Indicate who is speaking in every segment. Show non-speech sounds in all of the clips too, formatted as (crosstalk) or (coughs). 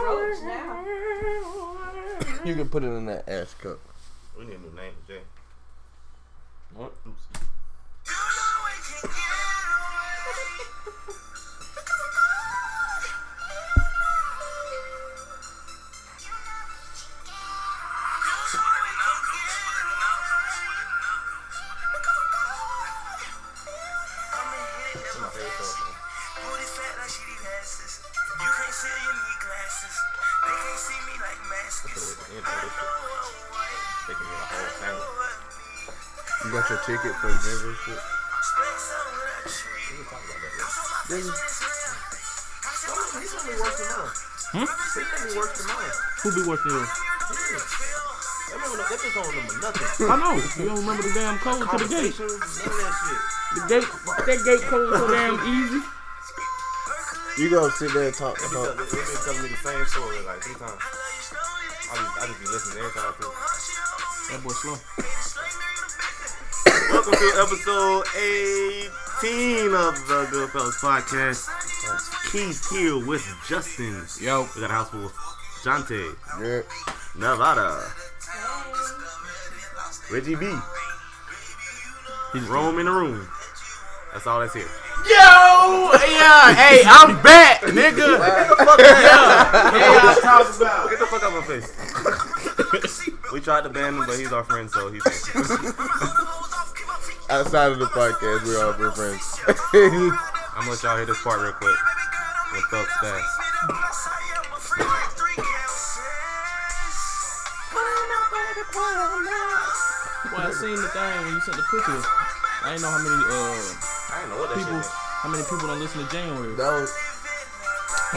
Speaker 1: bitch now.
Speaker 2: You can put it in that ass cup.
Speaker 3: We need a new name today.
Speaker 2: What?
Speaker 3: Oops. That's my favorite song.
Speaker 4: Booty fat like she need asses. You can't see her, you need glasses. They can't see me like masks.
Speaker 3: That's the way
Speaker 4: I
Speaker 3: the intro is.
Speaker 4: know what I want.
Speaker 3: They can get a whole
Speaker 4: I know
Speaker 3: sandwich.
Speaker 4: what I need.
Speaker 2: You got your ticket for Denver and shit?
Speaker 4: Space out without you.
Speaker 3: We can talk about that.
Speaker 4: Cause all my
Speaker 2: Really?
Speaker 4: bitches is real. Cause your mama
Speaker 3: He's
Speaker 4: is
Speaker 3: gonna be working out.
Speaker 4: real.
Speaker 3: He's gonna be working out.
Speaker 5: Who be working you?
Speaker 3: I remember that bitch on number nothing.
Speaker 5: I know. You don't remember the damn code to the gate.
Speaker 3: Conversations, none of that
Speaker 5: The gate, that gate code so damn easy.
Speaker 2: You go sit there and talk
Speaker 3: shit. They be tell-
Speaker 2: about
Speaker 3: they be telling me the same story like three times. I just, I just be listening to everything I do.
Speaker 5: That boy slow.
Speaker 3: Welcome to episode 18 of the Good Fellas Podcast. Keith here with Justin.
Speaker 5: Yo.
Speaker 3: We got a house full of Jante,
Speaker 2: yeah.
Speaker 3: Nevada, Reggie B. He's roaming the room. That's all that's here.
Speaker 5: Yo, yeah, hey, I'm back, nigga. uh,
Speaker 3: Get the fuck out of my face. we tried to ban him, but he's our friend, so he's.
Speaker 2: Outside of the podcast, we all been friends. (laughs)
Speaker 3: I'm gonna let y'all hear this part real quick. With Thug Spaz.
Speaker 5: Well, I seen the thing when you sent the picture. I didn't know how many uh
Speaker 3: I didn't know what that
Speaker 5: people,
Speaker 3: shit
Speaker 5: how many people don't listen to January.
Speaker 2: that was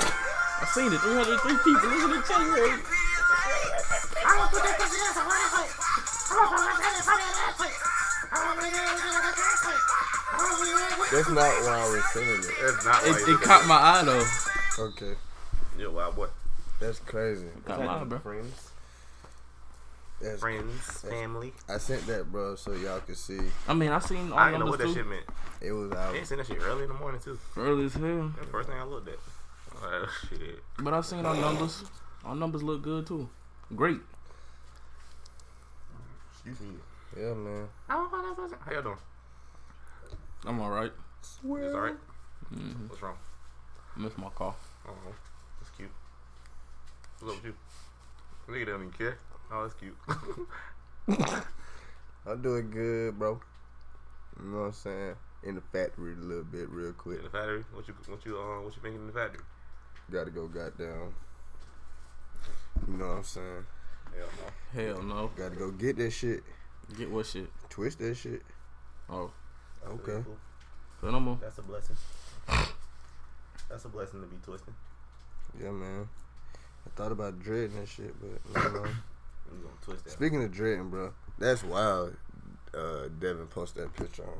Speaker 5: I seen it, 303 people listen to January.
Speaker 2: that's not why I was singing it.
Speaker 3: is. That's not
Speaker 5: It,
Speaker 3: why you
Speaker 5: it
Speaker 3: did
Speaker 5: caught
Speaker 3: that.
Speaker 5: my eye though.
Speaker 2: Okay.
Speaker 3: You're a wild boy.
Speaker 2: That's crazy.
Speaker 5: Caught my eye, bro.
Speaker 3: Friends,
Speaker 2: That's
Speaker 3: friends, family.
Speaker 2: I sent that bro so y'all could see
Speaker 5: I mean, I seen all
Speaker 3: I didn't know
Speaker 5: numbers
Speaker 3: what that
Speaker 5: too.
Speaker 3: shit meant.
Speaker 2: it was
Speaker 3: I
Speaker 2: out.
Speaker 3: didn't see that shit early in the morning too.
Speaker 5: early as hell.
Speaker 3: That's the first thing I looked at. Oh shit.
Speaker 5: But I seen our numbers. Our numbers look good too. Great.
Speaker 3: Excuse me.
Speaker 2: Yeah man.
Speaker 3: How y'all doing?
Speaker 5: I'm all right.
Speaker 3: It's alright.
Speaker 5: Mm-hmm.
Speaker 3: What's wrong?
Speaker 5: Missed my call.
Speaker 3: Oh, that's cute. What's up with you? Nigga don't even care. Oh, that's cute.
Speaker 2: I'm doing good, bro. You know what I'm saying? In the factory a little bit real quick.
Speaker 3: in the factory, what you what you uh, what you making in the factory?
Speaker 2: Gotta go goddamn. You know what I'm saying?
Speaker 3: Hell no.
Speaker 5: Hell no.
Speaker 2: Gotta go get that shit.
Speaker 5: Get what shit?
Speaker 2: Twist that shit.
Speaker 5: Oh,
Speaker 2: Okay.
Speaker 5: so no more.
Speaker 3: That's a blessing. That's a blessing to be twisting.
Speaker 2: Yeah man. I thought about dreading that shit, but you know.
Speaker 3: You gonna twist that?
Speaker 2: Speaking of dreading, bro, that's wild. Uh, Devin posted that picture on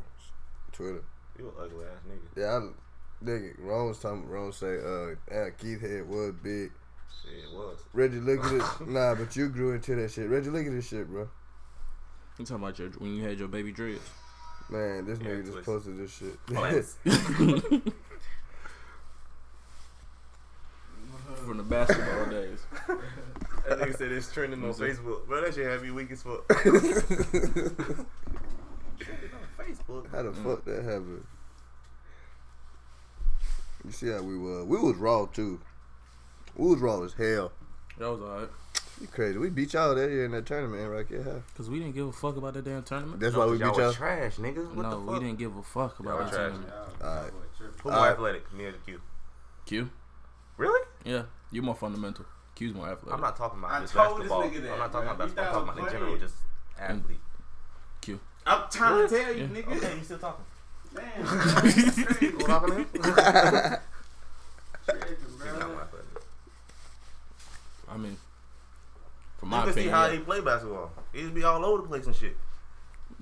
Speaker 2: Twitter.
Speaker 3: You an ugly ass nigga.
Speaker 2: Yeah, I, nigga, Ron was talking. Ron say, uh, yeah, Keith head was big.
Speaker 3: Shit, it (laughs) was.
Speaker 2: Reggie, look at this. Nah, but you grew into that shit. Reggie, look at this shit, bro.
Speaker 5: You talking about your when you had your baby dreads?
Speaker 2: Man, this
Speaker 3: Yeah,
Speaker 2: nigga
Speaker 3: it's
Speaker 2: just
Speaker 3: like-
Speaker 2: posted this shit. (laughs)
Speaker 3: Plants.
Speaker 5: From the basketball days.
Speaker 3: That nigga said it's trending on Facebook. Bro, that shit had me weak as (laughs) fuck. Trending on Facebook.
Speaker 2: how the fuck that happened? You see how we was? We was raw too. We was raw as hell.
Speaker 5: That was alright.
Speaker 2: You crazy? We beat y'all that year in that tournament, right? Yeah.
Speaker 5: Cause we didn't give a fuck about that damn tournament.
Speaker 2: That's why we beat
Speaker 3: y'all
Speaker 2: y'all.
Speaker 3: was trash, niggas. What
Speaker 5: no,
Speaker 3: the
Speaker 5: we
Speaker 3: fuck?
Speaker 5: didn't give a fuck
Speaker 3: Y'all
Speaker 5: about that
Speaker 3: trash.
Speaker 5: tournament.
Speaker 2: Alright.
Speaker 3: Who more
Speaker 2: Alright.
Speaker 3: athletic? Me or the Q?
Speaker 5: Q.
Speaker 3: Really?
Speaker 5: Yeah, you more fundamental. Q's more athletic.
Speaker 3: I'm not talking about
Speaker 6: I
Speaker 3: just
Speaker 6: told this
Speaker 3: basketball.
Speaker 6: nigga that,
Speaker 3: I'm not talking
Speaker 6: bro.
Speaker 3: about
Speaker 6: He
Speaker 3: basketball. I'm
Speaker 6: thought
Speaker 3: talking
Speaker 6: I
Speaker 3: about
Speaker 6: was
Speaker 3: in general,
Speaker 6: playing.
Speaker 3: just athlete.
Speaker 6: I'm trying to tell you,
Speaker 5: Yeah.
Speaker 6: nigga.
Speaker 3: Okay, you still talking? (laughs)
Speaker 6: Damn, bro. It's crazy,
Speaker 3: What happened
Speaker 6: (laughs)
Speaker 3: to him? He's not more
Speaker 6: bro.
Speaker 3: athletic.
Speaker 5: I mean, from
Speaker 3: You
Speaker 5: my
Speaker 3: can see
Speaker 5: opinion,
Speaker 3: how he
Speaker 5: that,
Speaker 3: play basketball. He just be all over the place and shit.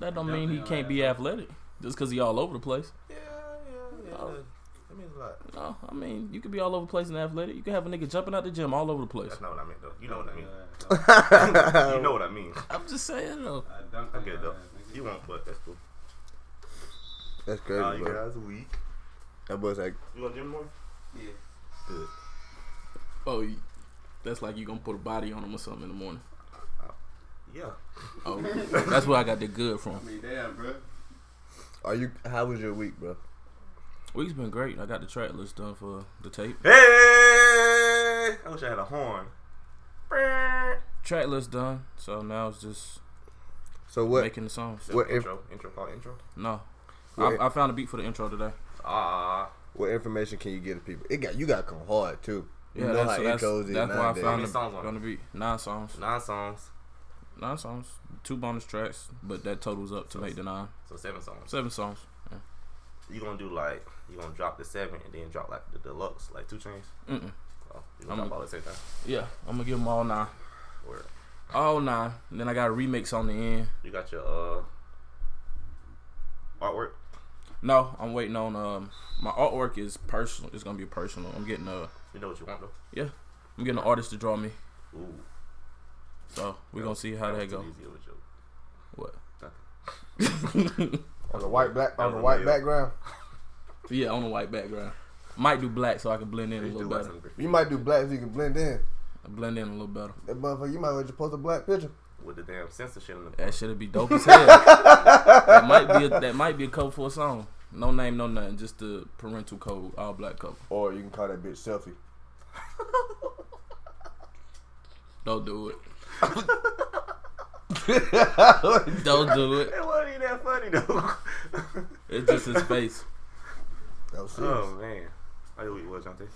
Speaker 5: that don't mean he
Speaker 6: Definitely
Speaker 5: can't be athletic just because he all over the place.
Speaker 3: Yeah, yeah, yeah.
Speaker 5: Oh.
Speaker 3: That means a lot.
Speaker 5: No, I mean you could be all over the place and athletic. You could have a nigga jumping out the gym all over the place.
Speaker 3: That's not what I meant, though. You know what I
Speaker 6: (laughs)
Speaker 3: mean.
Speaker 6: Uh,
Speaker 3: You
Speaker 2: (laughs)
Speaker 3: know what I mean.
Speaker 5: I'm just saying though.
Speaker 6: I dunked
Speaker 3: I
Speaker 6: on
Speaker 3: get it,
Speaker 6: your
Speaker 3: though.
Speaker 6: ass, nigga.
Speaker 3: You won't, but that's cool.
Speaker 2: That's crazy,
Speaker 3: Nah, you
Speaker 2: bro.
Speaker 3: guys are weak.
Speaker 2: That boy's like,
Speaker 3: You going to gym more?
Speaker 6: Yeah.
Speaker 5: Oh, That's like you gonna put a body on him or something in the morning.
Speaker 3: Yeah.
Speaker 5: Oh, that's where I got the good from.
Speaker 6: I mean, damn, bro.
Speaker 2: Are you? How was your week, bro?
Speaker 5: Week's been great. I got the track list done for the tape.
Speaker 3: Hey! I wish I had a horn.
Speaker 5: Track list done, so now it's just
Speaker 2: So what?
Speaker 5: making the songs.
Speaker 2: What inf-
Speaker 3: intro? Intro called intro.
Speaker 5: No,
Speaker 2: What-
Speaker 5: I, I found a beat for the intro today.
Speaker 3: Ah,
Speaker 2: what information can you give to people? It got you got to come hard too. You
Speaker 5: Yeah,
Speaker 2: know
Speaker 5: that's,
Speaker 2: how
Speaker 5: that's,
Speaker 2: intros is
Speaker 5: that's why I
Speaker 2: nowadays.
Speaker 5: found
Speaker 3: How many songs
Speaker 5: the,
Speaker 3: on
Speaker 5: found the beat. Nine songs,
Speaker 3: nine songs,
Speaker 5: nine songs, two bonus tracks, but that totals up to make the nine.
Speaker 3: so seven songs.
Speaker 5: Seven songs.
Speaker 3: You gonna do like you gonna drop the seven and then drop like the deluxe, like two chains.
Speaker 5: Mm-mm.
Speaker 3: Oh, you gonna
Speaker 5: I'm-
Speaker 3: drop all at the same time.
Speaker 5: Yeah, I'm gonna give them all nine.
Speaker 3: Word.
Speaker 5: All nine. And then I got a remix on the end.
Speaker 3: You got your uh artwork.
Speaker 5: No, I'm waiting on um my artwork is personal. It's gonna be personal. I'm getting a
Speaker 3: You know what you want though.
Speaker 5: yeah, I'm getting an artist to draw me.
Speaker 3: Ooh,
Speaker 5: So we're gonna see how
Speaker 3: was
Speaker 5: that
Speaker 3: too
Speaker 5: go.
Speaker 3: Easy of a joke.
Speaker 5: What?
Speaker 2: on the white black on
Speaker 3: That
Speaker 2: the
Speaker 3: was
Speaker 2: white
Speaker 3: real.
Speaker 2: background.
Speaker 5: (laughs) yeah, on a white background. Might do black so I can blend in a
Speaker 3: You
Speaker 5: little
Speaker 3: do like
Speaker 5: better.
Speaker 3: some graffiti
Speaker 2: You might do black if you can blend in.
Speaker 5: Blend in a little better.
Speaker 2: That motherfucker, you might as well just post a black picture.
Speaker 3: with the damn censorship in the
Speaker 5: That should be dope as hell. that might be a, that might be a cover for a song. No name, no nothing. Just the parental code, all black cover.
Speaker 2: Or you can call that bitch selfie.
Speaker 5: Don't do it.
Speaker 2: That's
Speaker 5: Don't do it.
Speaker 3: It wasn't even that funny (laughs) though.
Speaker 5: It's just his face.
Speaker 2: it.
Speaker 3: oh man, I knew it was Jonte.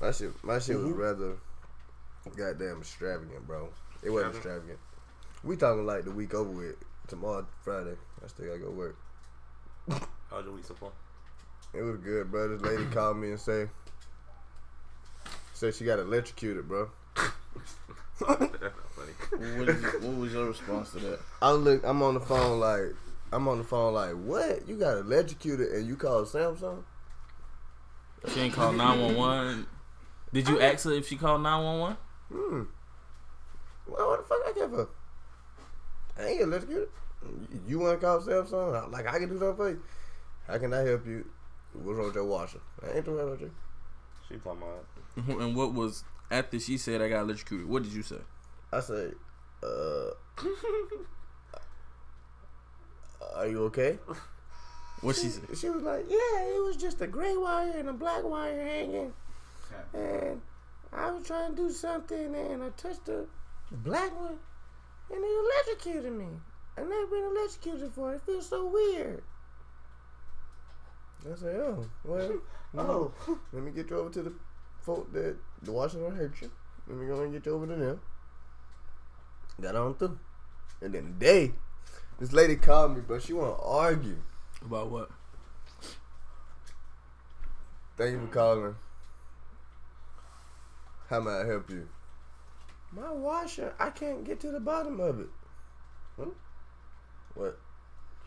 Speaker 2: My shit, my shit was rather goddamn extravagant, bro. It wasn't extravagant. We talking like the week over with. Tomorrow, Friday, I still gotta go work.
Speaker 3: How's your week so far?
Speaker 2: It was good, bro. This lady called me and say, said she got electrocuted, bro.
Speaker 3: That's not funny.
Speaker 5: What, is, what was your response to that?
Speaker 2: I look, I'm on the phone like, I'm on the phone like, what? You got electrocuted and you called Samsung?
Speaker 5: She ain't called nine one one. Did you ask her if she called nine one one?
Speaker 2: Hmm. Well, what the fuck I give her? I ain't electrocuted. You want to call Samsung? I'm Like I can do something for you. How can I help you? What's wrong with your washer? I ain't doing nothing with you.
Speaker 3: She talking about
Speaker 5: And what was after she said I got electrocuted? What did you say?
Speaker 2: I say, uh, (laughs) are you okay?
Speaker 5: What she said?
Speaker 2: She was like, yeah, it was just a gray wire and a black wire hanging. And I was trying to do something and I touched the black one and it electrocuted me. i never been electrocuted before. It feels so weird. I said, oh,
Speaker 5: (laughs)
Speaker 2: well,
Speaker 5: Oh.
Speaker 2: no. Let me get you over to the folk that the Washington hurt you. Let me go and get you over to them. Got on through. And then today, this lady called me, but she want to argue.
Speaker 5: About what?
Speaker 2: Thank you for calling. How may I help you? My washer, I can't get to the bottom of it. Hmm? What?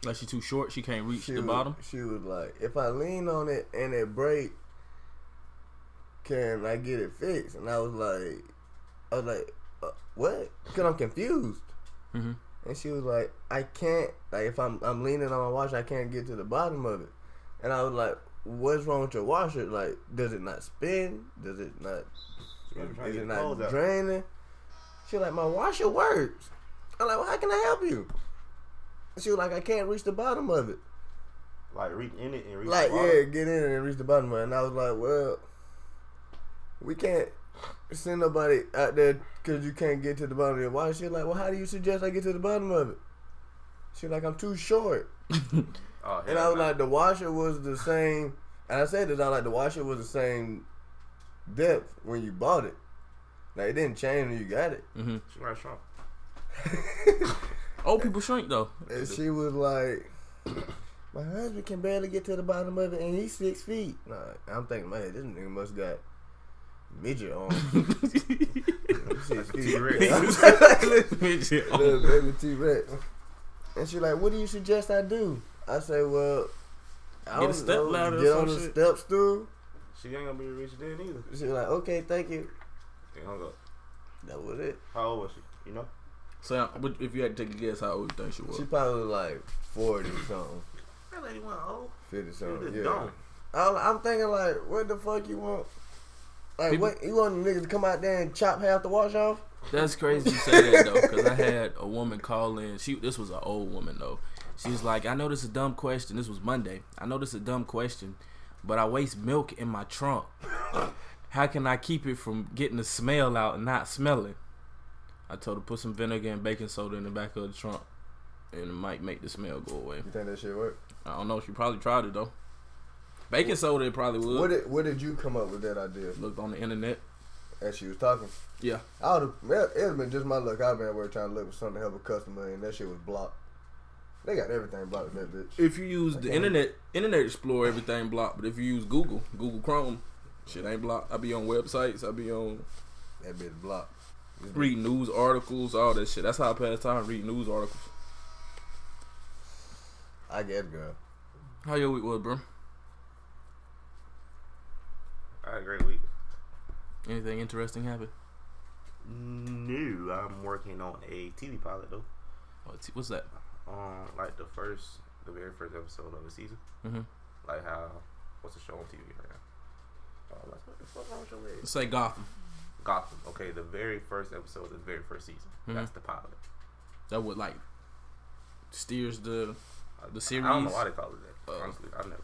Speaker 5: Like she too short, she can't reach
Speaker 2: She
Speaker 5: the
Speaker 2: was,
Speaker 5: bottom.
Speaker 2: She was like, if I lean on it and it break, can I get it fixed? And I was like, I was like, uh, what? Because I'm confused.
Speaker 5: Mhm.
Speaker 2: And she was like, I can't. Like, if I'm I'm leaning on my washer, I can't get to the bottom of it. And I was like, what's wrong with your washer? Like, does it not spin? Does it not? Is it not draining? She like, my washer works. I'm like, well, how can I help you? She was like, I can't reach the bottom of it.
Speaker 3: Like reach in it and reach
Speaker 2: Like,
Speaker 3: the bottom.
Speaker 2: yeah, get in and reach the bottom of it. And I was like, well, we can't send nobody out there because you can't get to the bottom of it. Why? She like, well, how do you suggest I get to the bottom of it? She like, I'm too short.
Speaker 3: Oh,
Speaker 2: And I was like, the washer was the same. And I said this, I was like, the washer was the same depth when you bought it. Like, it didn't change when you got it.
Speaker 3: she right strong.
Speaker 5: Mm-hmm. Old people shrink though.
Speaker 2: And she was like, (coughs) my husband can barely get to the bottom of it, and he's six feet. Nah, I'm thinking, man, this nigga must got midget
Speaker 5: (coughs)
Speaker 2: on.
Speaker 3: (laughs)
Speaker 2: six feet. (laughs)
Speaker 3: T-Rex.
Speaker 5: (laughs)
Speaker 2: Little
Speaker 5: Midget.
Speaker 2: baby T Rex. And she like, what do you suggest I do? I say, well, I
Speaker 5: Get a
Speaker 2: don't
Speaker 5: step
Speaker 2: know,
Speaker 5: ladder or
Speaker 2: Get
Speaker 5: some
Speaker 2: on the
Speaker 5: shit."
Speaker 2: step stool.
Speaker 3: She ain't gonna be reaching then either.
Speaker 2: She like, okay, thank you.
Speaker 3: She hung up.
Speaker 2: That was it.
Speaker 3: How old was she? You know?
Speaker 5: So but if you had to take a guess, how old you think she was?
Speaker 2: She probably like 40 something,
Speaker 3: That lady went old.
Speaker 2: 50
Speaker 3: She was
Speaker 2: something.
Speaker 3: just
Speaker 2: Yeah.
Speaker 3: gone.
Speaker 2: I'm, I'm thinking like, what the fuck you want? Like,
Speaker 5: People-
Speaker 2: what? You want niggas to come out there and chop half the wash off?
Speaker 5: That's crazy you say that though, because I had a woman call in. She this was an old woman though. She was like, I know this is a dumb question. This was Monday. I know this is a dumb question, but I waste milk in my trunk. How can I keep it from getting the smell out and not smelling? I told her put some vinegar and baking soda in the back of the trunk, and it might make the smell go away.
Speaker 2: You think that shit work?
Speaker 5: I don't know. She probably tried it though. Baking soda, it probably would.
Speaker 2: What did What did you come up with that idea
Speaker 5: Looked on the internet.
Speaker 2: as she was talking?
Speaker 5: Yeah.
Speaker 2: I would have. It would been just my luck. I've been at work trying to look for something to help a customer, and that shit was blocked. They got everything blocked in that bitch.
Speaker 5: If you use the internet, Internet Explorer, everything blocked. But if you use Google, Google Chrome, shit ain't blocked. I be on websites. I be on
Speaker 2: That bitch blocked.
Speaker 5: read news articles, all that shit. That's how I pass time. Read news articles.
Speaker 2: I get girl.
Speaker 5: How your week was, bro?
Speaker 3: I had a great week.
Speaker 5: Anything interesting happen?
Speaker 3: No, I'm working on a TV pilot though.
Speaker 5: What's, what's that?
Speaker 3: Um, like the first, the very first episode of the season.
Speaker 5: Mm-hmm.
Speaker 3: Like how, what's the show on TV right now? Oh, like, what the fuck wrong with your legs?
Speaker 5: Say Gotham.
Speaker 3: Gotham. Okay, the very first episode of the very first season.
Speaker 5: Hmm.
Speaker 3: That's the pilot.
Speaker 5: That would like steers the
Speaker 3: I-
Speaker 5: The
Speaker 3: I don't know
Speaker 5: series?
Speaker 3: why they call it that.
Speaker 5: Oh.
Speaker 3: Honestly, I've never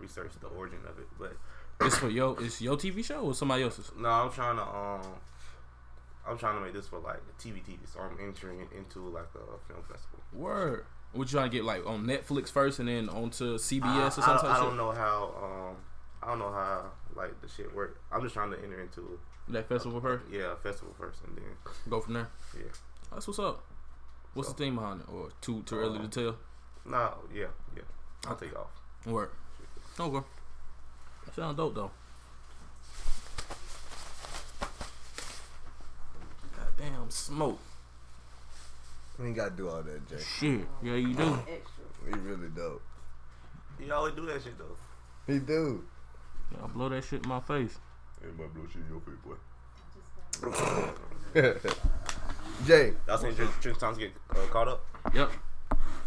Speaker 3: researched the origin of it, but
Speaker 5: it's for yo it's your TV show or somebody else's.
Speaker 3: No, I'm trying to um, I'm trying to make this for like TV TV. So I'm entering into like a film festival.
Speaker 5: Word. What you trying to get like on Netflix first and then onto CBS
Speaker 3: I,
Speaker 5: or some
Speaker 3: I,
Speaker 5: type
Speaker 3: I
Speaker 5: of
Speaker 3: don't
Speaker 5: shit?
Speaker 3: know how um, I don't know how like the shit work. I'm just trying to enter into
Speaker 5: That festival first.
Speaker 3: yeah a festival first and then
Speaker 5: Go from there.
Speaker 3: yeah.
Speaker 5: That's what's up. What's
Speaker 3: So-
Speaker 5: the theme behind it? Or too too early to
Speaker 3: Um,
Speaker 5: tell?
Speaker 3: No, yeah, yeah. I'll take off.
Speaker 5: Word. Okay. Sound dope though. Goddamn smoke.
Speaker 2: You ain't gotta do all that, Jay.
Speaker 5: Shit. Yeah, you do.
Speaker 6: Extra.
Speaker 2: He really dope.
Speaker 3: You always do that shit though.
Speaker 2: He do. (laughs)
Speaker 5: I blow that shit in my face.
Speaker 2: Everybody blow shit in your face, boy. Jay,
Speaker 3: That's when Tristan Tris Thompson get uh, caught up.
Speaker 5: Yep.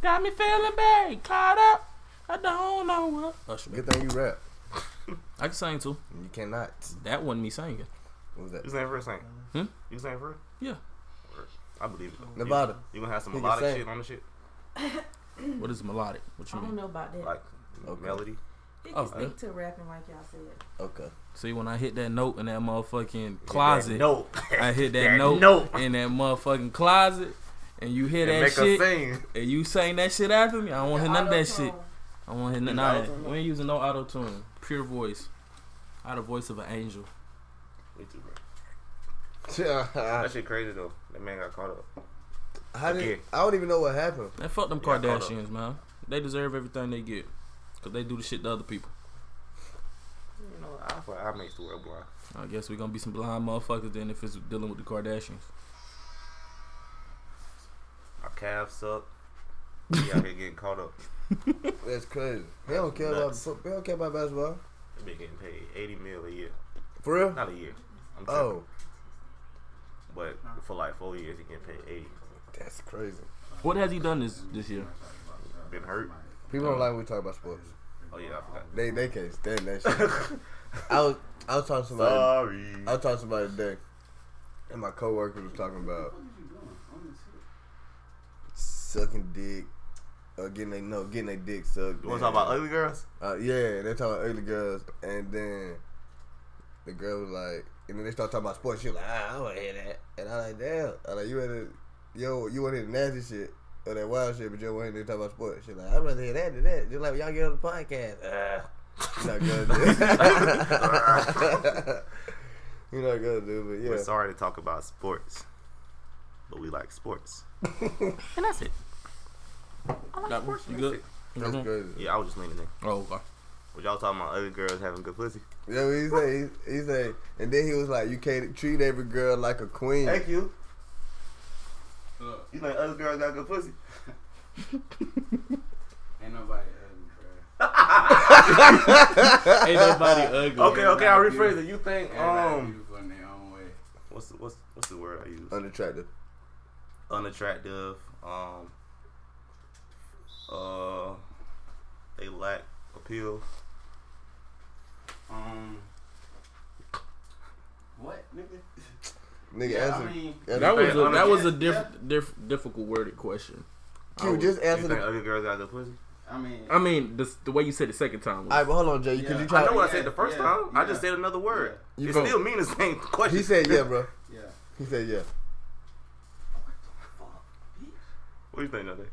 Speaker 5: Got me feeling bad, caught up. I don't know what. Usher.
Speaker 2: good thing you rap.
Speaker 5: I can sing too.
Speaker 2: You cannot.
Speaker 5: That wasn't me singing.
Speaker 2: What was
Speaker 3: You (laughs)
Speaker 2: that?
Speaker 3: saying for a thing?
Speaker 5: Hmm?
Speaker 3: You saying for? real?
Speaker 5: Yeah.
Speaker 3: Or- I believe it. though.
Speaker 2: Nevada.
Speaker 3: You, you gonna have some
Speaker 2: He can
Speaker 3: melodic
Speaker 2: sing.
Speaker 3: shit on the shit
Speaker 5: What is melodic? What
Speaker 1: I
Speaker 5: you
Speaker 1: don't
Speaker 5: mean?
Speaker 1: know about that.
Speaker 3: like
Speaker 2: Okay.
Speaker 3: melody.
Speaker 1: he
Speaker 5: Oh,
Speaker 1: can stick to rapping like y'all said.
Speaker 2: Okay. (laughs)
Speaker 5: See, when I hit that note in that motherfucking closet,
Speaker 3: No.
Speaker 5: I hit that,
Speaker 3: That
Speaker 5: note,
Speaker 3: note.
Speaker 5: in that motherfucking closet, and you hear
Speaker 3: and
Speaker 5: that
Speaker 3: make
Speaker 5: shit.
Speaker 3: her sing.
Speaker 5: And you sang that shit after me? I don't want to hear none of that shit.
Speaker 1: Auto-tune.
Speaker 5: I don't want to hear none of that. We ain't using no auto tune. Pure voice. I had a voice of an angel.
Speaker 3: Me too, bro.
Speaker 2: How Ah.
Speaker 3: That shit crazy though. That man got caught up.
Speaker 2: did, I don't even know what happened.
Speaker 5: Man, fuck them
Speaker 3: Yeah, I caught up.
Speaker 5: Kardashians, man. They deserve everything they get. Because they do the shit to other people.
Speaker 3: You know,
Speaker 1: uh,
Speaker 3: I feel like I makes the world blind.
Speaker 5: I guess we're going to be some blind motherfuckers then if it's dealing with the Kardashians.
Speaker 3: My calves suck. We out here getting caught up.
Speaker 2: That's crazy. They don't care about
Speaker 3: Nuts.
Speaker 2: they don't care about basketball.
Speaker 3: They been getting paid eighty mil a year.
Speaker 2: For real?
Speaker 3: Not a year. I'm
Speaker 2: Oh,
Speaker 3: tripping. but for like four years, he getting paid eighty.
Speaker 2: that's crazy.
Speaker 5: What has he done this, this year?
Speaker 3: Been hurt.
Speaker 2: People don't like when we talk about sports.
Speaker 3: Oh yeah, I
Speaker 2: They they can't stand that shit. I was I was talking to somebody.
Speaker 3: forgot.
Speaker 2: I
Speaker 3: Sorry.
Speaker 2: was talking to somebody today, and my coworker was talking about sucking dick, or getting they no getting their dick sucked.
Speaker 3: You want to talk about ugly girls?
Speaker 2: Uh, yeah, they talking about ugly girls, and then the girl was like, and then they start talking about sports. She was like, ah, I want to hear that, and I like, damn, I like you wanna, yo, you want to hear the nasty shit or that wild shit, but you want to talk about sports. She like, I'd rather hear that than that. Just like when y'all get on the podcast. Uh, you not good. (laughs) you not good, dude. But yeah,
Speaker 3: We're sorry to talk about sports, but we like sports.
Speaker 5: And that's it. That one? You good? You
Speaker 2: that's
Speaker 5: good?
Speaker 2: crazy.
Speaker 3: Yeah, I was just leaning in.
Speaker 5: Oh, okay.
Speaker 3: Was y'all talking about ugly girls having good pussy?
Speaker 2: Yeah, what he say, he, he say, and then he was like, you can't treat every girl like a queen.
Speaker 3: you. You think ugly girls got good pussy?
Speaker 6: Ain't nobody ugly, bro.
Speaker 5: Ain't
Speaker 3: (laughs)
Speaker 5: nobody ugly.
Speaker 3: Okay, okay, I'll
Speaker 6: Everybody
Speaker 3: rephrase it. You think
Speaker 6: Everybody
Speaker 3: um
Speaker 6: beautiful in their own way.
Speaker 3: what's the, what's what's the word I use?
Speaker 2: Unattractive.
Speaker 3: unattractive. Um, uh, they lack appeal.
Speaker 6: Um, What, nigga?
Speaker 2: Nigga,
Speaker 6: Yeah,
Speaker 2: answer.
Speaker 6: I mean,
Speaker 2: answer
Speaker 5: That was a, that was a
Speaker 6: Yeah.
Speaker 5: diff, diff, difficult worded question. I
Speaker 2: Q,
Speaker 5: would-
Speaker 2: just
Speaker 3: You
Speaker 2: answer
Speaker 3: think
Speaker 2: the.
Speaker 3: other girls got good pussy?
Speaker 6: I mean,
Speaker 5: I mean, the, the way you said it second time.
Speaker 2: All right,
Speaker 5: Was,
Speaker 2: but hold on, Jay. Could
Speaker 6: Yeah.
Speaker 2: you
Speaker 3: I
Speaker 2: try?
Speaker 3: know what I
Speaker 6: Yeah,
Speaker 3: said the first
Speaker 6: yeah,
Speaker 3: time. I
Speaker 6: yeah.
Speaker 3: just said another word.
Speaker 2: You
Speaker 3: it
Speaker 2: go.
Speaker 3: still mean the same (laughs) question.
Speaker 2: He said yeah, bro.
Speaker 6: yeah.
Speaker 2: He said yeah.
Speaker 3: What do you think, Nate?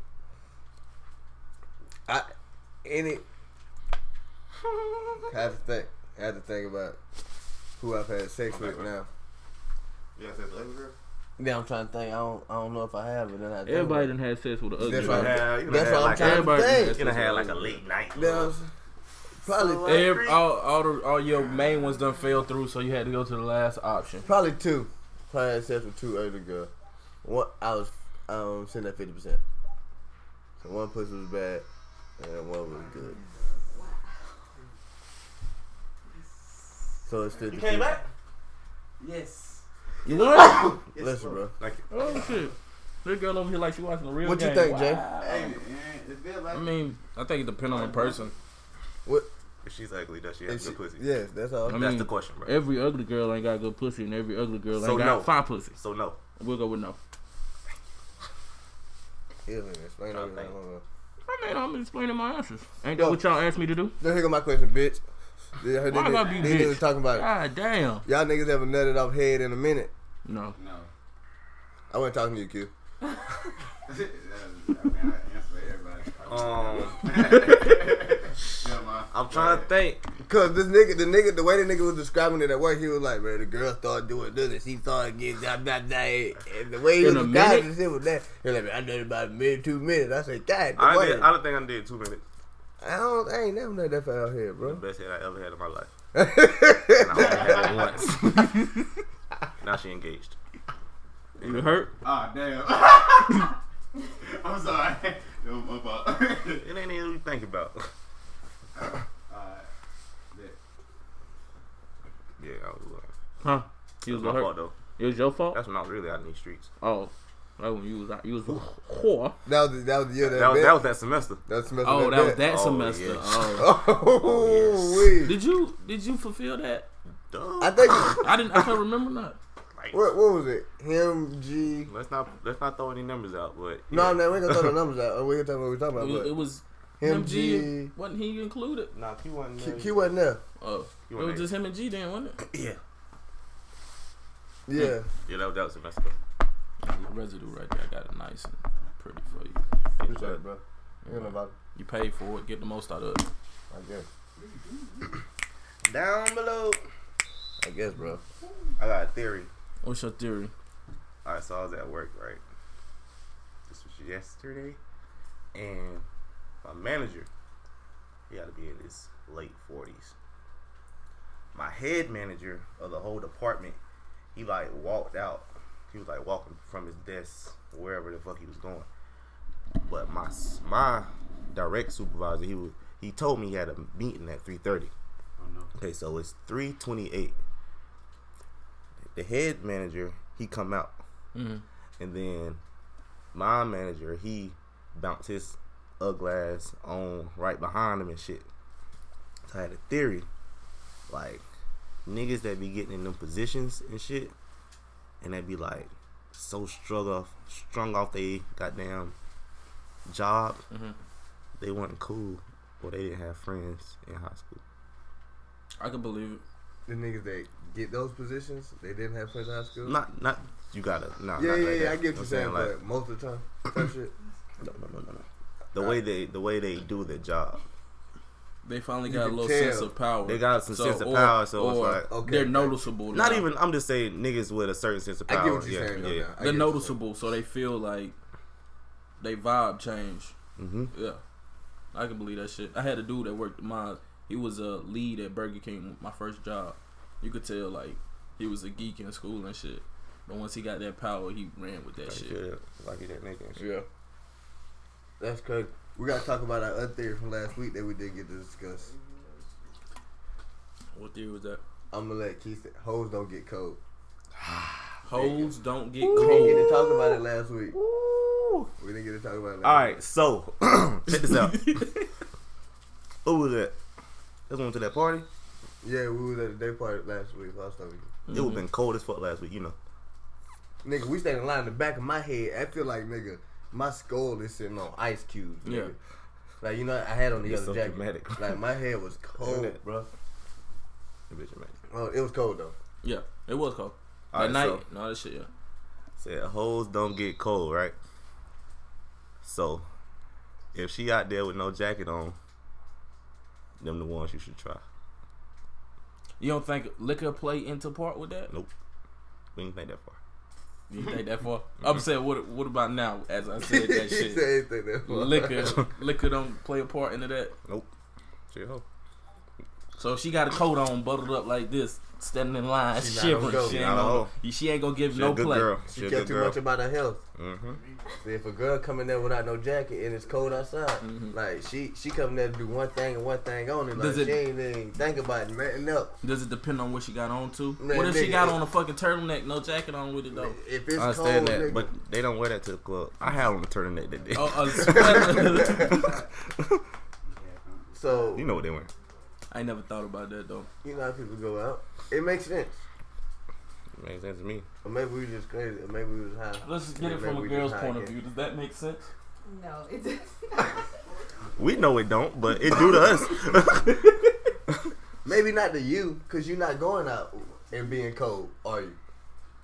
Speaker 2: I and it. I have to think. I have to think about who I've had sex with now.
Speaker 3: Yeah, I said the other girl.
Speaker 2: Yeah, I'm trying to think. I don't. I don't know if I have it. Then I think about
Speaker 5: everybody
Speaker 2: it.
Speaker 5: done had sex with an ugly.
Speaker 2: That's
Speaker 5: girl.
Speaker 2: right.
Speaker 3: Yeah, you done
Speaker 2: That's
Speaker 3: had
Speaker 2: what I'm
Speaker 3: like
Speaker 2: trying
Speaker 5: everybody
Speaker 2: to
Speaker 5: done
Speaker 2: think.
Speaker 5: had
Speaker 3: You done had like a late night.
Speaker 2: You know what I'm saying? Probably,
Speaker 3: So, uh,
Speaker 5: Every, all, all, the, all your main ones done fell through, so you had to go to the last option.
Speaker 2: probably two. Probably had sex with two other girls. What I was um sitting at fifty percent. So one pussy was bad, and one was good. So it's fifty.
Speaker 3: You came back?
Speaker 6: Yes.
Speaker 5: You won?
Speaker 6: yes
Speaker 2: Listen, bro.
Speaker 3: Like,
Speaker 5: oh, shit. This girl over here like she watching a real
Speaker 2: What you
Speaker 5: game.
Speaker 2: think, Jay?
Speaker 5: Wow.
Speaker 6: Hey, man, it's good, like
Speaker 5: I mean, I think it depends on the person.
Speaker 3: if she's ugly, does she have
Speaker 2: And
Speaker 3: good
Speaker 2: she-
Speaker 3: pussy?
Speaker 2: Yes, that's all.
Speaker 5: I
Speaker 3: That's
Speaker 5: mean,
Speaker 3: the question, bro.
Speaker 5: Every ugly girl ain't got good pussy, and every ugly girl ain't
Speaker 3: So
Speaker 5: got
Speaker 3: no.
Speaker 5: fine pussy.
Speaker 3: So no.
Speaker 5: We'll go with no.
Speaker 2: Yeah, man, explain
Speaker 3: Trying to
Speaker 2: that.
Speaker 3: think.
Speaker 2: Hold on.
Speaker 5: I mean, I'm explaining my answers. Ain't
Speaker 2: Yo.
Speaker 5: that what y'all asked me to do?
Speaker 2: Now here go my question, bitch. Yeah, they,
Speaker 5: Why gotta be
Speaker 2: they
Speaker 5: bitch?
Speaker 2: niggas talking about it.
Speaker 5: God damn.
Speaker 2: Y'all niggas haven't nutted off head in a minute.
Speaker 5: No.
Speaker 6: No. (laughs)
Speaker 2: I wasn't talking to you, Q.
Speaker 6: I mean, I answer everybody.
Speaker 3: Um,
Speaker 6: Yeah, my-
Speaker 3: I'm trying to think.
Speaker 2: Cause this nigga, the nigga, the way the nigga was describing it at work, he was like, "Man, the girl started doing this, and she started getting blah blah blah." And the way he
Speaker 5: In
Speaker 2: was
Speaker 5: a
Speaker 2: describing
Speaker 5: minute?
Speaker 2: this shit was that. He was like, "I nutted about a minute, two minutes." I said, "God,
Speaker 3: I,
Speaker 2: I,
Speaker 3: did, I don't think I did two minutes.
Speaker 2: I don't, I ain't never nutted that far out here,
Speaker 3: The
Speaker 2: bro."
Speaker 3: best head I ever had in
Speaker 2: (laughs)
Speaker 3: my life. And I only had it once.
Speaker 2: (laughs)
Speaker 3: now she engaged.
Speaker 5: You hurt?
Speaker 6: Ah, damn. I'm sorry. (laughs) It was my fault. (laughs) Alright.
Speaker 3: It ain't even you think about.
Speaker 6: Uh, Bet.
Speaker 3: Yeah, I was like,
Speaker 5: Huh? You
Speaker 3: it
Speaker 5: was
Speaker 3: was my
Speaker 5: a hurt?
Speaker 3: fault though.
Speaker 5: It was your fault?
Speaker 3: That's when I was really out in these streets.
Speaker 5: oh. Like when you was out, you was a whore.
Speaker 2: That was the, that was the year that
Speaker 3: That was,
Speaker 2: bit.
Speaker 3: that was that semester.
Speaker 2: That's messing
Speaker 5: Oh, that was that
Speaker 3: Oh,
Speaker 5: semester.
Speaker 3: yeah. (laughs)
Speaker 5: Oh.
Speaker 2: (laughs) Oh, wait.
Speaker 5: Did you did you fulfill that?
Speaker 3: Duh.
Speaker 2: I think
Speaker 5: I didn't. I can't remember
Speaker 3: (laughs)
Speaker 5: not.
Speaker 3: Like,
Speaker 2: what, what was it? Him, G.
Speaker 3: Let's not let's not throw any numbers out, but
Speaker 2: No,
Speaker 3: yeah.
Speaker 2: I'm not. We ain't gonna throw the numbers out. We can talk about what we talking
Speaker 5: It
Speaker 2: about.
Speaker 5: was,
Speaker 2: but-
Speaker 5: it was him. G
Speaker 2: MG.
Speaker 5: wasn't he included?
Speaker 3: Nah, Q wasn't.
Speaker 2: Q,
Speaker 3: there.
Speaker 2: Q wasn't there.
Speaker 5: Oh, it
Speaker 3: You
Speaker 5: was
Speaker 3: wasn't
Speaker 5: just him and G then, wasn't it?
Speaker 3: yeah,
Speaker 2: Yeah.
Speaker 3: yeah, that was that was semester.
Speaker 5: My residue right there. I got it nice and pretty for you. Get
Speaker 2: Appreciate
Speaker 5: it
Speaker 2: it,
Speaker 5: up.
Speaker 2: bro. You know about
Speaker 5: You paid for it. Get the most out of it.
Speaker 2: it. I guess.
Speaker 3: Down below,
Speaker 2: I guess, bro.
Speaker 3: I got a theory.
Speaker 5: What's your theory?
Speaker 3: All right, so I was at work, right? This was yesterday, and my manager, he had to be in his late forties. My head manager of the whole department, he like walked out. He was like walking from his desk wherever the fuck he was going. But my s- my direct supervisor, he was he told me he had a meeting at three thirty.
Speaker 6: Oh, no.
Speaker 3: Okay, so it's three twenty eight. The head manager, he come out,
Speaker 5: Mhm.
Speaker 3: and then my manager, he bounced his ugly ass on right behind him and shit. So I had a theory, like niggas that be getting in them positions and shit, and they be like so strung off, strung off they goddamn job,
Speaker 5: Mhm.
Speaker 3: they weren't cool or they didn't have friends in high school.
Speaker 5: I can believe it.
Speaker 2: The niggas that get those positions, they didn't have friends in high school.
Speaker 3: Not not you gotta nah,
Speaker 2: yeah, yeah,
Speaker 3: not like
Speaker 2: yeah.
Speaker 3: that.
Speaker 2: I get what
Speaker 3: know
Speaker 2: you're
Speaker 3: I'm
Speaker 2: saying,
Speaker 3: like,
Speaker 2: but most of the
Speaker 3: (coughs)
Speaker 2: time, that shit.
Speaker 3: no, no, no, no, no. The way they the way they do their job,
Speaker 5: They finally
Speaker 2: You
Speaker 5: got a
Speaker 2: can
Speaker 5: little
Speaker 2: tell.
Speaker 5: sense of power.
Speaker 3: they got some
Speaker 5: So,
Speaker 3: sense of
Speaker 5: or-
Speaker 3: power. So
Speaker 5: or
Speaker 3: it's like
Speaker 2: Okay,
Speaker 5: they're
Speaker 2: okay.
Speaker 5: noticeable.
Speaker 3: not
Speaker 5: now.
Speaker 3: even. I'm just saying niggas with a certain sense of power.
Speaker 2: I get what you're
Speaker 3: yeah,
Speaker 2: saying. though,
Speaker 3: Yeah.
Speaker 2: now. I get
Speaker 5: They're
Speaker 2: what you're saying.
Speaker 5: noticeable, so they feel like they vibe change.
Speaker 3: Mm-hmm.
Speaker 5: Yeah, I can believe that shit. I had a dude that worked at mine. He was a lead at Burger King, my first job. You could tell like he was a geek in school and shit. But once he got that power, he ran with that
Speaker 3: Like,
Speaker 5: shit.
Speaker 3: yeah, like that nigga. and shit.
Speaker 5: Yeah.
Speaker 2: That's crazy. We gotta talk about our other theory from last week that we did get to discuss.
Speaker 5: What theory was that?
Speaker 2: I'm gonna let Keith. Hoes don't get cold.
Speaker 5: Hoes don't get
Speaker 2: We didn't get to
Speaker 5: cold.
Speaker 2: talk about it last week. We didn't get to talk about it. Last
Speaker 3: All right, so (clears throat) check
Speaker 2: (laughs)
Speaker 3: this out. Who was that? This one to that party.
Speaker 2: Week. Yeah, we was at the day party last week. Last time. we-
Speaker 3: It would been cold as fuck last week, you know.
Speaker 2: Nigga, we standing in line in the back of my head. I feel like, nigga, my skull is sitting on ice cubes. Nigga.
Speaker 5: Yeah.
Speaker 2: Like, you know, I had on the
Speaker 3: You're
Speaker 2: other
Speaker 3: so
Speaker 2: jacket.
Speaker 3: dramatic. (laughs)
Speaker 2: Like, my head
Speaker 5: (laughs)
Speaker 2: was cold,
Speaker 3: that?
Speaker 2: bro.
Speaker 3: That bitch, man.
Speaker 2: Oh, it was cold, though.
Speaker 5: (laughs) Yeah, it was cold.
Speaker 3: All
Speaker 5: That
Speaker 3: right,
Speaker 5: night,
Speaker 3: so-
Speaker 5: and all that shit. Yeah.
Speaker 3: said hoes don't get cold, right? So if she out there with no jacket on, them the ones you should try.
Speaker 5: You don't think liquor play into part with that?
Speaker 3: Nope. We didn't think that far.
Speaker 5: You think that far?
Speaker 3: (laughs)
Speaker 5: I'm saying, what what about now? As I
Speaker 2: (laughs)
Speaker 5: said that
Speaker 2: He
Speaker 5: shit,
Speaker 2: said anything that far.
Speaker 5: liquor (laughs) liquor don't play a part into that.
Speaker 3: Nope. She a hoe.
Speaker 5: So if she got a coat on, bundled up like this, standing in line,
Speaker 2: She not a
Speaker 5: shivering.
Speaker 2: hoe.
Speaker 5: She
Speaker 2: She
Speaker 5: ain't,
Speaker 3: not a
Speaker 5: gonna,
Speaker 3: hoe.
Speaker 5: she ain't gonna give
Speaker 3: She
Speaker 5: no
Speaker 3: a good
Speaker 5: play.
Speaker 3: girl.
Speaker 2: She
Speaker 3: She a
Speaker 2: kept
Speaker 3: good
Speaker 2: too
Speaker 3: girl.
Speaker 2: much about her health.
Speaker 3: mm-hmm.
Speaker 2: See, if a girl coming there without no jacket and it's cold outside,
Speaker 5: Mm-hmm.
Speaker 2: like she she coming there to do one thing and one thing only. Like
Speaker 5: Does it-
Speaker 2: she ain't even think about nothing else.
Speaker 5: Does it depend on what she got on too?
Speaker 2: Man,
Speaker 5: what if she
Speaker 2: nigga,
Speaker 5: got
Speaker 2: it-
Speaker 5: on a fucking turtleneck, no jacket on with it
Speaker 3: (laughs)
Speaker 5: though?
Speaker 2: If it's
Speaker 3: I
Speaker 2: cold,
Speaker 3: understand that,
Speaker 2: nigga,
Speaker 3: but they don't wear that to the club. I had on a turtleneck that day. (laughs)
Speaker 5: Oh, a sweater. (laughs)
Speaker 2: (laughs) so
Speaker 3: You know what they wear.
Speaker 5: I ain't never thought about that though.
Speaker 2: you know how people go out. It makes sense.
Speaker 3: It makes sense to me.
Speaker 2: Or maybe we just crazy. Or maybe we was high.
Speaker 5: Let's just
Speaker 2: Yeah,
Speaker 5: get it
Speaker 2: maybe
Speaker 5: from a
Speaker 2: we
Speaker 5: girl's
Speaker 2: just
Speaker 5: point
Speaker 2: high
Speaker 5: of
Speaker 2: again.
Speaker 5: view. Does that make sense?
Speaker 1: No, it does
Speaker 3: We know it don't, but it do to
Speaker 2: (laughs)
Speaker 3: us.
Speaker 2: Maybe not to you, cause you're not going out and being cold, are you?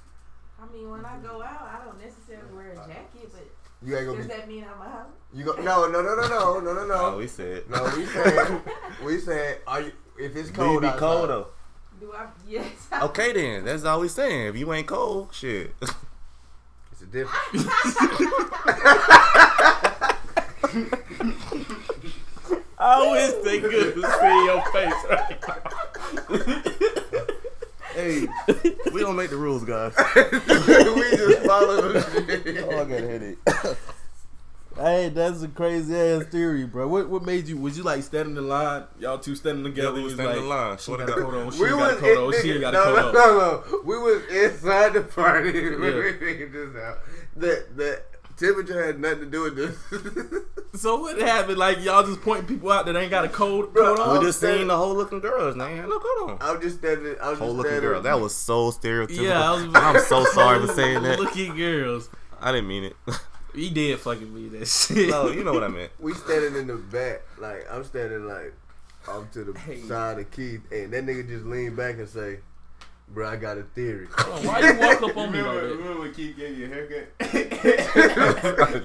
Speaker 1: (laughs) I mean, when I go out, I don't necessarily wear a jacket, but
Speaker 2: You ain't gonna
Speaker 1: does
Speaker 2: be.
Speaker 1: that mean I'm a hoe?
Speaker 2: You go. No, no, no, no, no, no, no,
Speaker 3: oh,
Speaker 2: no.
Speaker 3: we said.
Speaker 2: No, we said we said are you if it's
Speaker 3: Do you
Speaker 2: cold
Speaker 3: be
Speaker 2: outside,
Speaker 3: cold though?
Speaker 1: Do I? (laughs) Yes.
Speaker 3: Okay then, that's all we saying. If you ain't cold, shit. (laughs)
Speaker 2: It's a difference.
Speaker 5: I always think
Speaker 3: (laughs)
Speaker 5: good to see your face right now. (laughs)
Speaker 2: hey,
Speaker 3: we don't make the rules, guys.
Speaker 2: (laughs) we just follow
Speaker 3: (laughs)
Speaker 2: the shit.
Speaker 3: Oh, I got a headache.
Speaker 5: Hey, that's a crazy ass theory, bro. What what made you? Was you like standing in line? Y'all two standing together?
Speaker 3: Yeah, we
Speaker 5: you
Speaker 3: was standing
Speaker 5: like,
Speaker 3: in line.
Speaker 5: She
Speaker 3: Swear to
Speaker 5: got a
Speaker 3: God.
Speaker 5: coat on. She
Speaker 2: we
Speaker 5: got a
Speaker 2: was
Speaker 5: coat
Speaker 2: in-
Speaker 5: on. She
Speaker 2: nigga,
Speaker 5: got a
Speaker 2: no,
Speaker 5: coat
Speaker 2: no,
Speaker 5: on.
Speaker 2: no, no. We was inside the party. (laughs) when
Speaker 5: Yeah.
Speaker 2: we figured this out. The the temperature had nothing to do with this. (laughs)
Speaker 5: So what happened? Like y'all just pointing people out that ain't got a cold
Speaker 2: Bro,
Speaker 5: coat
Speaker 3: We
Speaker 5: on?
Speaker 2: I'm
Speaker 3: just
Speaker 2: standing-
Speaker 3: seen the whole looking girls, man. Look, hold on.
Speaker 2: I was just standing. I was
Speaker 3: Whole
Speaker 2: just
Speaker 3: looking
Speaker 2: standing.
Speaker 3: girl. That was so stereotypical.
Speaker 5: Yeah, I was.
Speaker 3: (laughs)
Speaker 5: (laughs)
Speaker 3: I'm so sorry for saying that.
Speaker 5: Looking girls,
Speaker 3: I didn't mean it. (laughs)
Speaker 5: he did fucking me that shit.
Speaker 3: no, you know what I meant. (laughs)
Speaker 2: we standing in the back. Like I'm standing like off to the
Speaker 5: Hey.
Speaker 2: side of Keith, and that nigga just leaned back and say, "Bro, I got a
Speaker 3: (laughs)
Speaker 2: theory."
Speaker 5: Hold on, Why you walk up on me
Speaker 6: Remember,
Speaker 5: like
Speaker 6: (laughs)
Speaker 5: that?
Speaker 6: remember when Keith gave you a haircut?
Speaker 3: I give you
Speaker 6: (laughs) Yeah,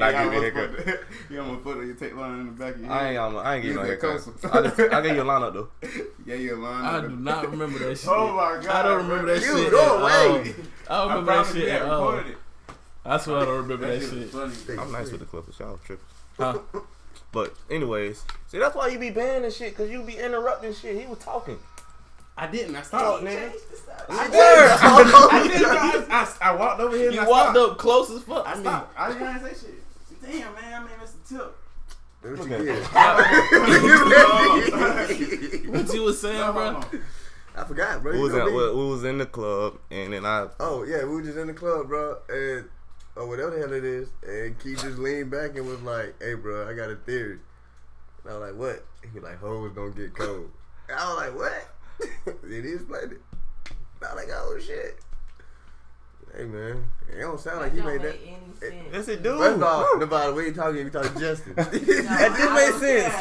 Speaker 3: a
Speaker 6: almost
Speaker 3: haircut.
Speaker 6: put the- (laughs) You almost put your tape line in the back of your
Speaker 3: I ain't,
Speaker 6: head.
Speaker 3: I'm, I ain't getting no
Speaker 6: He's a
Speaker 3: haircut.
Speaker 6: coastal.
Speaker 3: I just, I (laughs) gave you a lineup though.
Speaker 6: Yeah, you a line.
Speaker 5: I
Speaker 6: up.
Speaker 5: do not remember that shit.
Speaker 6: (laughs) Oh my god.
Speaker 5: I don't remember that
Speaker 2: You
Speaker 5: shit.
Speaker 2: go
Speaker 5: at
Speaker 3: um,
Speaker 5: all.
Speaker 2: away.
Speaker 5: I don't
Speaker 6: I
Speaker 5: remember that
Speaker 6: promise
Speaker 5: shit
Speaker 6: you I
Speaker 5: at all.
Speaker 6: recorded it.
Speaker 5: I swear I don't remember that,
Speaker 6: That shit
Speaker 5: shit.
Speaker 6: was funny.
Speaker 3: I'm nice with the Clippers. Y'all tripping.
Speaker 5: Huh?
Speaker 3: But anyways, see that's why you be banning shit, cause you be interrupting shit. He
Speaker 2: (laughs)
Speaker 3: was talking.
Speaker 6: I didn't. I
Speaker 3: Talk,
Speaker 6: stopped.
Speaker 3: nigga. (laughs)
Speaker 2: I did.
Speaker 6: I didn't.
Speaker 5: (laughs)
Speaker 6: I, I, I walked over here.
Speaker 5: He
Speaker 6: and I
Speaker 5: walked
Speaker 6: stopped.
Speaker 5: up close as fuck.
Speaker 6: I
Speaker 5: to me.
Speaker 6: stopped. I didn't even say shit. Damn, man. I mean, that's the tip.
Speaker 2: That's what
Speaker 3: Okay.
Speaker 2: you did. (laughs)
Speaker 3: (laughs)
Speaker 5: What you was saying, bro?
Speaker 2: I forgot, bro.
Speaker 3: We
Speaker 2: You
Speaker 3: was,
Speaker 2: know
Speaker 3: at,
Speaker 2: me.
Speaker 3: we, we was in the club, and then I
Speaker 2: Oh yeah, we were just in the club, bro, and or whatever the hell it is, and Keith just leaned back and was like, "Hey, bro, I got a theory." And I was like, "What?" He was like, "Hoes don't get cold." And I was like, "What?" (laughs) and he explained it. And I was like, "Oh shit." Hey man, it don't sound like you
Speaker 1: don't
Speaker 2: made
Speaker 1: make
Speaker 2: that.
Speaker 1: any sense. (laughs)
Speaker 3: yes it do.
Speaker 2: First off, nobody, we ain't talking. We talking Justin.
Speaker 3: that did make sense.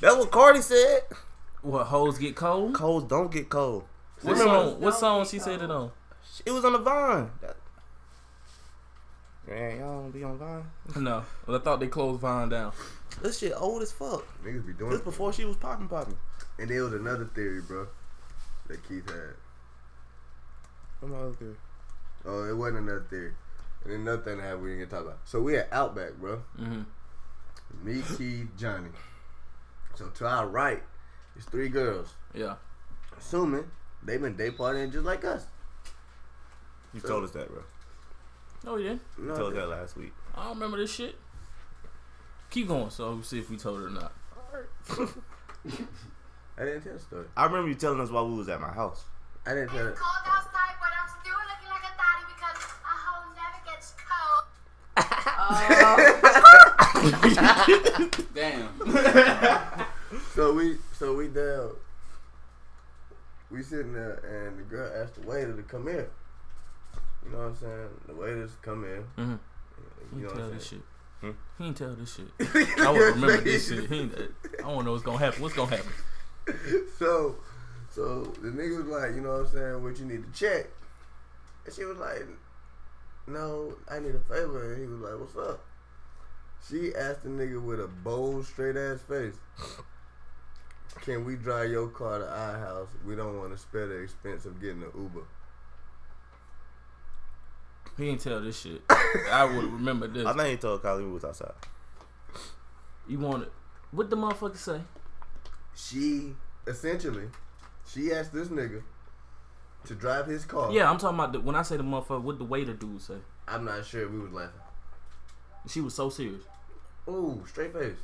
Speaker 3: That's what Cardi said.
Speaker 5: What hoes get cold?
Speaker 3: Colds don't get cold.
Speaker 5: What
Speaker 3: Remember-
Speaker 5: song? What song she said it on?
Speaker 3: It was on the Vine. Man, y'all don't be on Vine.
Speaker 5: No, well, I thought they closed Vine down.
Speaker 3: (laughs) This shit old as fuck.
Speaker 2: Niggas be doing
Speaker 3: This
Speaker 2: it.
Speaker 3: before she was popping popping.
Speaker 2: And there was another theory, bro, that Keith had.
Speaker 3: What my other theory?
Speaker 2: Oh, it wasn't another theory. And then another thing that happened we didn't get to talk about. So we at Outback, bro.
Speaker 5: Mm-hmm.
Speaker 2: Me, Keith, Johnny. So to our right, it's three girls.
Speaker 5: Yeah.
Speaker 2: Assuming they been day partying just like us.
Speaker 3: You told us that, bro.
Speaker 5: Oh yeah.
Speaker 2: You
Speaker 3: You
Speaker 2: know
Speaker 3: told
Speaker 2: what
Speaker 3: us that last week.
Speaker 5: I don't remember this shit. Keep going, so we see if we told it or not.
Speaker 2: I didn't tell the story.
Speaker 3: I remember you telling us while we was at my house.
Speaker 2: I didn't tell it.
Speaker 7: It's cold outside, but I'm still looking like a thotty because a hoe never gets cold.
Speaker 1: Oh.
Speaker 3: (laughs)
Speaker 6: Damn.
Speaker 2: So we so we down we sitting there, and the girl asked the waiter to come in. You know what I'm saying? The waiters come in.
Speaker 5: Mhm.
Speaker 2: You know
Speaker 5: He ain't
Speaker 2: what
Speaker 5: tell
Speaker 2: I'm
Speaker 5: this
Speaker 2: saying?
Speaker 5: shit. He ain't tell this shit. I would remember this shit. He ain't, I don't know what's gonna happen. What's gonna happen?
Speaker 2: (laughs) So, so the nigga was like, you know what I'm saying? What you need to check? And she was like, no, I need a favor. And he was like, what's up? She asked the nigga with a bold, straight ass face, can we drive your car to our house? We don't want to spare the expense of getting an Uber.
Speaker 5: He ain't tell this shit. I would remember this.
Speaker 3: I think he told Kylie we was outside.
Speaker 5: You want it? What the motherfucker say?
Speaker 2: She, essentially, she asked this nigga to drive his car.
Speaker 5: Yeah, I'm talking about the, when I say the motherfucker. What the waiter dude say?
Speaker 2: I'm not sure. We was laughing.
Speaker 5: She was so serious
Speaker 2: Ooh, straight face.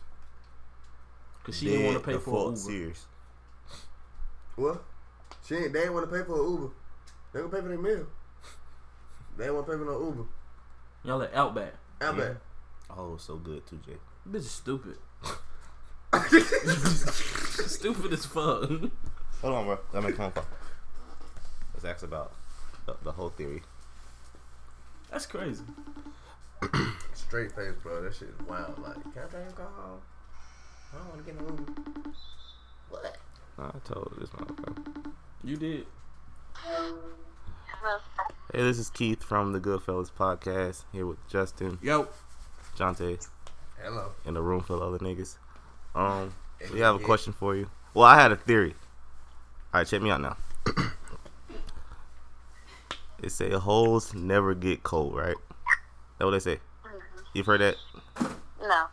Speaker 5: because she didn't want to
Speaker 3: Dead
Speaker 5: pay for
Speaker 3: default
Speaker 5: an Uber.
Speaker 3: serious.
Speaker 2: What? She ain't. They ain't want to pay for an Uber. They gonna pay for their meal. They ain't want to pay for no Uber.
Speaker 5: Y'all at Outback.
Speaker 2: I
Speaker 3: Yeah.
Speaker 2: bet.
Speaker 3: Oh, so good too, Jay.
Speaker 5: Bitch is (laughs) stupid. stupid as fuck.
Speaker 3: Hold on, bro. Let me come up. Let's ask about the, the whole theory.
Speaker 5: That's crazy.
Speaker 2: Straight face, bro. That shit is wild. Like, can I drive your car home? I don't want to get no Uber. What?
Speaker 3: Nah, I told this motherfucker.
Speaker 5: You did.
Speaker 3: Hey, this is Keith from the Goodfellas podcast. Here with Justin,
Speaker 5: Yo.
Speaker 3: Jonte,
Speaker 2: Hello.
Speaker 3: and a room full of other niggas. Um, we
Speaker 2: Yeah,
Speaker 3: have a
Speaker 2: yeah.
Speaker 3: question for you. Well, I had a theory. All right, check me out now. it say holes never get cold, right? That what they say. You've heard that?
Speaker 8: No.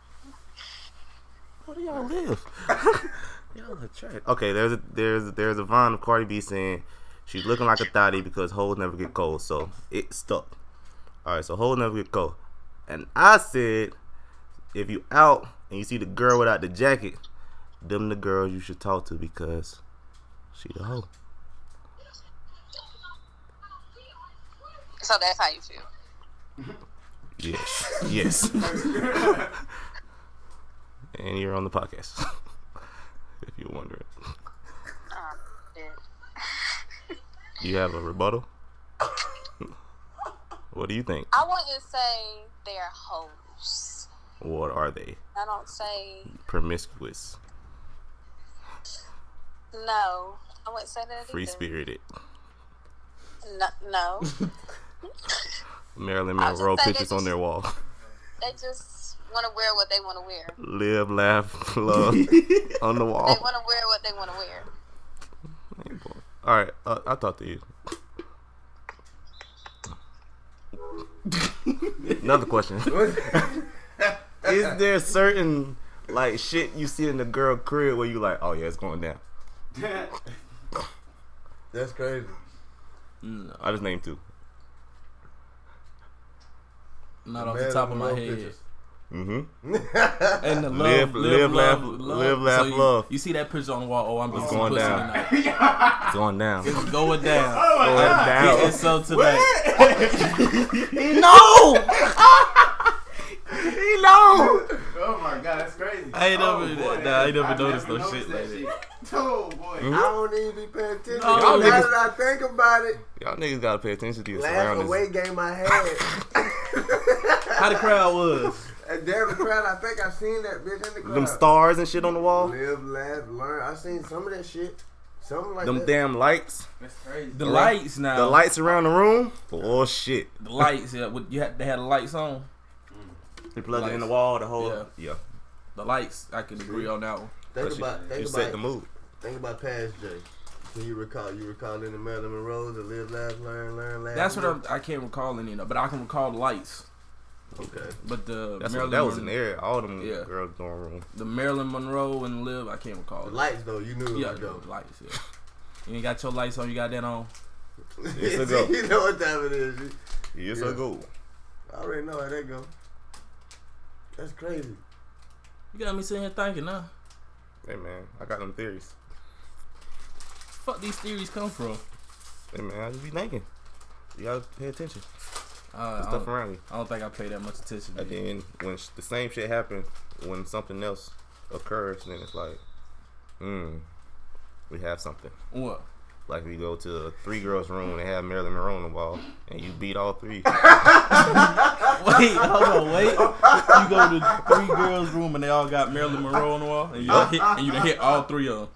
Speaker 3: Where do y'all live? (laughs) y'all are trash. Okay, there's a there's there's a vine of Cardi B saying she's looking like a thotty because holes never get cold, so it stuck. All right, so holes never get cold, and I said if you out and you see the girl without the jacket, them the girls you should talk to because she the hoe.
Speaker 8: So that's how you feel.
Speaker 3: Yes, (laughs) yes. and you're on the podcast. (laughs) if you're wondering,
Speaker 8: Um, yeah.
Speaker 3: you have a rebuttal. what do you think?
Speaker 8: I wouldn't say they're hoes.
Speaker 3: What are they?
Speaker 8: I don't say
Speaker 3: Promiscuous,
Speaker 8: no. I wouldn't say that.
Speaker 3: free
Speaker 8: either.
Speaker 3: spirited.
Speaker 8: No, no.
Speaker 3: Marilyn
Speaker 8: I was
Speaker 3: Monroe
Speaker 8: gonna say
Speaker 3: pictures
Speaker 8: they
Speaker 3: on their
Speaker 8: just-
Speaker 3: wall. (laughs)
Speaker 8: they just want to wear what they want to wear.
Speaker 3: Live, laugh, (laughs) love on the
Speaker 8: They
Speaker 3: wall.
Speaker 8: want to wear what they want to wear.
Speaker 3: Hey, boy. All right, uh, I'll talk to you. Another (laughs) question: Is there certain like shit you see in the girl crib where you like, oh yeah, it's going down?
Speaker 2: That's crazy.
Speaker 5: No,
Speaker 3: I just named two.
Speaker 5: not off the top of my head.
Speaker 3: Mm-hmm.
Speaker 5: And the love, live,
Speaker 3: Live-
Speaker 5: love,
Speaker 3: live, laugh-
Speaker 5: love.
Speaker 3: live, laugh,
Speaker 5: you,
Speaker 3: love.
Speaker 5: You see that picture on the wall? Oh, I'm just
Speaker 3: going
Speaker 5: going pussy
Speaker 3: down. Oh,
Speaker 5: tonight.
Speaker 3: It's going down. It's
Speaker 5: It's going
Speaker 3: (laughs)
Speaker 5: down.
Speaker 3: going down.
Speaker 5: And so today,
Speaker 6: (laughs) Oh my god, that's crazy.
Speaker 5: I ain't
Speaker 6: oh,
Speaker 5: never- nah, I ain't never
Speaker 6: I've
Speaker 5: noticed no shit like
Speaker 6: that shit. Oh boy. (laughs)
Speaker 2: I don't even be paying attention.
Speaker 5: No,
Speaker 2: Now
Speaker 5: niggas-
Speaker 2: that I think about it,
Speaker 3: Y'all niggas gotta pay attention to your
Speaker 2: last
Speaker 3: surroundings.
Speaker 2: away game I had.
Speaker 5: how the crowd was.
Speaker 2: And damn the crowd, I think I seen that bitch in the (laughs) crowd.
Speaker 3: Them stars and shit on the wall.
Speaker 2: Live, laugh, learn. I seen some of that shit. Something like
Speaker 3: Them
Speaker 2: that.
Speaker 3: damn lights.
Speaker 6: That's crazy.
Speaker 5: The lights now.
Speaker 3: The lights around the room. Oh shit.
Speaker 5: The lights. Yeah, with, you had they had the lights on.
Speaker 3: They plugged it in
Speaker 5: Lights.
Speaker 3: the wall. The whole
Speaker 5: Yeah.
Speaker 3: yeah.
Speaker 5: The lights. I can agree on that one.
Speaker 2: Think about,
Speaker 3: you
Speaker 2: think
Speaker 3: set the
Speaker 2: about,
Speaker 3: mood.
Speaker 2: think about past Jay. Can you recall? You recall in the Marilyn Monroe the live, laugh, learn, learn, laugh.
Speaker 5: That's what
Speaker 2: live?
Speaker 5: I'm. I can't recall any of them, but I can recall the lights.
Speaker 2: Okay.
Speaker 5: But the
Speaker 3: That's
Speaker 5: Marilyn
Speaker 3: what, that was in
Speaker 5: Mon-
Speaker 3: there. All them
Speaker 5: Yeah.
Speaker 3: girls going room.
Speaker 5: the Marilyn Monroe and Live. I can't recall.
Speaker 2: The
Speaker 5: it.
Speaker 2: lights though, you knew it
Speaker 5: Yeah,
Speaker 2: was
Speaker 5: the
Speaker 2: dope.
Speaker 5: lights. Yeah. You ain't got your lights on. You got that on.
Speaker 2: (laughs)
Speaker 3: It's a go.
Speaker 2: you know what time it is. You-
Speaker 3: Yes,
Speaker 2: Yeah.
Speaker 3: I go.
Speaker 2: I already know how that go. That's crazy. (laughs)
Speaker 5: You got me sitting here thinking now.
Speaker 3: Hey man, I got them theories.
Speaker 5: Fuck these theories come from.
Speaker 3: Hey man, I just be thinking. You gotta pay attention to
Speaker 5: Uh, I,
Speaker 3: stuff
Speaker 5: don't,
Speaker 3: around you.
Speaker 5: I don't think I pay that much attention.
Speaker 3: And
Speaker 5: to it.
Speaker 3: then when sh- the same shit happens, when something else occurs, then it's like, hmm, we have something.
Speaker 5: What? (laughs)
Speaker 3: Like we go to a three girls' room and have Marilyn Monroe on the wall, and you beat
Speaker 5: (laughs)
Speaker 3: all three.
Speaker 5: Wait, hold on, wait. You go to three girls' room and they all got Marilyn Monroe on the wall, and you done hit, and you done hit all three of them.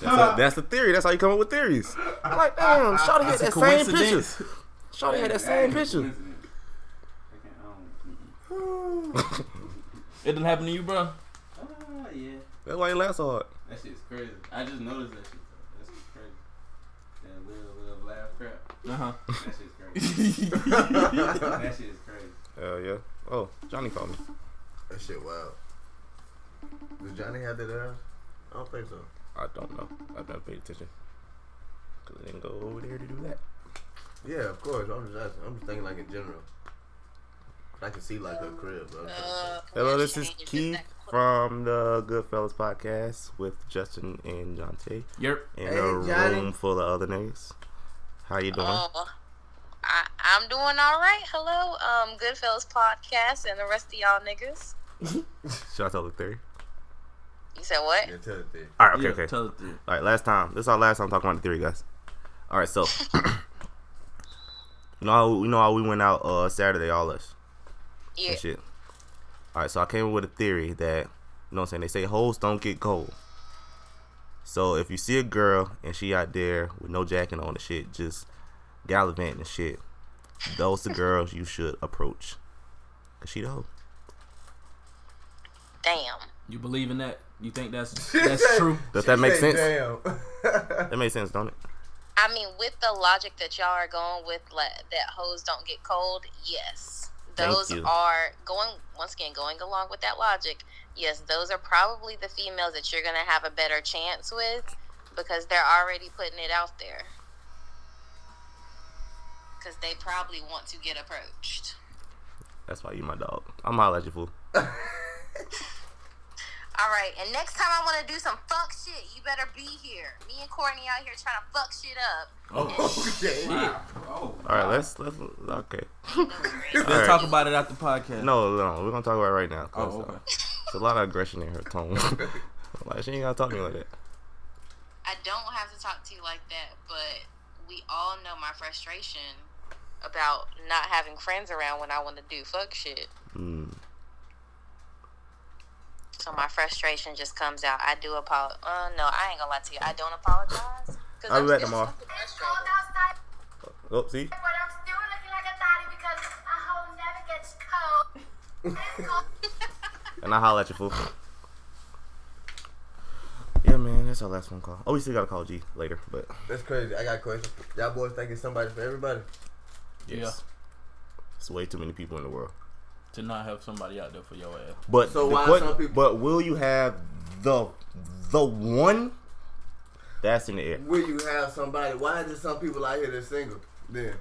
Speaker 3: That's, a, that's the theory. That's how you come up with theories. I'm like, damn, Shawty had that same picture.
Speaker 5: Coincidence?
Speaker 3: Shawty had that same
Speaker 5: (laughs)
Speaker 3: picture. (laughs)
Speaker 5: It didn't happen to you, bro.
Speaker 6: Ah, yeah.
Speaker 3: That's why you laugh so hard.
Speaker 6: That shit's crazy. I just noticed that shit. though. That shit's crazy. That little, little laugh crap.
Speaker 5: Uh
Speaker 6: That shit's crazy.
Speaker 5: huh.
Speaker 6: that shit is crazy.
Speaker 3: Hell yeah. Oh, Johnny called me.
Speaker 2: That shit wild. Does Johnny have that ass? I don't think so.
Speaker 3: I don't know. I've never paid attention. Cause I didn't go over there to do that.
Speaker 2: Yeah, of course. I'm just asking. I'm just thinking like in general. I can see like a crib. Bro.
Speaker 8: Uh,
Speaker 3: Hello, this is
Speaker 8: commercial, you did
Speaker 3: Keith
Speaker 8: that quick.
Speaker 3: from the Goodfellas podcast with Justin and Jonte
Speaker 5: yep.
Speaker 3: in
Speaker 2: Hey,
Speaker 3: a
Speaker 2: Johnny.
Speaker 3: room full of other niggas. How you doing?
Speaker 8: Uh, I, I'm doing all right. Hello, um, Goodfellas podcast and the rest of y'all niggas.
Speaker 3: Should I tell the theory?
Speaker 8: You said what?
Speaker 2: Yeah, tell it there.
Speaker 3: All right, okay,
Speaker 5: yeah,
Speaker 3: okay.
Speaker 5: Tell it to you.
Speaker 3: All right, last time. This is our last time talking about the theory, guys. All right, so (coughs) you know, how, you know how we went out uh, Saturday, all us
Speaker 8: Yeah.
Speaker 3: and shit. All right, so I came up with a theory that you know what I'm saying. They say hoes don't get cold. So if you see a girl and she out there with no jacket on and shit, just gallivanting and shit, those the girls you should approach. Cause she the hoe.
Speaker 8: Damn.
Speaker 5: You believe in that? You think
Speaker 2: (laughs)
Speaker 5: that's that's true?
Speaker 3: Does that make sense?
Speaker 2: Damn. (laughs)
Speaker 3: That makes sense, don't it?
Speaker 8: I mean, with the logic that y'all are going with, like, that hoes don't get cold, yes.
Speaker 3: Thank
Speaker 8: Those
Speaker 3: you.
Speaker 8: are going, once again, going along with that logic, yes, those are probably the females that you're going to have a better chance with because they're already putting it out there. Because they probably want to get approached.
Speaker 3: That's why you my dog. I'm holla at you fool.
Speaker 8: All right, and next time I want to do some fuck shit, you better be here. Me and Courtney out here trying to fuck shit up.
Speaker 2: okay.
Speaker 6: Oh,
Speaker 3: All right, let's let's okay.
Speaker 5: Let's
Speaker 3: All right.
Speaker 5: talk about it after the podcast.
Speaker 3: No, no, we're gonna talk about it right now.
Speaker 5: Oh,
Speaker 3: 'cause,
Speaker 5: okay.
Speaker 3: uh, It's a lot of aggression in her
Speaker 5: (laughs)
Speaker 3: tone. like she ain't gotta talk to me like that.
Speaker 8: I don't have to talk to you like that, but we all know my frustration about not having friends around when I want to do fuck shit.
Speaker 3: Mm.
Speaker 8: So my frustration just comes out. I do apologize. Uh, no, I ain't gonna lie to you. I don't apologize. 'cause
Speaker 3: I'll
Speaker 8: I'm
Speaker 3: be back
Speaker 8: still
Speaker 3: tomorrow.
Speaker 8: fucking
Speaker 7: It's cold
Speaker 8: frustrated.
Speaker 7: outside,
Speaker 3: Oh, see,
Speaker 7: but I'm still looking like a thotty because a hoe never gets cold. It's cold.
Speaker 3: and I holla at you fool. Yeah, man, that's our last phone call. Oh, we still gotta call G later, but
Speaker 2: That's crazy. I got a question. Y'all boys think it's somebody for everybody?
Speaker 5: Yeah.
Speaker 3: it's way too many people in the world.
Speaker 5: To not have somebody out there for your ass.
Speaker 3: But
Speaker 2: So
Speaker 3: the
Speaker 2: why
Speaker 3: que-
Speaker 2: some people-
Speaker 3: But will you have the the one? That's in the air.
Speaker 2: Will you have somebody? Why is there some people out here that's single? Then,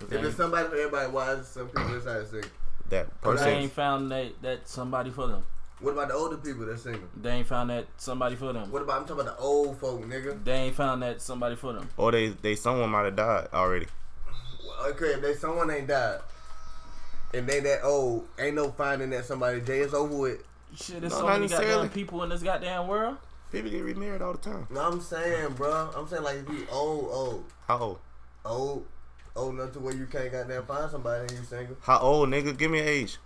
Speaker 2: if there's somebody for everybody, why is there some people that's out here single?
Speaker 3: That
Speaker 5: They ain't
Speaker 3: person.
Speaker 5: found that that somebody for them.
Speaker 2: What about the older people that's single?
Speaker 5: They ain't found that somebody for them.
Speaker 2: What about I'm talking about the old folk, nigga?
Speaker 5: They ain't found that somebody for them.
Speaker 3: Or they they someone might have died already.
Speaker 2: Well, Okay, if they someone ain't died, and they that old, ain't no finding that somebody. Day is over with.
Speaker 5: Shit, there's
Speaker 3: No,
Speaker 5: so
Speaker 3: not
Speaker 5: many goddamn
Speaker 3: necessarily.
Speaker 5: people in this goddamn world.
Speaker 3: People get remarried all the time.
Speaker 2: No, I'm saying, bro. I'm saying like if you old, old,
Speaker 3: How old?
Speaker 2: old, old enough to where you can't goddamn find somebody and you single.
Speaker 3: How old, nigga? Give me an age.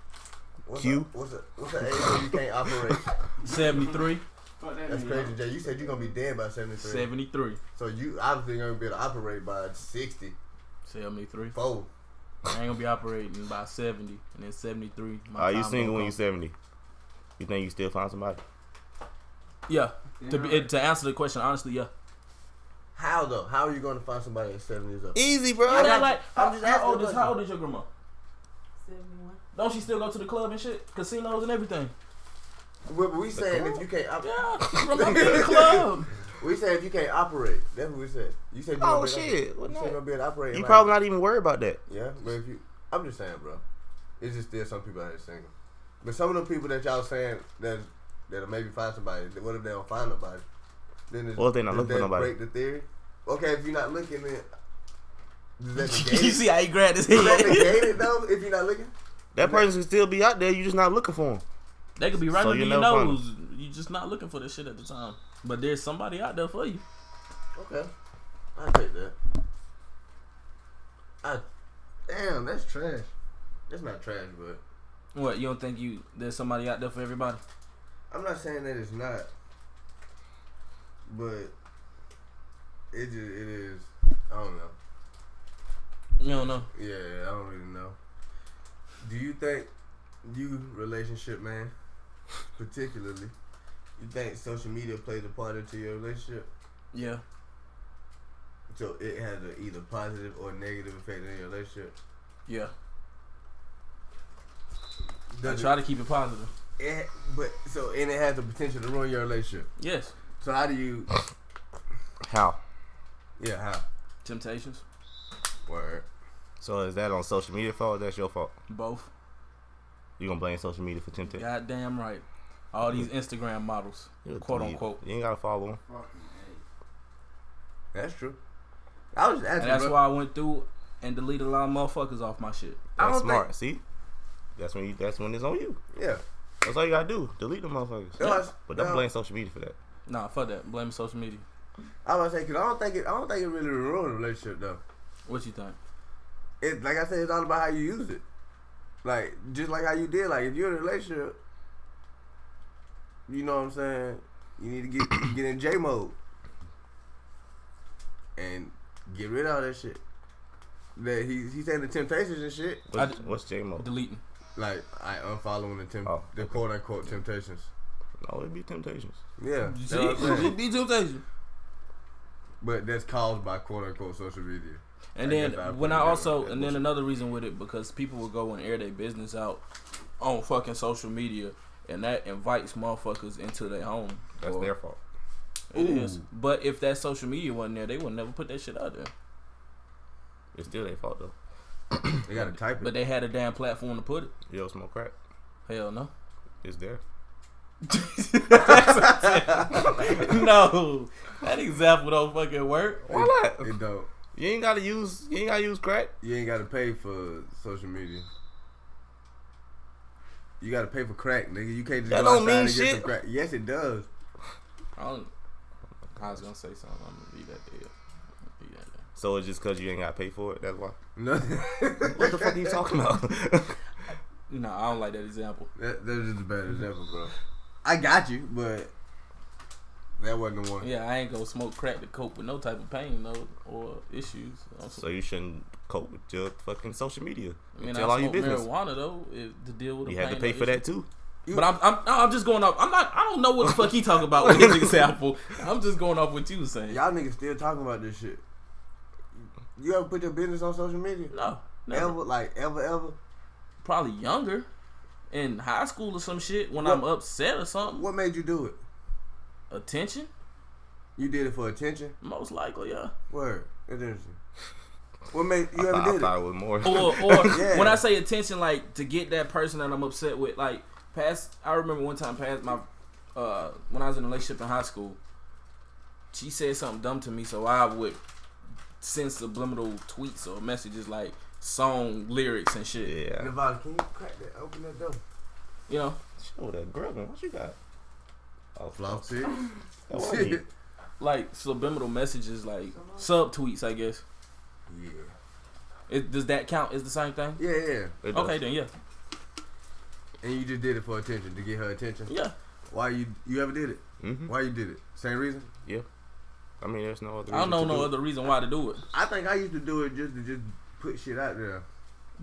Speaker 2: What's
Speaker 3: Q.
Speaker 2: A, what's a, what's an age where you can't operate?
Speaker 5: 73.
Speaker 6: fuck that
Speaker 2: That's
Speaker 6: nigga.
Speaker 2: crazy, Jay. You said you're gonna be dead by 73.
Speaker 5: 73.
Speaker 2: So you obviously gonna be able to operate by 64.
Speaker 5: 73. I ain't gonna be operating by 70 and then 73. My
Speaker 3: Are you
Speaker 5: time
Speaker 3: single
Speaker 5: gonna
Speaker 3: when you
Speaker 5: come.
Speaker 3: seventy? You think you still find somebody?
Speaker 5: Yeah.
Speaker 6: Yeah,
Speaker 5: To, be, eh,
Speaker 6: right.
Speaker 5: to answer the question, honestly, yeah.
Speaker 2: How though? How are you gonna find somebody at 70 years old?
Speaker 3: Easy, bro.
Speaker 5: How,
Speaker 2: just-
Speaker 5: like,
Speaker 2: I'm
Speaker 5: how,
Speaker 2: just
Speaker 5: how
Speaker 2: asking
Speaker 5: old
Speaker 2: the
Speaker 5: is how
Speaker 2: question.
Speaker 5: old is your grandma?
Speaker 1: 71.
Speaker 5: Don't she still go to the club and shit, casinos and everything?
Speaker 2: We, we saying if you can't, op-
Speaker 5: Yeah, grandma be in the club.
Speaker 2: we said if you can't operate, that's what we said. You said you
Speaker 3: Oh,
Speaker 2: gonna be able to-
Speaker 3: shit.
Speaker 2: you
Speaker 3: Well,
Speaker 2: said
Speaker 3: no.
Speaker 2: you gonna be able to operate.
Speaker 3: You
Speaker 2: like-
Speaker 3: probably not even worried about that.
Speaker 2: Yeah, but if you, I'm just saying, bro. It's just there's some people out here single, but some of the people that y'all saying that that'll maybe find somebody. that- What if they don't find nobody? Then it's,
Speaker 3: Well, if they not
Speaker 2: does
Speaker 3: looking for
Speaker 2: that
Speaker 3: nobody.
Speaker 2: Break the theory. Okay, if you're not looking, then does
Speaker 3: (laughs)
Speaker 2: that negate?
Speaker 5: (laughs) you see how he grabbed his
Speaker 2: does that
Speaker 5: head.
Speaker 2: negate it though? If you're not looking,
Speaker 3: That person could still be out there. You just not looking for him.
Speaker 5: they (laughs) could be right
Speaker 3: So
Speaker 5: under
Speaker 3: you
Speaker 5: your
Speaker 3: know from-
Speaker 5: nose. You just not looking for this shit at the time. But there's somebody out there for you.
Speaker 2: okay. I take that. I damn, that's trash. That's not trash, but
Speaker 5: What you don't think you there's somebody out there for everybody?
Speaker 2: I'm not saying that it's not. But it just it is. I don't know.
Speaker 5: You don't know.
Speaker 2: Yeah, I don't really know. Do you think you relationship man, particularly, you think social media plays a part into your relationship?
Speaker 5: Yeah.
Speaker 2: So it has a either positive or negative effect on your relationship.
Speaker 5: Yeah. I
Speaker 2: Does
Speaker 5: try
Speaker 2: it,
Speaker 5: to keep it positive.
Speaker 2: it, but so and it has the potential to ruin your relationship.
Speaker 5: Yes.
Speaker 2: So how do you?
Speaker 3: How?
Speaker 2: Yeah, how?
Speaker 5: Temptations.
Speaker 2: Word.
Speaker 3: So is that on social media fault? Or that's your fault.
Speaker 5: Both.
Speaker 3: You gonna blame social media for temptation?
Speaker 5: Goddamn right. All these Instagram models. Quote unquote.
Speaker 3: You ain't gotta follow him.
Speaker 6: Fucking A.
Speaker 2: That's true. I was just asking.
Speaker 5: And that's
Speaker 2: bro.
Speaker 5: why I went through and deleted a lot of motherfuckers off my shit.
Speaker 2: I don't
Speaker 3: That's
Speaker 2: think-
Speaker 3: smart. See, that's when you. That's when it's on you.
Speaker 2: Yeah.
Speaker 3: That's all you gotta do. Delete them motherfuckers.
Speaker 2: No, it's-
Speaker 3: But don't
Speaker 2: no.
Speaker 3: blame social media for that.
Speaker 5: Nah, fuck that. Blame social media.
Speaker 2: I was saying, cause I don't think it. I don't think it really ruined a relationship though.
Speaker 5: What you think?
Speaker 2: It like I said, it's all about how you use it. Like just like how you did. Like if you're in a relationship, you know what I'm saying. You need to get (coughs) get in J mode and get rid of all that shit. That he he saying the temptations and shit.
Speaker 3: What's,
Speaker 5: I-
Speaker 3: what's J Mo?
Speaker 5: Deleting.
Speaker 2: Like I unfollowing the temp
Speaker 3: Oh.
Speaker 2: the quote unquote temptations.
Speaker 3: No, it'd be Temptations.
Speaker 2: Yeah,
Speaker 5: You
Speaker 2: that's
Speaker 5: see?
Speaker 2: what I'm
Speaker 5: (laughs)
Speaker 2: saying.
Speaker 5: It be temptation.
Speaker 2: (laughs) but that's caused by quote unquote social media.
Speaker 5: And
Speaker 2: I
Speaker 5: then
Speaker 2: guess I
Speaker 5: when I
Speaker 2: put it
Speaker 5: also
Speaker 2: down.
Speaker 5: and then another reason with it because people will go and air their business out on fucking social media and that invites motherfuckers into their home.
Speaker 3: That's
Speaker 5: Or-
Speaker 3: their fault.
Speaker 5: It is. But if that social media wasn't there, they would never put that shit out there.
Speaker 3: It's still their fault though.
Speaker 2: They gotta type it.
Speaker 5: But they had a damn platform to put it.
Speaker 3: You don't smoke crack.
Speaker 5: Hell no. (laughs)
Speaker 3: It's there.
Speaker 5: no. That example don't fucking work.
Speaker 3: Why
Speaker 2: it,
Speaker 3: not?
Speaker 2: it don't.
Speaker 3: You ain't gotta use. You ain't gotta use crack.
Speaker 2: You ain't gotta pay for social media. You gotta pay for crack, nigga. You can't just
Speaker 3: That
Speaker 2: go outside
Speaker 3: don't mean
Speaker 2: and get some
Speaker 3: shit.
Speaker 2: crack. Yes, it does.
Speaker 5: I, don't, I was gonna say something. I'm gonna leave that there. I'm gonna leave that there.
Speaker 3: So it's just cause you ain't gotta pay for it. That's why.
Speaker 2: No,
Speaker 3: What the fuck are you talking about?
Speaker 5: No, I don't like that example.
Speaker 2: that, that's just a bad example, bro. I got you, but that wasn't the one.
Speaker 5: Yeah, I ain't gonna smoke crack to cope with no type of pain though or issues. I'm
Speaker 3: (laughs) so you shouldn't cope with your fucking social media.
Speaker 5: I mean,
Speaker 3: Tell
Speaker 5: I
Speaker 3: all your
Speaker 5: smoke
Speaker 3: business.
Speaker 5: marijuana though if, to deal with.
Speaker 3: You
Speaker 5: the
Speaker 3: had to
Speaker 5: pain
Speaker 3: pay
Speaker 5: or
Speaker 3: for
Speaker 5: issue.
Speaker 3: that too.
Speaker 5: But I'm, I'm, no, I'm just going off. I'm not. I don't know what the fuck he talking about with his example. I'm just going off what you was saying.
Speaker 2: Y'all niggas still talking about this shit. You ever put your business on social media?
Speaker 5: No, never.
Speaker 2: Ever, like ever, ever.
Speaker 5: Probably younger, in high school or some shit. When I'm upset or something,
Speaker 2: What made you do it?
Speaker 5: attention,
Speaker 2: You did it for attention.
Speaker 5: most likely, yeah.
Speaker 2: Word. That's
Speaker 3: (laughs)
Speaker 2: interesting. What made you
Speaker 3: I, thought,
Speaker 2: ever
Speaker 3: I
Speaker 2: did it?
Speaker 3: thought it was more. (laughs)
Speaker 5: Or, or
Speaker 2: Yeah.
Speaker 5: when I say attention, like to get that person that I'm upset with. Like past, I remember one time past my, uh, when I was in a relationship in high school, she said something dumb to me, so I would send subliminal tweets or messages like song lyrics and shit.
Speaker 3: yeah.
Speaker 2: Devon, can you crack that? Open that door.
Speaker 5: You know,
Speaker 3: Show that grubbing. What you got? Oh,
Speaker 2: Flop
Speaker 3: flops.
Speaker 2: shit.
Speaker 3: (laughs) That what I need.
Speaker 5: like subliminal messages, like sub tweets. I guess.
Speaker 2: Yeah.
Speaker 5: It, does that count? Is the same thing?
Speaker 2: Yeah, yeah.
Speaker 3: It does.
Speaker 5: Okay, then yeah,
Speaker 2: And you just did it for attention to get her attention.
Speaker 5: yeah.
Speaker 2: Why you you ever did it?
Speaker 3: Mhm.
Speaker 2: Why you did it? Same reason.
Speaker 3: I mean, there's no other.
Speaker 5: I don't know
Speaker 3: reason to
Speaker 5: no
Speaker 3: do it.
Speaker 5: other reason why to do it.
Speaker 2: I think I used to do it just to just put shit out there.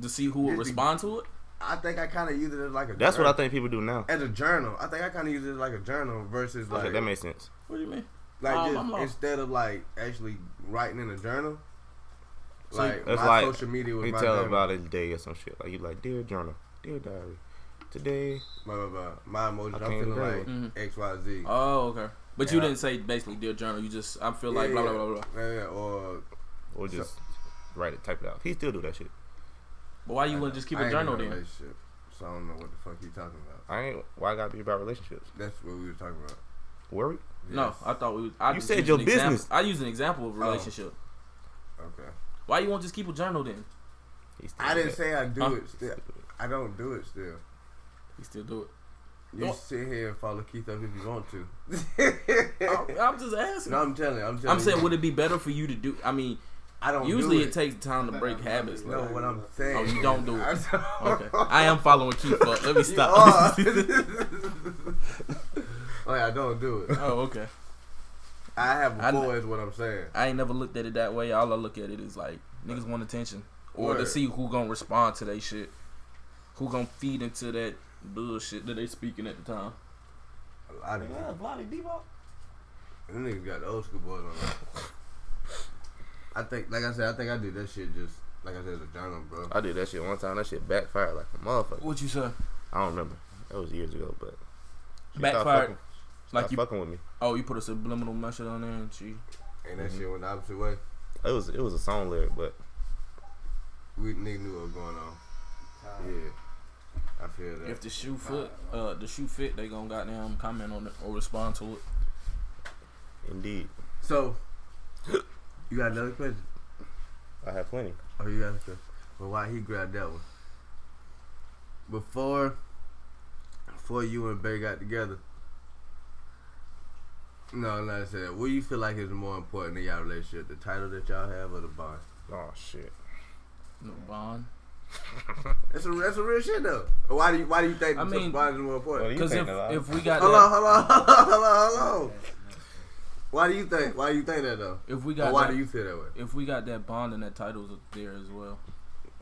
Speaker 5: To see who will
Speaker 2: Just to-
Speaker 5: respond to it.
Speaker 2: I think I kind of used it as like a.
Speaker 3: That's what I
Speaker 2: journal-
Speaker 3: think people do now.
Speaker 2: As a journal, I think I kind of use it as like a journal versus
Speaker 3: Okay,
Speaker 2: like
Speaker 3: that makes sense.
Speaker 5: What do you mean?
Speaker 2: like
Speaker 5: Um,
Speaker 2: just
Speaker 5: I'm lost.
Speaker 2: instead of like actually writing in a journal. Like
Speaker 3: It's
Speaker 2: my
Speaker 3: like-
Speaker 2: social media was
Speaker 3: You
Speaker 2: my
Speaker 3: tell
Speaker 2: journal.
Speaker 3: about a day or some shit. Like you like, dear journal, dear diary, today.
Speaker 2: blah, blah, blah. my emotions.
Speaker 3: I
Speaker 2: I'm
Speaker 3: can't
Speaker 2: feeling
Speaker 3: agree
Speaker 2: like
Speaker 5: with-
Speaker 2: X Y Z.
Speaker 5: Oh, okay. But you
Speaker 2: Yeah.
Speaker 5: didn't say basically dear journal. You just I feel like
Speaker 2: yeah,
Speaker 5: blah blah blah blah.
Speaker 2: Yeah, yeah, or
Speaker 3: Or
Speaker 2: So-
Speaker 3: just write it, type it out. He still do that shit.
Speaker 5: But why you wouldn't just keep
Speaker 2: I
Speaker 5: a
Speaker 2: ain't
Speaker 5: journal
Speaker 2: in a
Speaker 5: then?
Speaker 2: relationship, So I don't know what the fuck you talking about.
Speaker 3: I ain't. Why I gotta be about relationships?
Speaker 2: That's what we were talking about.
Speaker 3: Worry.
Speaker 5: No,
Speaker 2: Yes.
Speaker 5: I thought we. Was, I
Speaker 3: You
Speaker 5: just
Speaker 3: said
Speaker 5: used
Speaker 3: your
Speaker 5: an example-
Speaker 3: business.
Speaker 5: I used an example
Speaker 2: Oh.
Speaker 5: of relationship.
Speaker 2: Okay.
Speaker 5: Why you won't just keep a journal then?
Speaker 3: He still
Speaker 2: I
Speaker 3: do
Speaker 2: didn't
Speaker 3: that.
Speaker 2: say I do
Speaker 5: Huh?
Speaker 2: it. Still, I don't do it still.
Speaker 5: You still do it.
Speaker 2: You sit here and follow Keith up if you want to.
Speaker 5: (laughs) I'm, I'm just
Speaker 2: (laughs)
Speaker 5: asking.
Speaker 2: no, I'm telling. you, I'm telling.
Speaker 5: Oh. I'm saying,
Speaker 2: you,
Speaker 5: would it be better for you to do? I mean,
Speaker 2: I don't.
Speaker 5: usually
Speaker 2: do
Speaker 5: it. takes time to
Speaker 6: But
Speaker 5: break
Speaker 6: I'm-
Speaker 5: habits.
Speaker 2: No,
Speaker 5: like-
Speaker 2: what I'm saying.
Speaker 5: Oh, you don't do it.
Speaker 2: (laughs) I don't-
Speaker 5: okay, I am following Keith up. Let me
Speaker 2: (laughs) You
Speaker 3: (laughs)
Speaker 5: stop.
Speaker 2: are. like I don't do it.
Speaker 5: (laughs) oh, okay.
Speaker 2: I have
Speaker 5: I-
Speaker 2: before is what I'm saying.
Speaker 5: I ain't never looked at it that way. All I look at it is like niggas want attention, or to
Speaker 2: Word.
Speaker 5: see who gonna respond to they shit, who gonna feed into that bullshit that they speaking at the time.
Speaker 2: A lot of
Speaker 6: Yeah,
Speaker 2: people.
Speaker 6: Bloody Debo.
Speaker 2: Them niggas got the old school boys on that. I think, like I said, I think I did that shit just like I said as a journal, bro.
Speaker 3: I did that shit one time. That shit backfired like a motherfucker.
Speaker 5: What you say?
Speaker 3: I don't remember. That was years ago, but she stopped
Speaker 5: Backfired.
Speaker 3: fucking-
Speaker 5: Like
Speaker 3: stopped
Speaker 5: you-
Speaker 3: fucking with me.
Speaker 5: Oh, you put a subliminal message on there, and she.
Speaker 2: And that
Speaker 3: Mhm.
Speaker 2: shit went the opposite way.
Speaker 3: It was it was a song lyric, but
Speaker 2: We nigga knew what was going on. Yeah, I feel that.
Speaker 5: If the shoe fit, uh, the shoe fit, they gonna goddamn comment on it or respond to it.
Speaker 3: indeed,
Speaker 2: So, you got another question?
Speaker 3: I have plenty.
Speaker 2: Oh, you got another question. But why he grabbed that one? Before, before you and Bay got together. No, I'm not saying that. What do you feel like is more important in y'all relationship? The title that y'all have or the bond?
Speaker 3: Oh shit.
Speaker 5: No bond.
Speaker 2: That's a that's a real shit though. Why do you why do you think
Speaker 5: I
Speaker 2: the
Speaker 5: mean-
Speaker 2: bond is more important?
Speaker 3: Well, you
Speaker 5: Because if
Speaker 3: painting a lot.
Speaker 5: if we got
Speaker 2: Hold on,
Speaker 5: that,
Speaker 2: hold on, (laughs) hold on, hold on, hold on. Why do you think? Why do you think that though?
Speaker 5: if we
Speaker 2: Or
Speaker 5: got
Speaker 2: why
Speaker 5: that,
Speaker 2: do you feel that way?
Speaker 5: if we got that bond and that title's up there as well.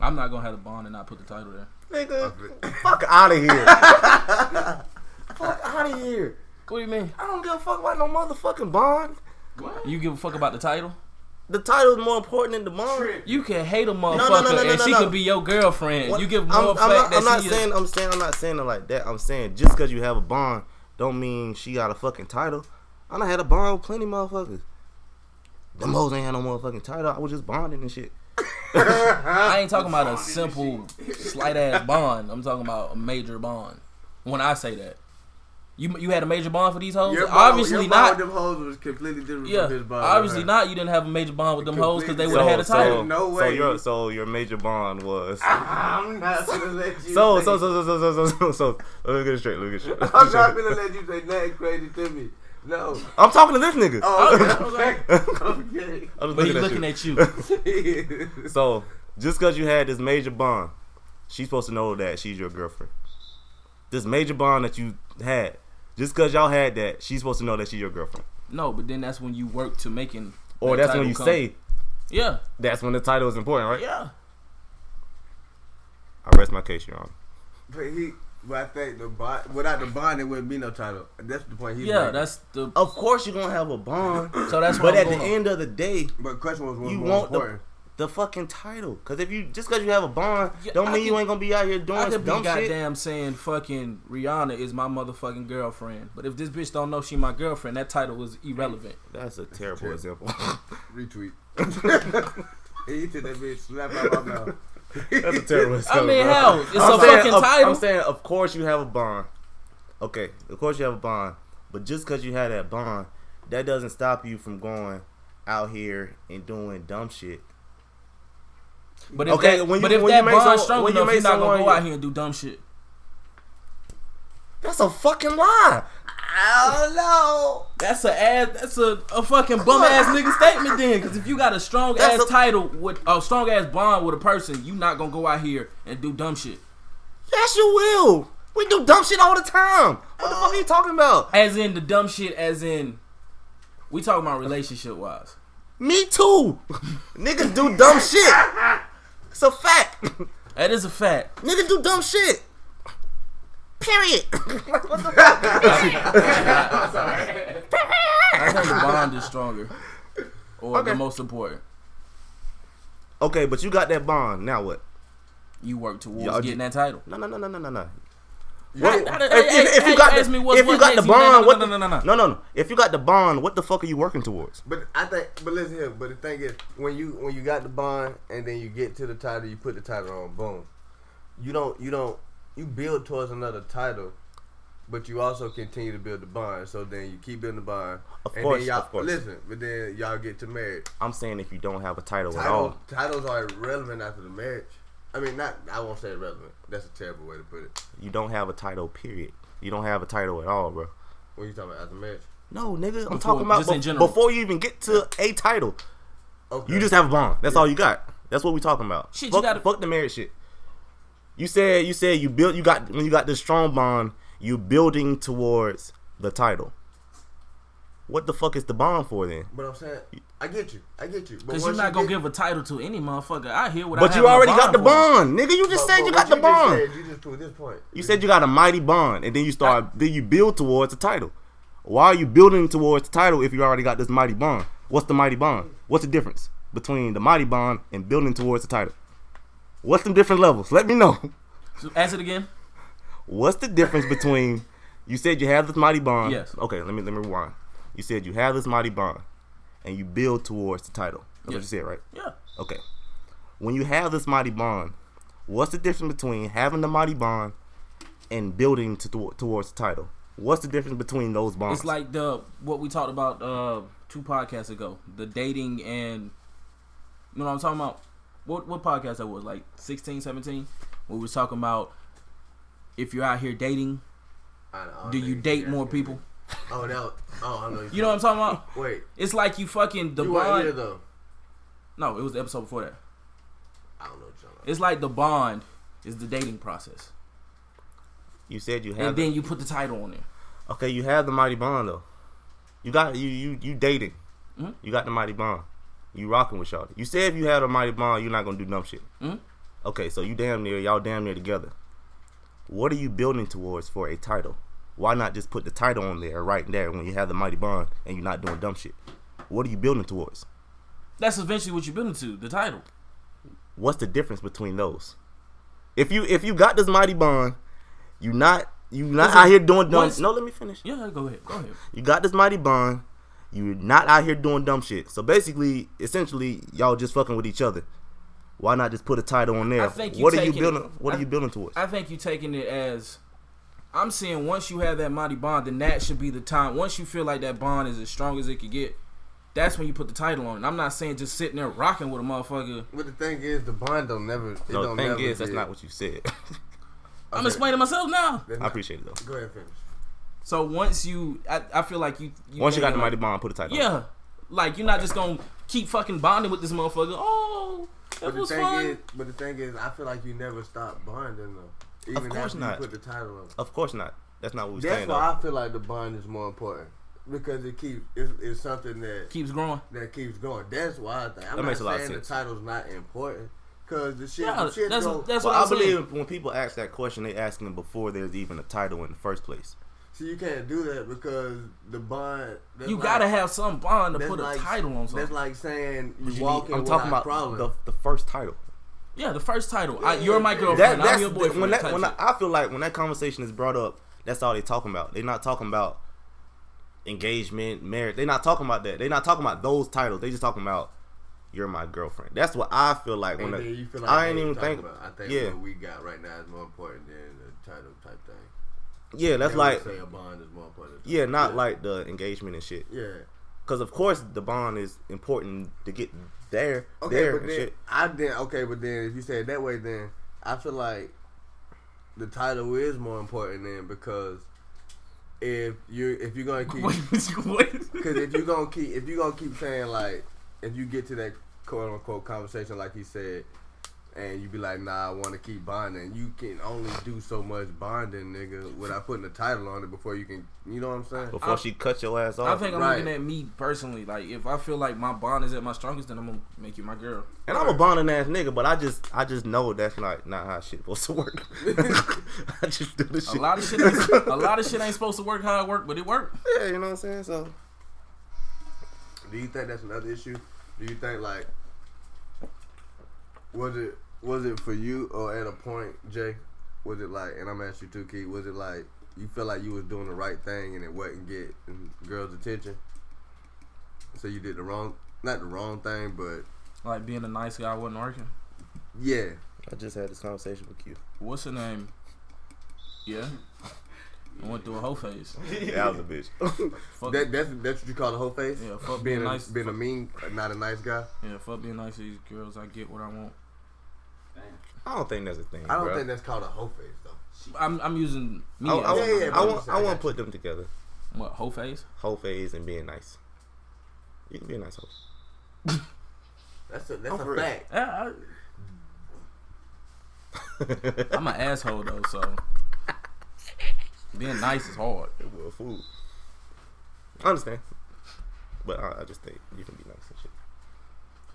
Speaker 5: I'm not gonna have a bond and not put the title there.
Speaker 3: Nigga, fuck out
Speaker 2: (laughs)
Speaker 3: of here. fuck out of here.
Speaker 5: What do you mean?
Speaker 3: I don't give a fuck about no motherfucking bond.
Speaker 6: What?
Speaker 5: You give a fuck about the title?
Speaker 3: The title's more important than the bond.
Speaker 6: Trick.
Speaker 5: You can hate a motherfucker
Speaker 3: no, no, no,
Speaker 5: and she
Speaker 3: no.
Speaker 5: could be your girlfriend.
Speaker 3: What-
Speaker 5: You give more
Speaker 3: I'm, I'm
Speaker 5: fact
Speaker 3: not,
Speaker 5: that
Speaker 3: I'm not
Speaker 5: she
Speaker 3: saying I'm saying I'm not saying it like that. I'm saying just because you have a bond don't mean she got a fucking title. I done had a bond with plenty motherfuckers. Them hoes ain't had no motherfucking title. I was just bonding and shit.
Speaker 5: I ain't talking about a simple slight ass bond. I'm talking about a major bond. When I say that, you you had a major bond for these hoes?
Speaker 2: Your bond-
Speaker 5: obviously
Speaker 2: your bond
Speaker 5: not.
Speaker 2: with them hoes was completely different
Speaker 5: Yeah,
Speaker 2: from his bond.
Speaker 5: obviously
Speaker 2: with her.
Speaker 5: not. You didn't have a major bond with them hoes because they would
Speaker 2: So-
Speaker 5: have had a title.
Speaker 2: so- No
Speaker 3: So
Speaker 2: way.
Speaker 3: your so your major bond was
Speaker 2: I'm not gonna let you.
Speaker 3: so
Speaker 2: say,
Speaker 3: so so so so so so so. Let me get it straight. Let me get it straight.
Speaker 2: (laughs) I'm not
Speaker 3: (laughs)
Speaker 2: gonna let you say nothing crazy to me. No.
Speaker 3: I'm talking to this nigga.
Speaker 2: Oh, okay.
Speaker 3: I'm just
Speaker 5: but he's
Speaker 3: looking at
Speaker 5: looking
Speaker 3: you.
Speaker 5: at you.
Speaker 2: (laughs) okay. (laughs)
Speaker 3: So just because you had this major bond, she's supposed to know that she's your girlfriend. This major bond that you had, just because y'all had that, she's supposed to know that she's your girlfriend.
Speaker 5: no, but then that's when you work to making.
Speaker 3: Or
Speaker 5: that
Speaker 3: that's when
Speaker 5: title
Speaker 3: you
Speaker 5: come.
Speaker 3: say
Speaker 5: Yeah,
Speaker 3: that's when the title is important, right?
Speaker 5: yeah.
Speaker 3: I rest my case, Your Honor.
Speaker 2: but he. But I think the bond without the bond, it wouldn't be no title. That's the point. He's
Speaker 5: Yeah,
Speaker 2: making.
Speaker 5: that's the.
Speaker 3: Of course, you're gonna have a (coughs) bond,
Speaker 5: So that's
Speaker 3: but
Speaker 5: what
Speaker 3: at
Speaker 5: I'm
Speaker 3: the
Speaker 5: going on.
Speaker 3: end of the day,
Speaker 2: But question was, what's
Speaker 3: You
Speaker 2: more
Speaker 3: want the-
Speaker 2: important?
Speaker 3: the fucking title. Cause if you just cause you have a bond,
Speaker 5: Yeah,
Speaker 3: don't
Speaker 5: I
Speaker 3: mean you
Speaker 5: could-
Speaker 3: ain't gonna be out here
Speaker 5: I
Speaker 3: doing
Speaker 5: could be
Speaker 3: dumb shit.
Speaker 5: goddamn saying fucking Rihanna is my motherfucking girlfriend, but if this bitch don't know she my girlfriend, that title is irrelevant.
Speaker 3: That's a terrible
Speaker 2: True.
Speaker 3: example. (laughs)
Speaker 2: Retweet. (laughs) he took that bitch slap out my mouth.
Speaker 3: That's
Speaker 2: (laughs)
Speaker 3: a terrible
Speaker 5: I
Speaker 3: example.
Speaker 5: mean,
Speaker 3: bro.
Speaker 5: hell, it's a
Speaker 3: saying,
Speaker 5: fucking
Speaker 3: of-
Speaker 5: title.
Speaker 3: I'm saying, of course you have a bond. Okay, of course you have a bond, but just because you had that bond, that doesn't stop you from going out here and doing dumb shit.
Speaker 5: But if
Speaker 3: Okay,
Speaker 5: that,
Speaker 3: when you-
Speaker 5: but if
Speaker 3: when you
Speaker 5: that
Speaker 3: make
Speaker 5: bond's
Speaker 3: someone-
Speaker 5: strong
Speaker 3: when you
Speaker 5: enough, you're
Speaker 3: make
Speaker 5: not gonna go
Speaker 3: someone-
Speaker 5: out here and do dumb shit.
Speaker 3: That's a fucking lie. Oh
Speaker 5: That's a ass. That's a, a fucking bum ass nigga statement then. Because if you got a strong
Speaker 3: That's
Speaker 5: ass
Speaker 3: a-
Speaker 5: title with a strong ass bond with a person, you not gonna go out here and do dumb shit.
Speaker 3: no, yes you will. We do dumb shit all the time. What the fuck are you talking about?
Speaker 5: As in the dumb shit. As in, we talking about relationship wise.
Speaker 3: Me too. (laughs) Niggas do dumb shit. It's a fact. (laughs)
Speaker 5: That is a fact.
Speaker 3: Niggas do dumb shit. Period. (laughs)
Speaker 5: I think the bond is stronger, or
Speaker 3: Okay.
Speaker 5: the most important.
Speaker 3: okay, but you got that bond. Now what?
Speaker 5: You work towards
Speaker 3: Y'all
Speaker 5: getting
Speaker 3: ju-
Speaker 5: that title.
Speaker 3: No, no, no, no, no, no, no.
Speaker 5: Hey,
Speaker 3: What?
Speaker 5: hey,
Speaker 3: If,
Speaker 5: hey,
Speaker 3: if, if
Speaker 5: hey,
Speaker 3: you got
Speaker 5: ask
Speaker 3: the,
Speaker 5: me what's-
Speaker 3: if you
Speaker 5: what
Speaker 3: got the
Speaker 5: makes you- no, no,
Speaker 3: bond,
Speaker 5: no,
Speaker 3: what
Speaker 5: no,
Speaker 3: the-
Speaker 5: no, no, no.
Speaker 3: no, no, no. If you got the bond, what the fuck are you working towards?
Speaker 2: But I think, but listen here. But the thing is, when you when you got the bond and then you get to the title, you put the title on. Boom. You don't. You don't. You build towards another title, but you also continue to build the bond. So then you keep building the bond.
Speaker 3: Of
Speaker 2: and
Speaker 3: course,
Speaker 2: Then y'all,
Speaker 3: of course.
Speaker 2: Listen, but then y'all get to marriage.
Speaker 3: I'm saying if you don't have a title, at
Speaker 2: Title,
Speaker 3: all.
Speaker 2: titles are irrelevant after the marriage. I mean, not. I won't say irrelevant. That's a terrible way to put it.
Speaker 3: You don't have a title, period. You don't have a title at all, bro.
Speaker 2: What are you talking about after match?
Speaker 3: No, nigga. I'm
Speaker 5: Before-
Speaker 3: talking about
Speaker 5: just in
Speaker 3: bef-
Speaker 5: general.
Speaker 3: before you even get to a title.
Speaker 2: Okay.
Speaker 3: You just have a bond. That's all you got. That's what we talking about.
Speaker 5: Shit, you
Speaker 3: fuck,
Speaker 5: gotta-
Speaker 3: fuck the marriage shit. You said you said you built you got when you got this strong bond, you building towards the title. What the fuck is the bond for then?
Speaker 2: But I'm saying, I get you. I get you. But
Speaker 5: Cause
Speaker 2: once
Speaker 5: you're not gonna
Speaker 2: get-
Speaker 5: give a title to any motherfucker. I hear what. I
Speaker 3: But
Speaker 5: have
Speaker 3: you
Speaker 5: no
Speaker 3: already got the
Speaker 5: for.
Speaker 3: bond, nigga. You
Speaker 2: but-
Speaker 3: just
Speaker 2: but
Speaker 3: said you
Speaker 2: what
Speaker 3: got the
Speaker 2: just
Speaker 3: bond.
Speaker 2: said, you just proved this point.
Speaker 3: You said you got a mighty bond, and then you start then you build towards the title. Why are you building towards the title if you already got this mighty bond? What's the mighty bond? What's the difference between the mighty bond and building towards the title? What's the different levels? Let me know. (laughs)
Speaker 5: So ask it again.
Speaker 3: What's the difference between you said you have this mighty bond?
Speaker 5: Yes.
Speaker 3: Okay, let me let me rewind. You said you have this mighty bond and you build towards the title. That's what you
Speaker 5: Yes.
Speaker 3: said, right?
Speaker 5: Yeah.
Speaker 3: Okay. When you have this mighty bond, what's the difference between having the mighty bond and building to tw- towards the title? What's the difference between those bonds?
Speaker 5: It's like the what we talked about uh two podcasts ago. The dating and you know what I'm talking about? What what podcast that was? Like 16, 17? We was talking about if you're out here dating,
Speaker 2: I know, I
Speaker 5: do you
Speaker 2: think-
Speaker 5: date more people?
Speaker 2: Oh, that. was- Oh, I know.
Speaker 5: You know what I'm talking about?
Speaker 2: Wait.
Speaker 5: It's like you fucking the
Speaker 2: you weren't here
Speaker 5: bond.
Speaker 2: though.
Speaker 5: No, it was the episode before that.
Speaker 2: I don't know, what you're talking about.
Speaker 5: It's like the bond is the dating process.
Speaker 3: you said you
Speaker 5: And
Speaker 3: have
Speaker 5: then you put the title on there.
Speaker 3: the- Okay, you have the mighty bond though. You got you you you dating.
Speaker 5: Mhm.
Speaker 3: You got the mighty bond. You rocking with y'all. You said if you had a mighty bond, you're not gonna do dumb shit.
Speaker 5: Mhm.
Speaker 3: Okay, so you damn near y'all damn near together. What are you building towards for a title? Why not just put the title on there right there when you have the mighty bond and you're not doing dumb shit? What are you building towards?
Speaker 5: That's eventually what you're building to, the title.
Speaker 3: what's the difference between those? If you if you got this mighty bond, you not you not
Speaker 5: Listen,
Speaker 3: out here doing dumb.
Speaker 5: once-
Speaker 3: No, let me finish.
Speaker 5: Yeah, go ahead. Go ahead.
Speaker 3: You got this mighty bond. You're not out here doing dumb shit. So basically, essentially, y'all just fucking with each other. Why not just put a title on there?
Speaker 5: I think you
Speaker 3: what are you
Speaker 5: taking-
Speaker 3: building? What
Speaker 5: I-
Speaker 3: are you building towards?
Speaker 5: I think you taking it as I'm saying once you have that mighty bond, then that should be the time. Once you feel like that bond is as strong as it could get, that's when you put the title on. it. I'm not saying just sitting there rocking with a motherfucker.
Speaker 2: But the thing is, the bond don't never. It
Speaker 3: no, the
Speaker 2: don't
Speaker 3: thing
Speaker 2: never
Speaker 3: is, that's
Speaker 2: be-
Speaker 3: not what
Speaker 5: (laughs)
Speaker 3: you said.
Speaker 5: I'm
Speaker 2: Okay.
Speaker 5: explaining myself now.
Speaker 2: That's
Speaker 3: I
Speaker 2: not-
Speaker 3: appreciate it though.
Speaker 2: Go ahead, finish.
Speaker 5: So once you, I, I feel like you. you
Speaker 3: Once you got the
Speaker 5: thinking
Speaker 3: mighty
Speaker 5: like-
Speaker 3: bond, put a title. on.
Speaker 5: yeah, like you're not just gonna keep fucking bonding with this motherfucker. Oh, that
Speaker 2: But the
Speaker 5: was
Speaker 2: thing
Speaker 5: fun.
Speaker 2: is, but the thing is, I feel like you never stop bonding though. Even
Speaker 3: course
Speaker 2: after
Speaker 3: not.
Speaker 2: you put the title on.
Speaker 3: Of course not. That's not what we're
Speaker 2: That's
Speaker 3: saying. though.
Speaker 2: why I feel like the bond is more important because it keeps it's, it's something that
Speaker 5: Keeps growing.
Speaker 2: that keeps going. That's why I think I'm
Speaker 3: That
Speaker 2: not
Speaker 3: makes a lot of
Speaker 2: saying the
Speaker 3: sense.
Speaker 2: title's not important because the shit,
Speaker 5: Yeah,
Speaker 2: the shit
Speaker 5: that's
Speaker 2: go,
Speaker 5: that's
Speaker 3: Well,
Speaker 5: what
Speaker 3: I
Speaker 5: I'm saying.
Speaker 3: believe when people ask that question, they asking before there's even a title in the first place.
Speaker 2: See, you can't do that because the bond. that's
Speaker 5: you
Speaker 2: like-
Speaker 5: gotta have some bond to
Speaker 2: that's
Speaker 5: put
Speaker 2: like-
Speaker 5: a title on
Speaker 2: That's
Speaker 5: something.
Speaker 2: like saying you,
Speaker 3: You need-
Speaker 2: walk in
Speaker 3: I'm
Speaker 2: without
Speaker 3: talking about
Speaker 2: problem.
Speaker 3: the, the first title.
Speaker 5: yeah, the first title. I,
Speaker 2: Yeah,
Speaker 5: you're my
Speaker 2: that-
Speaker 5: girlfriend.
Speaker 3: That,
Speaker 5: I'm
Speaker 3: that's
Speaker 5: your boyfriend.
Speaker 3: when
Speaker 5: type
Speaker 3: that when
Speaker 5: shit.
Speaker 3: I, I feel like when that conversation is brought up, that's all they talking about. They're not talking about engagement, marriage. They're not talking about that. They're not talking about those titles. They just talking about you're my girlfriend. That's what I feel like
Speaker 2: and
Speaker 3: when the,
Speaker 2: then you feel like
Speaker 3: I ain't
Speaker 2: what
Speaker 3: even
Speaker 2: you're talking
Speaker 3: think.
Speaker 2: about. I think
Speaker 3: yeah,
Speaker 2: what we got right now is more important than the title type thing.
Speaker 3: yeah, that's
Speaker 2: They
Speaker 3: like
Speaker 2: would say a bond is more important. than the
Speaker 3: yeah,
Speaker 2: title.
Speaker 3: not like the engagement and shit.
Speaker 2: yeah.
Speaker 3: Because of course the bond is important to get there,
Speaker 2: Okay,
Speaker 3: there
Speaker 2: but
Speaker 3: and
Speaker 2: then
Speaker 3: shit.
Speaker 2: I did okay, but then if you say it that way, then I feel like the title is more important then because if you if you're
Speaker 3: (laughs)
Speaker 2: gonna keep
Speaker 5: (laughs) Wait, what?
Speaker 2: Because if you gonna keep if you gonna keep saying like if you get to that quote unquote conversation like he said, and you be like, nah, I want to keep bonding. You can only do so much bonding, nigga, without putting a title on it before you can. You know what I'm saying?
Speaker 3: Before
Speaker 5: I-
Speaker 3: she cut your ass off.
Speaker 5: (laughs) I think I'm
Speaker 2: Right.
Speaker 5: looking at me personally. Like, if I feel like my bond is at my strongest, then I'm gonna make you my girl.
Speaker 3: And I'm a bonding ass nigga, but I just I just know that's not not how shit supposed to work. (laughs) I just do the
Speaker 5: A
Speaker 3: shit.
Speaker 5: lot of shit, ain't,
Speaker 3: (laughs)
Speaker 5: a lot of shit ain't supposed to work how it worked, but it worked.
Speaker 3: yeah, you know what I'm saying. So
Speaker 2: Do you think that's another issue? Do you think like was it was it for you or at a point, Jay? Was it like, and I'm asking you too, Key. Was it like you felt like you was doing the right thing and it wasn't getting girls' attention? So you did the wrong, not the wrong thing, but
Speaker 5: Like being a nice guy wasn't working.
Speaker 2: yeah,
Speaker 3: I just had this conversation with
Speaker 5: (laughs)
Speaker 3: you.
Speaker 5: What's her name? Yeah, I went through a whole phase.
Speaker 3: Yeah, I was a bitch. (laughs)
Speaker 5: Fuck,
Speaker 2: that that's that's what you call the whole face.
Speaker 5: yeah, fuck
Speaker 2: Being
Speaker 5: being
Speaker 2: a,
Speaker 5: nice.
Speaker 2: being a mean, not a nice guy.
Speaker 5: yeah, fuck being nice to these girls. I get what I want.
Speaker 6: Damn.
Speaker 3: I don't think that's a thing.
Speaker 2: I don't
Speaker 3: bruh.
Speaker 2: think that's called a whole face though.
Speaker 5: I'm, I'm using me.
Speaker 3: I,
Speaker 5: as
Speaker 3: I,
Speaker 5: an
Speaker 2: yeah, yeah,
Speaker 5: example.
Speaker 3: I, want,
Speaker 2: I
Speaker 3: I want
Speaker 2: got
Speaker 3: to put them together.
Speaker 5: What whole phase?
Speaker 3: Whole phase and being nice. You can be a nice host.
Speaker 2: That's a that's
Speaker 3: I'm
Speaker 2: a
Speaker 3: Oh, real.
Speaker 2: fact.
Speaker 5: Yeah,
Speaker 3: (laughs)
Speaker 5: I, I'm an asshole though, so being nice is hard.
Speaker 3: Well, food. I understand, but I, I just think you can be nice and shit.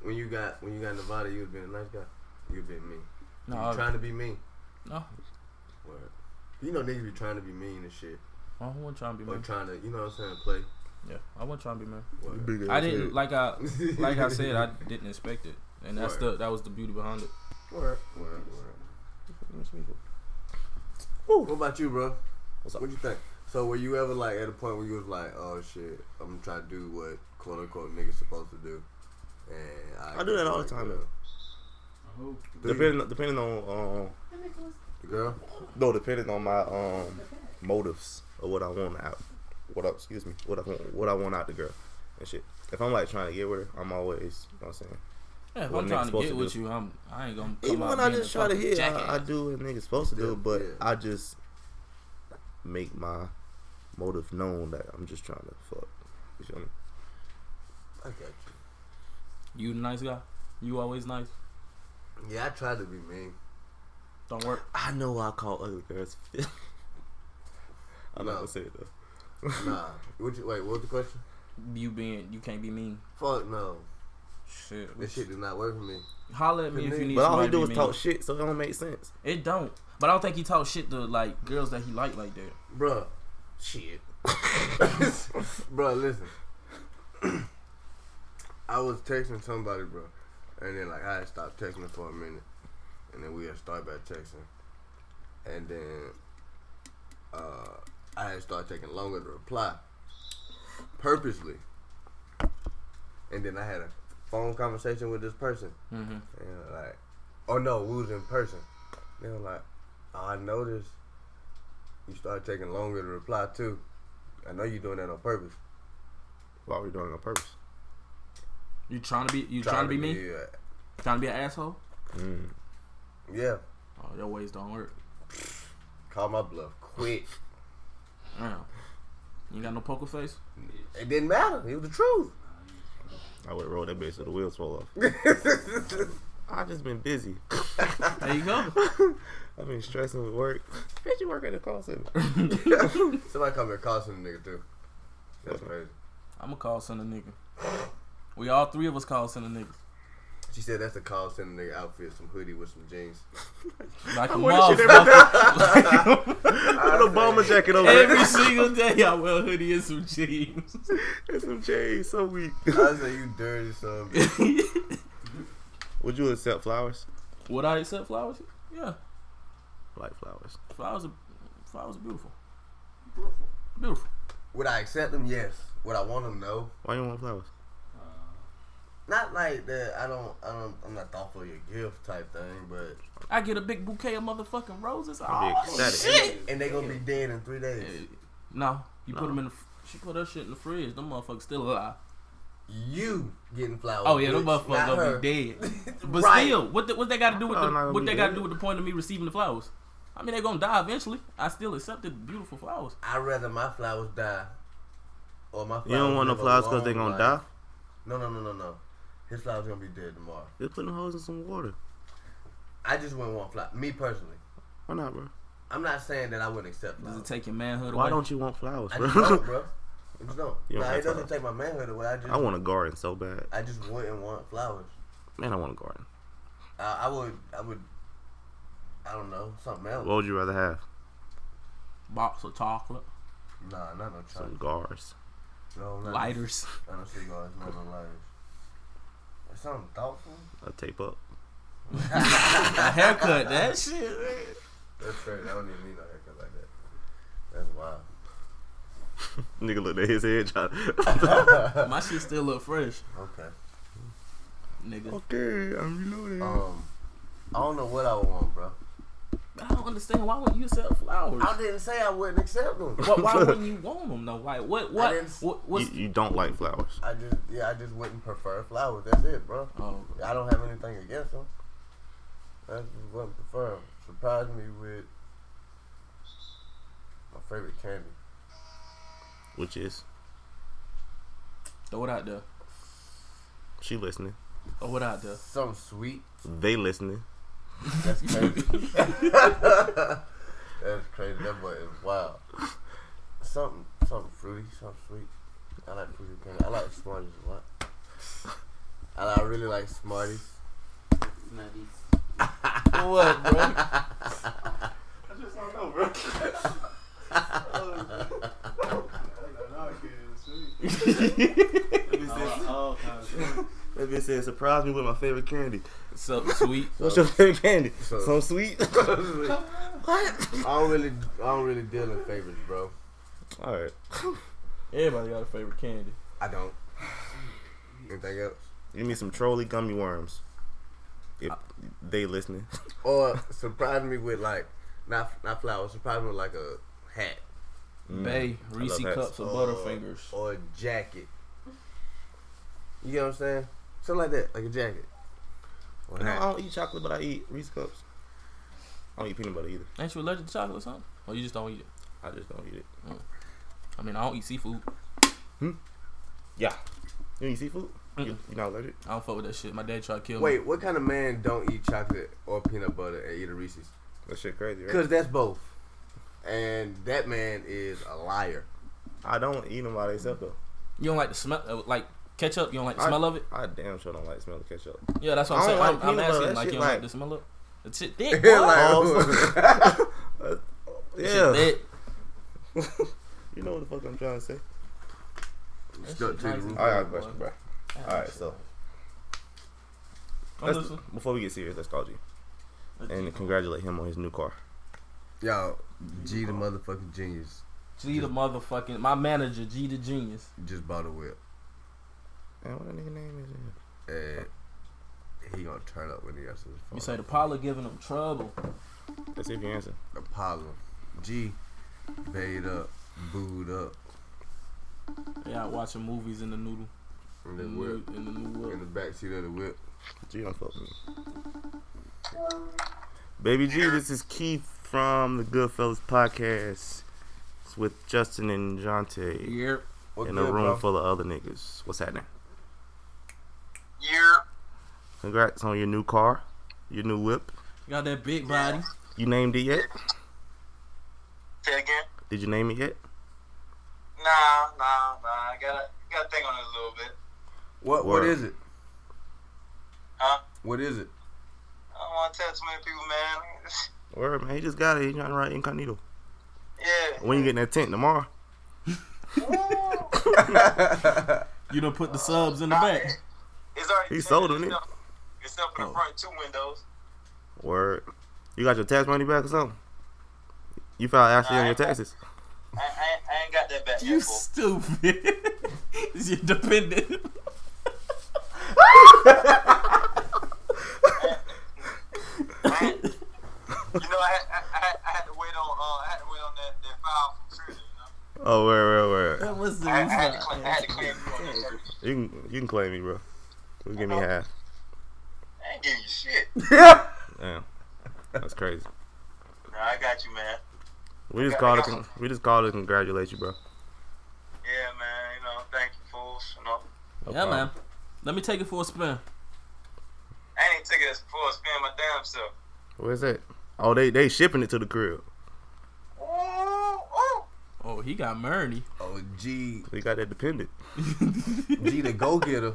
Speaker 2: When you got when you got Nevada, you was being a nice guy. You been mean.
Speaker 5: No,
Speaker 2: you
Speaker 5: I,
Speaker 2: trying to be mean.
Speaker 5: no,
Speaker 2: Word. You know niggas be trying to be mean and shit.
Speaker 5: I wasn't trying to be
Speaker 2: Or
Speaker 5: man.
Speaker 2: trying to you know what I'm saying, play.
Speaker 5: Yeah, I wasn't trying to be man.
Speaker 2: Word.
Speaker 5: I didn't like I
Speaker 2: (laughs)
Speaker 5: like I said
Speaker 3: (laughs)
Speaker 5: I didn't expect it, and that's the that was the beauty behind it.
Speaker 2: Word, word, word. What about you, bro?
Speaker 3: What's up?
Speaker 2: What you think? So were you ever like at a point where you was like, oh shit, I'm trying to do what quote unquote niggas supposed to do, and I,
Speaker 3: I do that all the time,
Speaker 2: Girl,
Speaker 6: Who?
Speaker 2: Do you?
Speaker 3: Depending depending on um
Speaker 2: The girl?
Speaker 3: no depending on my um motives or what I want out what I, excuse me what I want what I want out the girl and shit. If I'm like trying to get with her, I'm always you know what I'm saying.
Speaker 5: Yeah, if
Speaker 3: What
Speaker 5: I'm
Speaker 3: niggas
Speaker 5: trying to
Speaker 3: supposed
Speaker 5: get
Speaker 3: to
Speaker 5: with
Speaker 3: do.
Speaker 5: you, I'm I ain't gonna. Come
Speaker 3: Even
Speaker 5: out
Speaker 3: when I
Speaker 5: being
Speaker 3: just
Speaker 5: a
Speaker 3: try to
Speaker 5: fucking
Speaker 3: hit, I, I
Speaker 5: jackass.
Speaker 3: do what niggas supposed to
Speaker 2: Yeah,
Speaker 3: do, but
Speaker 2: yeah.
Speaker 3: I just make my motive known that I'm just trying to fuck. You feel me?
Speaker 2: I got you.
Speaker 5: You the nice guy. You always nice.
Speaker 2: Yeah, I tried to be
Speaker 3: (laughs)
Speaker 2: mean.
Speaker 5: Don't work.
Speaker 3: I know I call other girls. (laughs) I'm not gonna say it though.
Speaker 2: Nah. What you, wait, what was the question?
Speaker 5: You being you can't be mean.
Speaker 2: Fuck no.
Speaker 5: Shit.
Speaker 2: This shit does not work for me.
Speaker 5: Holler at me if you need.
Speaker 3: But all
Speaker 5: somebody
Speaker 3: he
Speaker 5: to
Speaker 3: do
Speaker 5: be
Speaker 3: is
Speaker 5: mean.
Speaker 3: talk shit, so it don't make sense.
Speaker 5: It don't. But I don't think he talks shit to like girls that he like like that.
Speaker 2: Bruh. Shit. (laughs) bruh, listen. I was texting somebody, bruh. And then, like, I had stopped texting for a minute. And then we had started back texting. And then, uh, I had started taking longer to reply. Purposely. And then I had a phone conversation with this person.
Speaker 5: Mm-hmm.
Speaker 2: And like, oh no, we was in person. They were like, oh, I noticed you started taking longer to reply too. I know you're doing that on purpose.
Speaker 3: Why are we doing it on purpose?
Speaker 5: You trying to be you trying, to be mean?
Speaker 2: Yeah.
Speaker 5: Trying to be an asshole?
Speaker 3: Mm.
Speaker 2: yeah.
Speaker 5: Oh, your ways don't work.
Speaker 2: Call my bluff quick.
Speaker 5: Damn. You ain't got no poker face?
Speaker 2: It didn't matter. It was the truth.
Speaker 3: I would roll that bitch so the wheels fall off. I just been busy.
Speaker 5: There you go. (laughs)
Speaker 3: I've been stressing with work. Bitch, you work at the call center.
Speaker 2: (laughs) Somebody called me a call center nigga too. That's crazy.
Speaker 5: I'ma call center nigga. We all three of us call center niggas.
Speaker 2: She said that's a call center nigga outfit, some hoodie with some jeans.
Speaker 5: Like a
Speaker 3: wear that shit every
Speaker 5: motherfucker.
Speaker 3: (laughs) Put a bomber jacket over
Speaker 5: Every
Speaker 3: it.
Speaker 5: single day I wear a hoodie and some jeans.
Speaker 3: (laughs) It's some J's, so weak.
Speaker 2: I said you dirty son. of a bitch."
Speaker 3: Would you accept flowers?
Speaker 5: Would I accept flowers? Yeah.
Speaker 3: Like flowers.
Speaker 5: Flowers are flowers are beautiful. Beautiful.
Speaker 2: Would I accept them? Yes. Would I want them? No.
Speaker 3: Why you want flowers?
Speaker 2: Not like that. I don't. I don't. I'm not thoughtful of your gift type thing, but
Speaker 5: I get a big bouquet of motherfucking roses.
Speaker 3: I'll be
Speaker 5: Oh,
Speaker 3: ecstatic.
Speaker 2: and they gonna be dead in three days.
Speaker 5: No, you put
Speaker 3: No.
Speaker 5: 'em put them in. The, fr- she put her shit in the fridge. Them motherfuckers still alive.
Speaker 2: You getting flowers?
Speaker 5: Oh yeah, them
Speaker 2: bitch,
Speaker 5: motherfuckers
Speaker 2: not
Speaker 5: gonna
Speaker 2: her.
Speaker 5: be dead. But
Speaker 2: Right.
Speaker 5: still, what the, what they got to do with
Speaker 3: Oh, not
Speaker 5: the,
Speaker 3: gonna
Speaker 5: what
Speaker 3: be
Speaker 5: they got to
Speaker 3: dead.
Speaker 5: do with the point of me receiving the flowers? I mean, they're gonna die eventually. I still accepted beautiful flowers.
Speaker 2: I'd rather my flowers die, or my flowers
Speaker 3: You don't want no
Speaker 2: live a
Speaker 3: flowers because they
Speaker 2: long
Speaker 3: gonna die?
Speaker 2: life. No, no, no, no, no. His flowers gonna be dead tomorrow.
Speaker 3: Just put them hoes in some water.
Speaker 2: I just wouldn't want flowers. Me personally,
Speaker 3: Why not, bro?
Speaker 2: I'm not saying that I wouldn't accept
Speaker 5: Does
Speaker 2: flowers.
Speaker 5: it take your manhood
Speaker 3: Why
Speaker 5: away?
Speaker 3: don't you want flowers,
Speaker 2: I
Speaker 3: bro?
Speaker 2: just
Speaker 3: (laughs)
Speaker 2: don't, bro. I just don't.
Speaker 3: You don't
Speaker 2: Nah,
Speaker 3: have
Speaker 2: it doesn't
Speaker 3: flowers.
Speaker 2: take my manhood away. I just,
Speaker 3: I want a garden so bad.
Speaker 2: I just wouldn't want flowers.
Speaker 3: Man, I want a garden.
Speaker 2: I, I would, I would, I don't know, something else.
Speaker 3: What would you rather have?
Speaker 5: Box of chocolate,
Speaker 2: nah, not no
Speaker 3: Some
Speaker 2: chocolate.
Speaker 3: gars.
Speaker 2: No, not
Speaker 5: lighters. (laughs)
Speaker 2: No, no cigars, no, no lighters. It's something thoughtful.
Speaker 3: A tape up.
Speaker 5: a haircut. That shit.
Speaker 2: That's crazy. I don't even need no haircut like that. That's wild.
Speaker 3: Nigga looked at his head. Trying (laughs)
Speaker 5: My shit still look fresh,
Speaker 2: (laughs) Okay.
Speaker 5: nigga.
Speaker 3: okay, I'm reloading.
Speaker 2: Um, I don't know what I would want, bro.
Speaker 5: But I don't understand why wouldn't you sell flowers?
Speaker 2: I didn't say I wouldn't accept them.
Speaker 5: (laughs) Why, why wouldn't you want them though? Like what? What?
Speaker 2: didn't-
Speaker 5: What?
Speaker 3: you,
Speaker 5: What's?
Speaker 3: you don't like flowers.
Speaker 2: I just, yeah, I just wouldn't prefer flowers. That's it, bro.
Speaker 5: oh,
Speaker 2: I don't have anything against them. I just wouldn't prefer them. Surprise me with
Speaker 3: favorite candy, which is
Speaker 5: Throw it out there.
Speaker 3: she listening,
Speaker 5: Throw
Speaker 2: (laughs)
Speaker 5: it out there.
Speaker 2: Something sweet.
Speaker 3: they listening.
Speaker 2: (laughs) That's crazy. That's crazy. That boy is wild. Something, something fruity, something sweet. I like fruity candy. I like Smarties a lot. I, like- I really like Smarties.
Speaker 6: Nutties.
Speaker 5: What, bro?
Speaker 6: I just don't know, bro. (laughs) (laughs) Oh, (laughs) oh,
Speaker 3: That bitch said, surprise me with my favorite candy.
Speaker 5: Something sweet.
Speaker 3: What's your favorite candy?
Speaker 2: So-
Speaker 3: Some sweet? (laughs)
Speaker 2: I don't really, I don't really deal in favorites, bro.
Speaker 3: Alright.
Speaker 5: Everybody got a favorite candy.
Speaker 2: I don't. Anything else?
Speaker 3: Give me some trolley gummy worms. If they listening.
Speaker 2: Or surprise me with like, not not flowers. Surprise me with like a hat
Speaker 5: Bay,
Speaker 3: I love
Speaker 5: Reese
Speaker 3: hats.
Speaker 5: cups, or
Speaker 2: Oh.
Speaker 5: Butterfingers.
Speaker 2: or a jacket. You get what I'm saying? Something like that, like a jacket. Or a
Speaker 3: No, I
Speaker 2: hat.
Speaker 3: don't eat chocolate, but I eat Reese cups. I don't eat peanut butter either.
Speaker 5: Ain't you allergic to chocolate or something? Or you just don't eat it?
Speaker 3: I just don't eat it.
Speaker 5: I mean, I don't eat seafood.
Speaker 3: Yeah. You don't eat seafood? You,
Speaker 5: Mm-mm.
Speaker 3: you not allergic?
Speaker 5: I don't fuck with that shit. My dad tried to kill me.
Speaker 2: Wait, what kind of man don't eat chocolate or peanut butter and eat a Reese's?
Speaker 3: That shit crazy, right?
Speaker 2: Because that's both. And that man is a liar.
Speaker 3: I don't eat them by themselves though.
Speaker 5: You don't like the smell, uh, like ketchup. You don't like the smell of it.
Speaker 3: I damn sure don't like smelling ketchup.
Speaker 5: Yeah, that's what
Speaker 3: I
Speaker 5: I'm saying.
Speaker 3: don't like
Speaker 5: I'm, I'm
Speaker 3: peanut butter.
Speaker 5: asking,
Speaker 3: That
Speaker 5: like, you don't
Speaker 3: shit
Speaker 5: like,
Speaker 3: like-
Speaker 5: the smell of it.
Speaker 3: (laughs)
Speaker 2: (laughs)
Speaker 5: Shit thick.
Speaker 2: Like,
Speaker 5: boy.
Speaker 3: Uh,
Speaker 5: Shit
Speaker 3: yeah.
Speaker 5: thick.
Speaker 3: You know what the fuck I'm trying to say.
Speaker 5: That
Speaker 2: Stuck
Speaker 5: shit
Speaker 2: to the
Speaker 5: nice
Speaker 2: roof.
Speaker 5: and
Speaker 3: I got a
Speaker 5: good,
Speaker 3: question,
Speaker 5: boy.
Speaker 3: bro. All right, so
Speaker 5: I'm
Speaker 3: let's,
Speaker 5: listening.
Speaker 3: before we get serious, let's call G and congratulate him on his new car.
Speaker 2: (laughs) Y'all,
Speaker 3: (laughs)
Speaker 2: G the motherfucking genius
Speaker 5: G the motherfucking my manager, G the genius.
Speaker 2: just bought a whip.
Speaker 3: And what a nigga name is it?
Speaker 2: And he gonna turn up when he answers the phone.
Speaker 5: You say the parlor giving him trouble.
Speaker 3: Let's see if you answer.
Speaker 2: Apollo. G, bait up, booed up.
Speaker 5: They out watching movies in the noodle,
Speaker 2: In
Speaker 5: in
Speaker 2: the
Speaker 5: the,
Speaker 2: whip.
Speaker 5: new- in the new
Speaker 2: In
Speaker 5: world.
Speaker 2: the backseat of the whip.
Speaker 3: G don't fuck with me. Baby G, this is Keith from the Goodfellas podcast. It's with Justin and Jonte
Speaker 5: Yeah,
Speaker 2: What
Speaker 3: in a
Speaker 2: good,
Speaker 3: room
Speaker 2: bro?
Speaker 3: full of other niggas. What's happening?
Speaker 4: Yeah.
Speaker 3: Congrats on your new car, your new whip.
Speaker 5: got that big body.
Speaker 3: You named it yet?
Speaker 4: Say it again.
Speaker 3: Did you name it yet?
Speaker 4: Nah, nah, nah. I gotta, gotta think on it a little bit.
Speaker 2: What, what
Speaker 3: Word.
Speaker 2: is it?
Speaker 4: Huh?
Speaker 2: What is it?
Speaker 4: I don't want to tell too many people, man. (laughs)
Speaker 3: Word, man. He just got it. He trying to ride incognito.
Speaker 4: yeah.
Speaker 3: When you getting that
Speaker 5: (laughs)
Speaker 3: tent tomorrow?
Speaker 5: You done put the subs in the back.
Speaker 4: It's already.
Speaker 3: He
Speaker 4: tinted.
Speaker 3: sold on
Speaker 4: It's
Speaker 3: it.
Speaker 4: up- It's up in the
Speaker 3: Oh.
Speaker 4: front, two windows.
Speaker 3: Word. You got your tax money back or something? You filed actually on your taxes.
Speaker 4: I, I, I ain't got that back
Speaker 5: You
Speaker 4: yet, fool.
Speaker 5: stupid. (laughs) you (laughs) dependent.
Speaker 4: You know, I had, I, I, I had to wait on, uh, I had to wait on that, that file from Trinity. You know?
Speaker 3: (laughs) Oh, word, word, word.
Speaker 5: That was the
Speaker 4: I, I had to clean, I had to clean you on that. Trinity.
Speaker 3: You can you can claim me, bro. Just give me half.
Speaker 4: I ain't giving you shit.
Speaker 3: Damn, that's crazy.
Speaker 4: Nah, I got you, man.
Speaker 3: We just called to con- we just called to congratulate you, bro.
Speaker 4: Yeah, man. You know, thank you, fools. You know,
Speaker 3: No
Speaker 5: Yeah,
Speaker 3: problem.
Speaker 5: man. Let me take it for a spin.
Speaker 4: I ain't taking this before I spend my damn self.
Speaker 3: Where's that? Oh, they they shipping it to the crib.
Speaker 4: Ooh, ooh.
Speaker 5: Oh, he got (laughs) Murney.
Speaker 2: Oh, G,
Speaker 3: We got that dependent.
Speaker 2: G the go getter.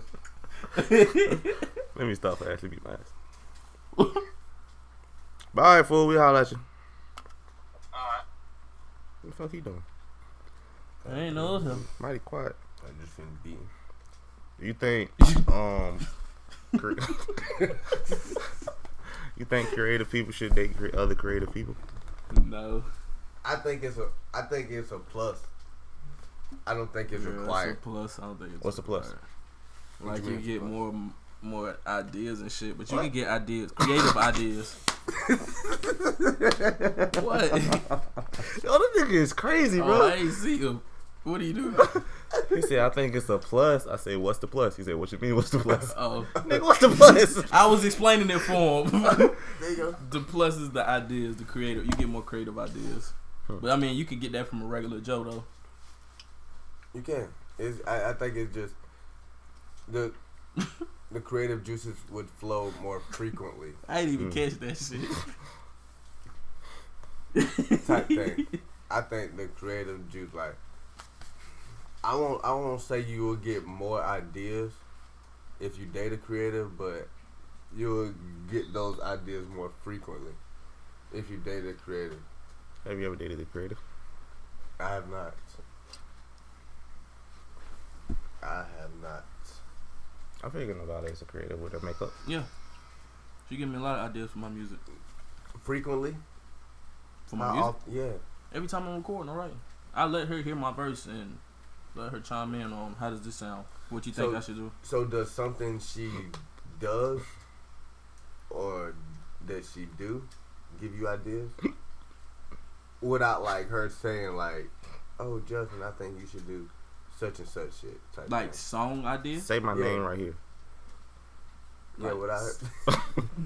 Speaker 3: Let me stop for Ashley beat my ass.
Speaker 5: (laughs)
Speaker 3: Bye, fool. We holla at you.
Speaker 4: All right.
Speaker 3: What the fuck he doing?
Speaker 5: I ain't know him.
Speaker 3: Mighty quiet.
Speaker 2: I just finna beat him.
Speaker 3: You think um, cre- (laughs) you think creative people should date cre- other creative people?
Speaker 5: No.
Speaker 2: I think it's a I think it's a plus. I don't think it's
Speaker 5: Yeah,
Speaker 2: required.
Speaker 5: It's a plus. I don't think it's
Speaker 3: What's the plus?
Speaker 5: required. Like
Speaker 2: you
Speaker 5: you
Speaker 2: mean?
Speaker 5: get more more ideas and shit, but you can get ideas, creative ideas. What?
Speaker 3: (laughs) Yo, this nigga is crazy,
Speaker 5: Oh, I ain't see him. What do you do?
Speaker 3: He said, "I think it's a plus." I said, "What's the plus?" He said, "What you mean? What's the plus?"
Speaker 5: Oh,
Speaker 3: (laughs) nigga, what's the plus?
Speaker 5: I was explaining it for him. (laughs)
Speaker 2: there you go.
Speaker 5: the plus is the ideas, the creative. You get more creative ideas. But I mean, you could get that from a regular Joe though.
Speaker 2: You can. It's, I, I think it's just the the creative juices would flow more frequently.
Speaker 5: I didn't
Speaker 2: Hmm.
Speaker 5: even catch that shit.
Speaker 2: Type thing. I think the creative juice, like I won't, I won't say you will get more ideas if you date a creative, but you'll get those ideas more frequently if you date a creative.
Speaker 3: Have you ever dated a creative?
Speaker 2: I have not. I have not.
Speaker 3: I figure nobody is a creative with their makeup.
Speaker 5: She gave me a lot of ideas for my music.
Speaker 2: Frequently?
Speaker 5: For my
Speaker 2: How
Speaker 5: music.
Speaker 2: often? Yeah.
Speaker 5: Every time I'm recording, all right. I let her hear my verse and let her chime in on how does this sound? What you think
Speaker 2: So-
Speaker 5: I should do?
Speaker 2: So does something she does or that she do give you
Speaker 3: (laughs)
Speaker 2: ideas? Without like her saying like, "Oh, Justin, I think you should do such and such shit." Type
Speaker 5: Like
Speaker 2: thing.
Speaker 5: song idea?
Speaker 3: Say my
Speaker 2: Yeah.
Speaker 3: name right here. (laughs)
Speaker 2: yeah,
Speaker 5: like-
Speaker 2: without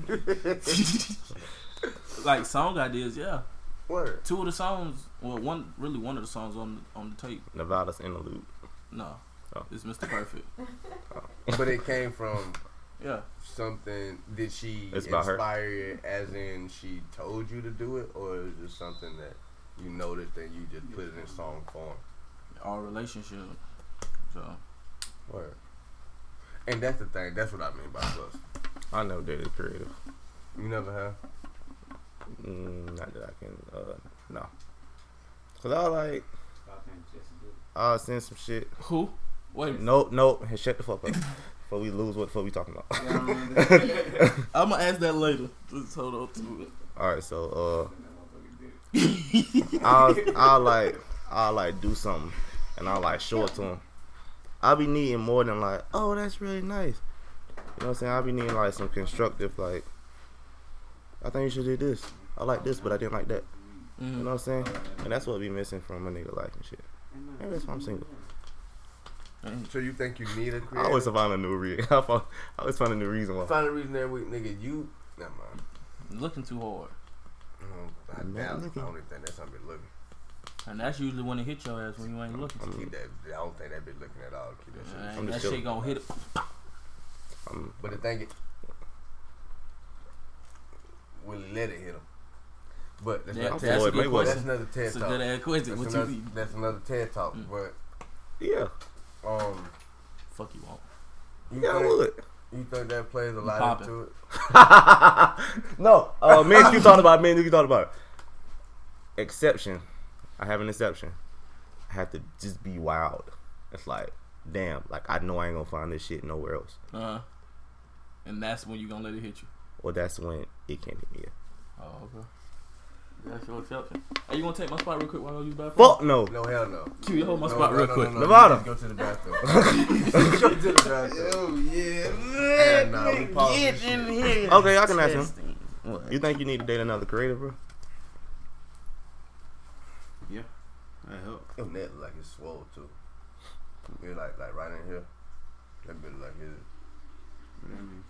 Speaker 2: her.
Speaker 5: (laughs) like song ideas, yeah.
Speaker 2: (laughs) Word.
Speaker 5: Two of the songs, well, one really one of the songs on on the tape.
Speaker 3: Nevada's interlude.
Speaker 5: No,
Speaker 3: Oh.
Speaker 5: it's Mr. Perfect.
Speaker 2: But it came from
Speaker 5: Yeah,
Speaker 2: something. Did she
Speaker 3: It's about her.
Speaker 2: inspire it? As in, she told you to do it, or is it something that you noticed and you just put it in song form?
Speaker 5: our relationship. So
Speaker 2: Word. And that's the thing. That's what I mean by close.
Speaker 3: I never dated a creative.
Speaker 2: You never have.
Speaker 3: Mm, not that I can. Uh, no. Cause I like
Speaker 6: Stop saying Jesse did it.
Speaker 3: I send some shit.
Speaker 5: who? (laughs) Wait, a minute.
Speaker 3: Nope, nope. Hey, shut the fuck
Speaker 6: (laughs)
Speaker 3: up. Before we lose what the fuck we talking about.
Speaker 6: Yeah,
Speaker 3: (laughs)
Speaker 6: I remember that.
Speaker 5: I'm gonna ask that later. Just hold on to (laughs) it.
Speaker 3: All right, so
Speaker 6: That motherfucker did it.
Speaker 3: uh, I'll I'll like I'll like do something, and I'll like show it to him. I'll be needing more than like, oh, that's really nice. You know what I'm saying? I'll be needing like some constructive like. I think you should do this. I like this, but I didn't like that. You know
Speaker 5: Mhm.
Speaker 3: what I'm saying? And that's what we missing from a nigga life and shit. Maybe that's why I'm single.
Speaker 2: So you think you need a
Speaker 3: I
Speaker 2: creative?
Speaker 3: always find a new reason. (laughs) I fo- I always find a new reason why.
Speaker 2: find a reason every week, nigga. You never mind.
Speaker 5: Looking too hard,
Speaker 2: Mm, I
Speaker 3: I'm not
Speaker 2: doubt. I
Speaker 3: looking.
Speaker 2: don't even think that's something looking.
Speaker 5: and that's usually when it hit your ass when you ain't looking.
Speaker 2: Keep that. I don't think that bitch looking at all. Keep that shit.
Speaker 5: Man,
Speaker 3: I'm
Speaker 5: that
Speaker 3: just
Speaker 5: shit
Speaker 3: chilling.
Speaker 5: gonna hit it.
Speaker 3: I'm,
Speaker 2: But the thing is, we let it hit him. But that's,
Speaker 5: Yeah,
Speaker 2: not
Speaker 3: I'm
Speaker 2: TED,
Speaker 5: that's a
Speaker 3: Floyd
Speaker 5: good
Speaker 3: Mayweather.
Speaker 2: that's
Speaker 5: question.
Speaker 2: another TED
Speaker 5: That's a
Speaker 2: talk.
Speaker 5: good ass question.
Speaker 2: That's
Speaker 5: What you
Speaker 2: another,
Speaker 5: eat?
Speaker 2: that's another TED talk.
Speaker 5: Mm.
Speaker 3: yeah,
Speaker 2: But um,
Speaker 5: Fuck you won't.
Speaker 2: you,
Speaker 3: yeah, I
Speaker 2: think,
Speaker 3: would.
Speaker 2: you think that plays a
Speaker 5: You
Speaker 2: lot
Speaker 5: poppin'.
Speaker 2: into it?
Speaker 3: (laughs) no, uh, me and you thought about it. Me and you thought about it. Exception. I have an exception. I have to just be wild. It's like, damn, like I know I ain't gonna find this shit nowhere else.
Speaker 5: Uh, and that's when you gonna let it hit you.
Speaker 3: Well, that's when it came to me.
Speaker 5: Oh, okay. That's your exception. Hey, you wanna take my spot real quick while I use the bathroom?
Speaker 3: Fuck no.
Speaker 2: No, hell no.
Speaker 5: Q, you hold my
Speaker 2: No,
Speaker 5: spot
Speaker 2: no,
Speaker 5: real
Speaker 2: no,
Speaker 5: quick.
Speaker 2: No, no,
Speaker 3: Nevada.
Speaker 2: no, Just go to the
Speaker 3: (laughs)
Speaker 2: bathroom. Just go to the bathroom.
Speaker 6: yeah.
Speaker 2: Nah, nah, we pause this shit.
Speaker 5: here.
Speaker 3: Okay, y'all can ask him. You think you need to date another creative, bro?
Speaker 6: That helped.
Speaker 2: Your neck like it's swole too. You're like like right in here. That bit like it.
Speaker 6: What that mean?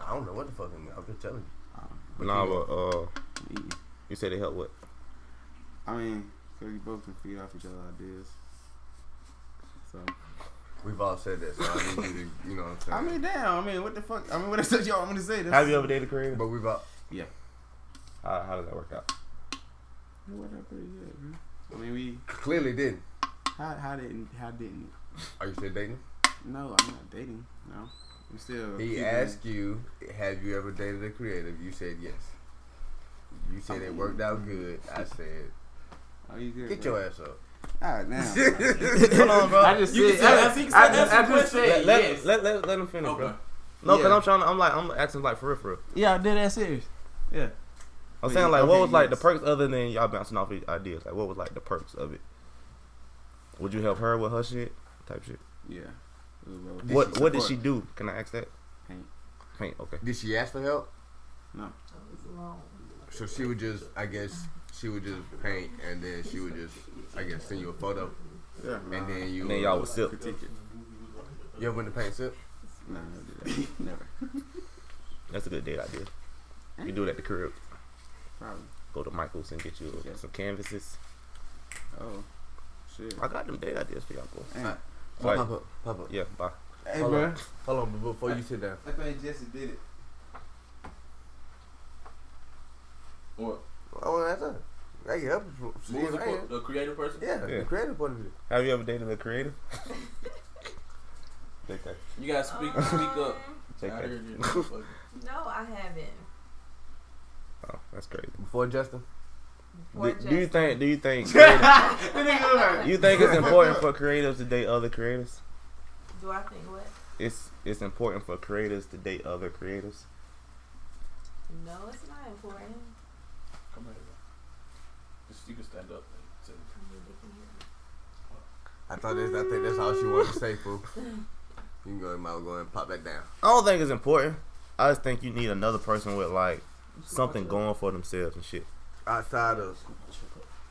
Speaker 2: I don't know what the fuck it means. I'm just telling you.
Speaker 3: Nah, but uh,
Speaker 6: Me.
Speaker 3: you said it helped what?
Speaker 6: I mean, because you both can feed off each other's ideas. So
Speaker 2: We've all said that, so I need you to, you know what I'm saying. (laughs)
Speaker 6: I mean, damn. I mean, what the fuck? I mean, what (laughs) else y'all want me to say? This
Speaker 3: Have you ever dated a creative?
Speaker 2: but we've all
Speaker 3: How, how does that work out?
Speaker 6: It worked out pretty good, man. I mean, we
Speaker 2: clearly didn't.
Speaker 6: how how didn't how didn't
Speaker 2: Are you still dating?
Speaker 6: it? No, I'm not dating. No, I'm still.
Speaker 2: He
Speaker 6: keeping-
Speaker 2: asked you, have you ever dated a creative? You said yes. You said it worked out good. I said,
Speaker 6: Oh, you good?
Speaker 2: get
Speaker 6: bro?
Speaker 2: your ass up.
Speaker 6: All right, (laughs) now.
Speaker 2: (laughs) Hold on, bro.
Speaker 6: I just
Speaker 5: You
Speaker 6: said.
Speaker 5: can say-
Speaker 6: I,
Speaker 5: I think-
Speaker 6: I,
Speaker 5: that's
Speaker 6: I
Speaker 5: the
Speaker 6: just
Speaker 5: question.
Speaker 3: Let,
Speaker 6: said
Speaker 3: let,
Speaker 6: yes.
Speaker 3: let, let, let him finish,
Speaker 5: Okay.
Speaker 3: bro. No, because
Speaker 6: Yeah.
Speaker 3: I'm trying to, I'm like, I'm acting like for real, for real.
Speaker 5: Yeah, I did that serious. Yeah.
Speaker 3: I'm
Speaker 6: Wait,
Speaker 3: saying like, what
Speaker 6: okay,
Speaker 3: was like the
Speaker 6: yes.
Speaker 3: perks other than y'all bouncing off these ideas? Like, what was like the perks of it? Would you help her with her shit, type shit?
Speaker 6: Yeah. It was well-
Speaker 3: what What did she do? Can I ask that?
Speaker 6: Paint.
Speaker 3: Paint. Okay.
Speaker 2: Did she ask for help?
Speaker 1: That was long.
Speaker 2: So she would just, I guess, she would just paint, and then she would just, I guess, send you a photo,
Speaker 6: Yeah.
Speaker 2: and then you.
Speaker 3: And then y'all would sip.
Speaker 6: critique it.
Speaker 2: You ever went to paint sip?
Speaker 6: No, never. Did (laughs) that. never.
Speaker 3: That's a good date idea. You do it at the crib.
Speaker 6: Probably.
Speaker 3: Go to Michaels and get you
Speaker 6: Yeah.
Speaker 3: some canvases.
Speaker 6: Oh, shit.
Speaker 3: I got them date ideas for y'all, boy.
Speaker 6: Damn.
Speaker 3: Like,
Speaker 2: Pop up, pop up.
Speaker 3: yeah, bye.
Speaker 6: Hey,
Speaker 2: Hold
Speaker 6: bro.
Speaker 2: on, hold on, but before you sit down,
Speaker 6: Look how Jesse did it. What?
Speaker 2: oh, that's it. That you help you see
Speaker 5: Who was
Speaker 2: his
Speaker 5: the,
Speaker 2: hand.
Speaker 5: the creative person?
Speaker 2: Yeah,
Speaker 3: Yeah.
Speaker 2: the creative point of it.
Speaker 3: Have you ever dated a creative?
Speaker 6: (laughs)
Speaker 3: Take that.
Speaker 5: You gotta speak speak up.
Speaker 1: Um,
Speaker 3: Take
Speaker 5: Uh, I
Speaker 3: that.
Speaker 5: heard you. Fuck.
Speaker 1: No, I haven't.
Speaker 3: Oh, that's crazy.
Speaker 2: Before Justin,
Speaker 1: Poor
Speaker 3: Do, do you
Speaker 1: Justin.
Speaker 3: think? Do you think?
Speaker 6: The nigga was like,
Speaker 3: you think it's important for creatives to date other creatives?
Speaker 1: Do I think what?
Speaker 3: It's it's important for creatives to date other creatives.
Speaker 1: No, it's not important.
Speaker 5: Come here. Just you can stand up. and say-
Speaker 1: I mean, they can hear me.
Speaker 2: I thought this, I think that's all she wanted to say, fool. You can go and I'll go and pop that down.
Speaker 3: I don't think it's important. I just think you need another person with like something going for themselves and shit.
Speaker 2: Outside of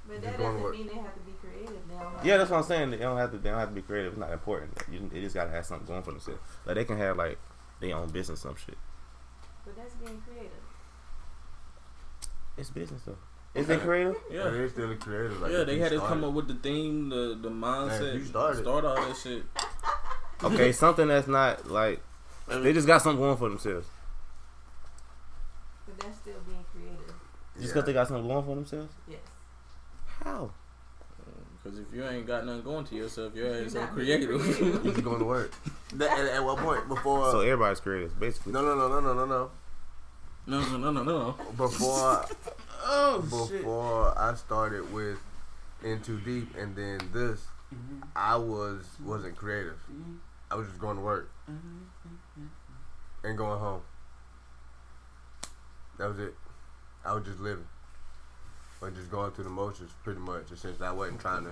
Speaker 1: But
Speaker 2: Just
Speaker 1: that
Speaker 2: one
Speaker 1: doesn't
Speaker 2: word.
Speaker 1: mean they have to be creative now.
Speaker 3: Yeah, that's what I'm saying. They don't have to. They don't have to be creative. It's not important. Like, you, they just gotta have something going for themselves. Like they can have like their own business, some shit.
Speaker 1: But that's being creative.
Speaker 3: It's business though. Is it creative?
Speaker 5: Yeah.
Speaker 2: they're still a creative. Like
Speaker 5: yeah, they had to come up with the theme, the the mindset,
Speaker 2: you started.
Speaker 5: start all that shit.
Speaker 3: Okay, something that's not like they just got something going for themselves.
Speaker 1: But that's still being creative.
Speaker 3: Just because they got something going for themselves.
Speaker 1: Yes.
Speaker 3: How?
Speaker 5: Because if you ain't got nothing going to yourself, your ass ain't
Speaker 1: not
Speaker 5: creative.
Speaker 2: You just going to
Speaker 3: (laughs)
Speaker 2: work. That, at, at what point? Before?
Speaker 3: So everybody's creative, basically.
Speaker 2: no, no, no, no, no, no, no.
Speaker 5: (laughs) no, no, no, no, no.
Speaker 3: (laughs)
Speaker 2: Before,
Speaker 5: Oh
Speaker 2: before I started with in too deep, and then this, I was wasn't creative. I was just going to work and going home. That was it. I was just living. Or just going through the motions, pretty much. Essentially, I wasn't trying to.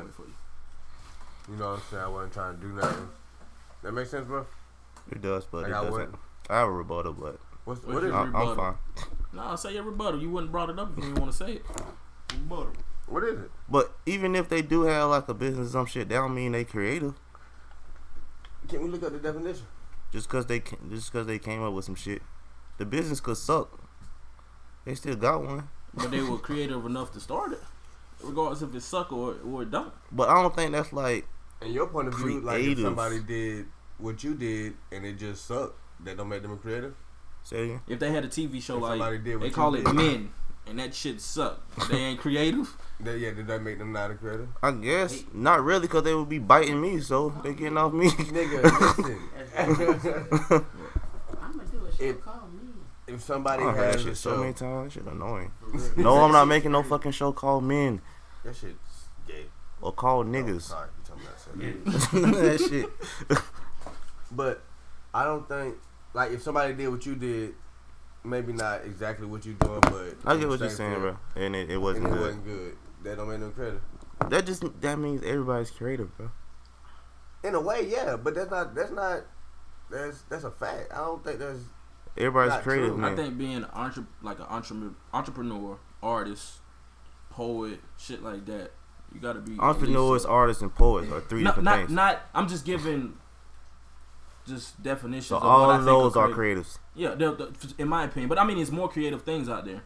Speaker 2: You know what I'm saying? I wasn't trying to do nothing. That makes sense, bro.
Speaker 3: It does, but
Speaker 2: Like,
Speaker 3: it
Speaker 2: I
Speaker 3: doesn't.
Speaker 2: wouldn't.
Speaker 3: I have a rebuttal, but
Speaker 2: What's,
Speaker 5: What
Speaker 2: what
Speaker 5: you
Speaker 2: is
Speaker 5: mean?
Speaker 3: I'm, I'm
Speaker 5: Rebuttal.
Speaker 3: fine.
Speaker 5: Nah, say your rebuttal. You wouldn't brought it up if you didn't want to say it.
Speaker 6: Butter.
Speaker 2: what is it?
Speaker 3: But even if they do have like a business, or some shit, that don't mean they creative.
Speaker 2: Can we look up the definition?
Speaker 3: just because they ca- just because they came up with some shit. The business could suck. They still got one,
Speaker 5: But they were creative enough to start it, regardless if it suck or or it don't.
Speaker 3: but I don't think that's like
Speaker 2: And your point of view, like if
Speaker 3: Creative.
Speaker 2: somebody did what you did and it just sucked, that don't make them a creative.
Speaker 3: say it again.
Speaker 5: If they had a TV show
Speaker 2: If somebody
Speaker 5: like
Speaker 2: did what
Speaker 5: they
Speaker 2: you
Speaker 5: call it
Speaker 2: did.
Speaker 5: Men, and that shit suck, they ain't creative.
Speaker 2: That yeah, did that make them not a creative?
Speaker 3: I guess not really because they would be biting me, so they getting off me. (laughs)
Speaker 2: Nigga, listen.
Speaker 9: I'm gonna do a show.
Speaker 2: If-
Speaker 9: Call me.
Speaker 2: if somebody
Speaker 3: I heard that
Speaker 2: has a
Speaker 3: shit so
Speaker 2: show,
Speaker 3: many times. That shit annoying. No, I'm not making no fucking show called Men
Speaker 2: that shit's gay.
Speaker 3: or called
Speaker 2: Oh,
Speaker 3: Niggas. (laughs)
Speaker 2: sorry, you talking about sex.
Speaker 3: that shit.
Speaker 2: But I don't think like if somebody did what you did, maybe not exactly what you doing, but
Speaker 3: I get what you're
Speaker 2: same
Speaker 3: saying,
Speaker 2: thing,
Speaker 3: bro. And it, it
Speaker 2: And
Speaker 3: wasn't
Speaker 2: it
Speaker 3: good.
Speaker 2: wasn't good. That don't make them creative.
Speaker 3: That just that means everybody's creative, bro.
Speaker 2: In a way, yeah, but that's not that's not that's that's a fact. I don't think that's
Speaker 3: Everybody's
Speaker 2: Not
Speaker 3: creative,
Speaker 2: true.
Speaker 3: man.
Speaker 5: I think being an entre- like an entre- entrepreneur, artist, poet, shit like that, you gotta be at least-
Speaker 3: Entrepreneurs, artists, and poets are three
Speaker 5: Not
Speaker 3: different
Speaker 5: not,
Speaker 3: things.
Speaker 5: not. I'm just giving just definitions.
Speaker 3: so
Speaker 5: of
Speaker 3: all
Speaker 5: what I think
Speaker 3: of those
Speaker 5: a
Speaker 3: are
Speaker 5: creative-
Speaker 3: creatives.
Speaker 5: Yeah, they're, they're- in my opinion. But I mean, it's more creative things out there.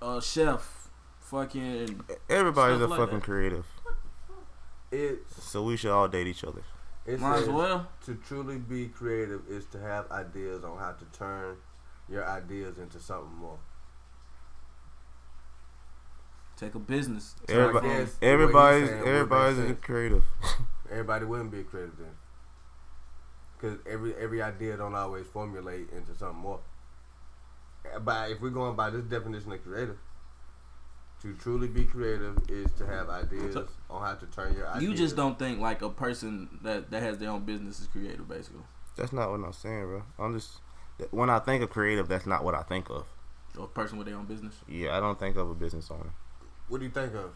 Speaker 5: Uh, chef, fucking.
Speaker 3: Everybody's
Speaker 5: Stuff
Speaker 3: a
Speaker 5: like
Speaker 3: fucking
Speaker 5: that.
Speaker 3: creative.
Speaker 2: it's
Speaker 3: So we should all date each other.
Speaker 2: it's
Speaker 5: Might as well.
Speaker 2: to truly be creative is to have ideas on how to turn your ideas into something more.
Speaker 5: Take a business.
Speaker 3: Everybody,
Speaker 2: guess the way you
Speaker 3: everybody's
Speaker 2: saying it would make
Speaker 3: everybody's a
Speaker 2: sense.
Speaker 3: creative.
Speaker 2: Everybody wouldn't be creative then, because every every idea don't always formulate into something more. Uh, By if we're going by this definition of creative, to truly be creative is to have ideas
Speaker 5: So-
Speaker 2: on how to turn your ideas.
Speaker 5: You just don't think like a person that that has their own business is creative, basically.
Speaker 3: That's not what I'm saying, bro. I'm just that- when I think of creative, that's not what I think of.
Speaker 5: Or a person with their own business.
Speaker 3: Yeah, I don't think of a business owner,
Speaker 2: What do you think of?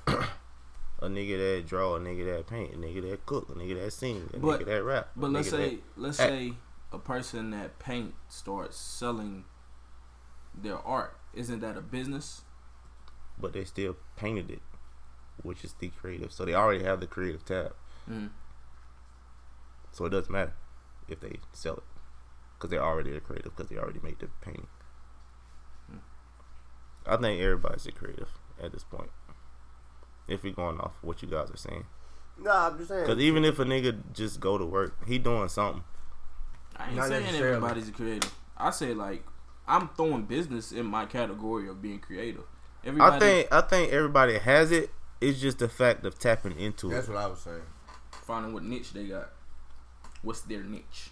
Speaker 3: a nigga that draw, a nigga that paint, a nigga that cook, a nigga that sing, a
Speaker 5: But-
Speaker 3: nigga that rap. a
Speaker 5: But let's
Speaker 3: nigga
Speaker 5: say
Speaker 3: that-
Speaker 5: let's
Speaker 3: Hey.
Speaker 5: say a person that paint starts selling their art. Isn't that a business?
Speaker 3: but they still painted it, which is the creative. So they already have the creative tab.
Speaker 5: Mm.
Speaker 3: So it doesn't matter if they sell it, because they're already a creative, because they already made the painting.
Speaker 5: Hmm.
Speaker 3: I think everybody's a creative at this point. If we're going off what you guys are saying,
Speaker 2: Nah, I'm just saying.
Speaker 3: because even if a nigga just go to work, he doing something.
Speaker 5: I ain't
Speaker 2: Not
Speaker 5: saying
Speaker 2: necessarily.
Speaker 5: everybody's a creative. I say like I'm throwing business in my category of being creative. Everybody,
Speaker 3: I think I think everybody has it. It's just the fact of tapping into
Speaker 2: That's
Speaker 3: it.
Speaker 2: what I was saying.
Speaker 5: finding what niche they got. What's their niche?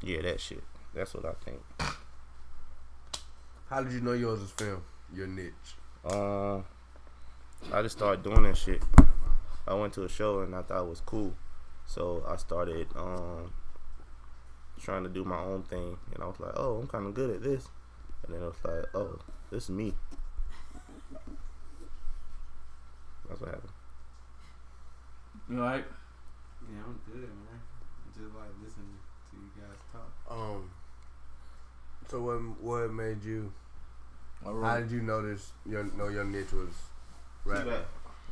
Speaker 3: Yeah, that shit. That's what I think.
Speaker 2: How did you know yours is film? Your niche.
Speaker 3: Um, I just started doing that shit. I went to a show and I thought it was cool, so I started um trying to do my own thing, and I was like, oh, I'm kind of good at this, and then I was like, oh, this is me. That's what happened.
Speaker 5: You know, like
Speaker 6: (laughs) Yeah, I'm good, man. I just like listening to you guys talk.
Speaker 2: Um. So what? What made you?
Speaker 5: I
Speaker 2: How
Speaker 5: wrote,
Speaker 2: did you notice? Your know your niche was rap.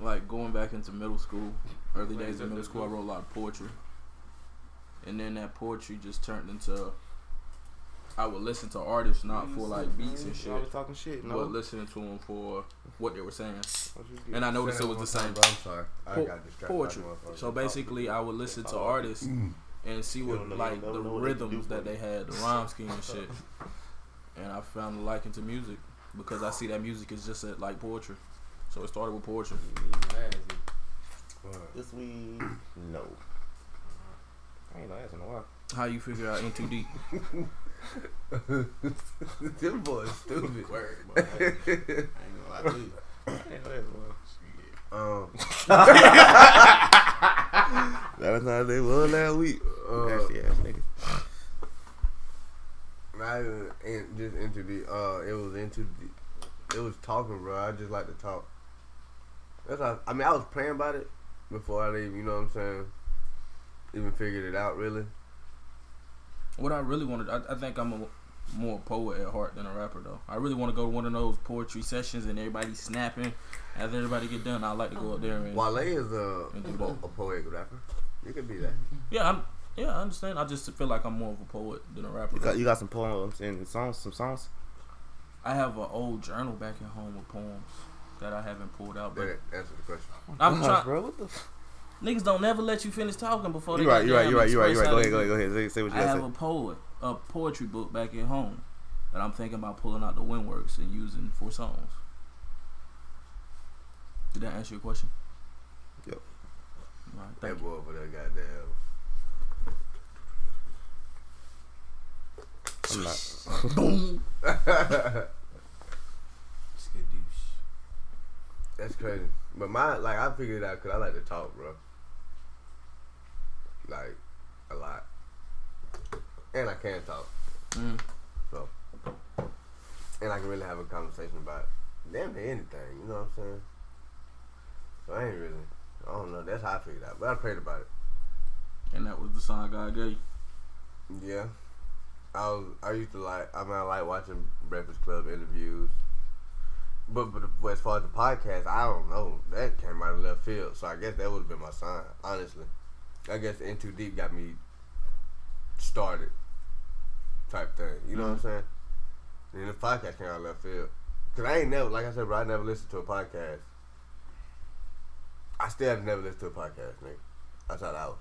Speaker 5: like going back into middle school, early
Speaker 6: Wait,
Speaker 5: days
Speaker 6: that-
Speaker 5: of middle
Speaker 6: that's
Speaker 5: school, I
Speaker 6: cool.
Speaker 5: wrote a lot of poetry, and then that poetry just turned into. I would listen to artists not for like beats and shit,
Speaker 3: I was talking shit. No,
Speaker 5: but listening to them for what they were saying.
Speaker 3: What you
Speaker 5: And I
Speaker 2: Say
Speaker 5: noticed
Speaker 2: that
Speaker 5: it was
Speaker 2: one
Speaker 5: the
Speaker 2: more time,
Speaker 5: same.
Speaker 2: bro. I'm sorry. I
Speaker 5: Po-
Speaker 2: got distracted.
Speaker 5: poetry.
Speaker 2: by the motherfucker.
Speaker 5: So basically, I would listen to artists and see
Speaker 3: Mm. don't
Speaker 5: what
Speaker 3: know-
Speaker 5: like
Speaker 3: don't
Speaker 5: the
Speaker 3: know what they can do
Speaker 5: rhythms
Speaker 3: for
Speaker 5: that they
Speaker 3: you.
Speaker 5: had,
Speaker 3: (laughs)
Speaker 5: the rhyme scheme and shit. And I found a liking to music because I see that music is just a, like poetry. So it started with poetry.
Speaker 6: You need my ass.
Speaker 2: Alright.
Speaker 3: This week, no. I ain't no ass in a while.
Speaker 5: How you figure out
Speaker 3: (laughs)
Speaker 5: N2D?
Speaker 2: (laughs) this boy is stupid.
Speaker 6: But I ain't I ain't gonna lie to you.
Speaker 3: I ain't no ass in a while.
Speaker 2: um,
Speaker 3: Valentine's Day was last week.
Speaker 2: Uh,
Speaker 3: Nasty ass nigga.
Speaker 2: not even in, just into the. Uh, it was into the. It was talking, bro. I just like to talk. That's how, I mean, I was praying about it before I even, you know what I'm saying. Even figured it out, really.
Speaker 5: What I really wanted, I, I think I'm a more poet at heart than a rapper though. I really want to go to one of those poetry sessions and everybody snapping. After everybody get done, I like to go up there and
Speaker 2: Wale is a,
Speaker 5: And do
Speaker 2: po-
Speaker 5: that.
Speaker 2: a poetic rapper. You could be that.
Speaker 5: yeah, I'm yeah, I understand. I just feel like I'm more of a poet than a rapper.
Speaker 3: You got you got some poems and songs, some songs.
Speaker 5: I have an old journal back at home with poems that I haven't pulled out, but
Speaker 2: That answers the question.
Speaker 5: I'm
Speaker 3: God,
Speaker 5: trying.
Speaker 3: bro. What the?
Speaker 5: Niggas don't never let you finish talking before they
Speaker 3: You right,
Speaker 5: get
Speaker 3: you right,
Speaker 5: down
Speaker 3: you right,
Speaker 5: and
Speaker 3: you right, you
Speaker 5: express
Speaker 3: right. Go
Speaker 5: how
Speaker 3: ahead, go
Speaker 5: they-
Speaker 3: ahead, go ahead. Say, say what you
Speaker 5: I
Speaker 3: got
Speaker 5: have
Speaker 3: to
Speaker 5: a poet, a poetry book back at home that I'm thinking about pulling out the windworks and using for songs. Did that answer your question?
Speaker 3: Yep.
Speaker 5: All right,
Speaker 2: That
Speaker 5: thank you.
Speaker 2: boy over there, goddamn.
Speaker 3: say. I'm not.
Speaker 5: (laughs)
Speaker 6: Skadoosh.
Speaker 2: That's crazy. But my like I figured it out because I like to talk, bro. Like a lot, and I can talk,
Speaker 5: Mm.
Speaker 2: so and I can really have a conversation about damn near anything. You know what I'm saying? So I ain't really. I don't know. That's how I figured it out. But I prayed about it.
Speaker 5: And that was the song God gave. you.
Speaker 2: Yeah. I was, I used to like I mean I like watching Breakfast Club interviews, but but but as far as the podcast, I don't know that came out of left field. So I guess that would have been my sign, honestly. I guess In Too Deep got me started, type thing. You know what I'm saying? Then the podcast came out of left field. Cause I ain't never like I said, bro. I never listened to a podcast. I still have never listened to a podcast, nigga. Outside the house,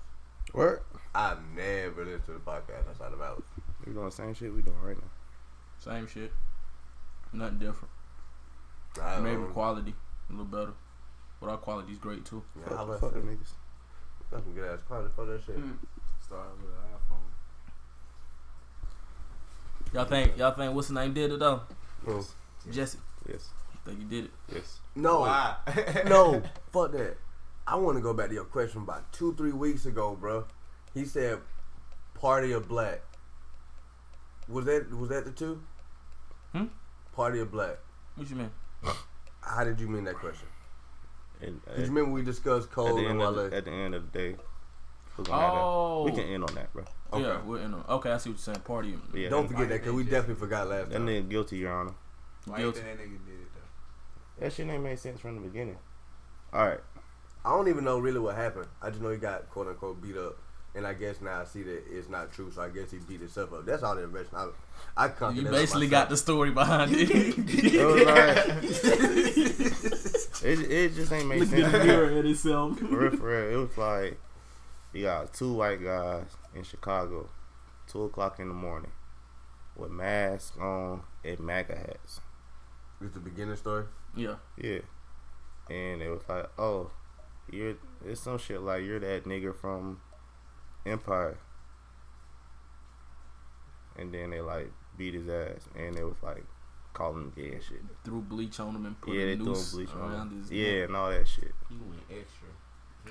Speaker 3: What?
Speaker 2: I've never listened to the podcast outside the house.
Speaker 3: We doing the same shit we doing right now.
Speaker 5: Same shit. Nothing different.
Speaker 2: I don't
Speaker 3: Oh.
Speaker 5: Maybe
Speaker 2: know.
Speaker 5: quality a little better, but our quality's great too.
Speaker 2: Yeah, how about
Speaker 3: Fuck
Speaker 2: that?
Speaker 3: them niggas.
Speaker 2: Fucking good ass quality for that shit.
Speaker 3: Hmm.
Speaker 6: Mm. Started with an iPhone.
Speaker 5: Y'all think y'all think what's the name did it though?
Speaker 2: Cool.
Speaker 5: Jesse.
Speaker 3: Yes,
Speaker 5: Think he did it?
Speaker 3: yes.
Speaker 2: No, (laughs)
Speaker 6: Why?
Speaker 2: no, fuck that. I want to go back to your question about two, three weeks ago, bro. He said, "Party of Black." Was that was that the two?
Speaker 5: Hmm?
Speaker 2: Party of Black.
Speaker 5: What you mean?
Speaker 2: How did you mean that question?
Speaker 3: And,
Speaker 2: Did you
Speaker 3: uh,
Speaker 2: remember we discussed
Speaker 3: at,
Speaker 2: Cole
Speaker 3: the
Speaker 2: and
Speaker 3: end
Speaker 2: Wale?
Speaker 3: of the, at the end of the day, we're gonna
Speaker 5: Oh.
Speaker 3: have that. We can end on that, bro.
Speaker 2: Okay.
Speaker 5: Yeah, we're in a, okay. I see what you're saying. Party.
Speaker 3: But yeah,
Speaker 2: Don't
Speaker 3: that-
Speaker 2: forget that because we definitely forgot last
Speaker 3: That
Speaker 2: time.
Speaker 3: nigga guilty, Your Honor.
Speaker 6: Why you
Speaker 5: Guilty.
Speaker 6: think that nigga did it though?
Speaker 3: That shit ain't made sense from the beginning. All right.
Speaker 2: I don't even know really what happened. I just know he got quote unquote beat up, and I guess now I see that it's not true. So I guess he beat himself up. That's all the information I I conquered
Speaker 5: You
Speaker 2: that by
Speaker 3: (laughs)
Speaker 5: basically
Speaker 2: myself.
Speaker 5: got the story behind it.
Speaker 3: It was like, It, it just
Speaker 5: (laughs)
Speaker 3: ain't make
Speaker 5: Look in
Speaker 3: sense.
Speaker 5: the mirror at itself.
Speaker 3: for real, for real. It was like you got two white guys in Chicago, two o'clock in the morning, with masks on and MAGA hats.
Speaker 2: It's the beginning story.
Speaker 5: yeah.
Speaker 3: Yeah. And it was like, oh, you're it's some shit like you're that nigga from Empire. And then they like beat his ass, and it was like calling him gay and shit.
Speaker 5: Threw bleach on him and put
Speaker 3: yeah,
Speaker 5: a
Speaker 3: they threw him
Speaker 5: noose
Speaker 3: bleach
Speaker 5: around
Speaker 3: on him.
Speaker 5: his neck.
Speaker 3: Yeah, and all that shit.
Speaker 6: He went extra.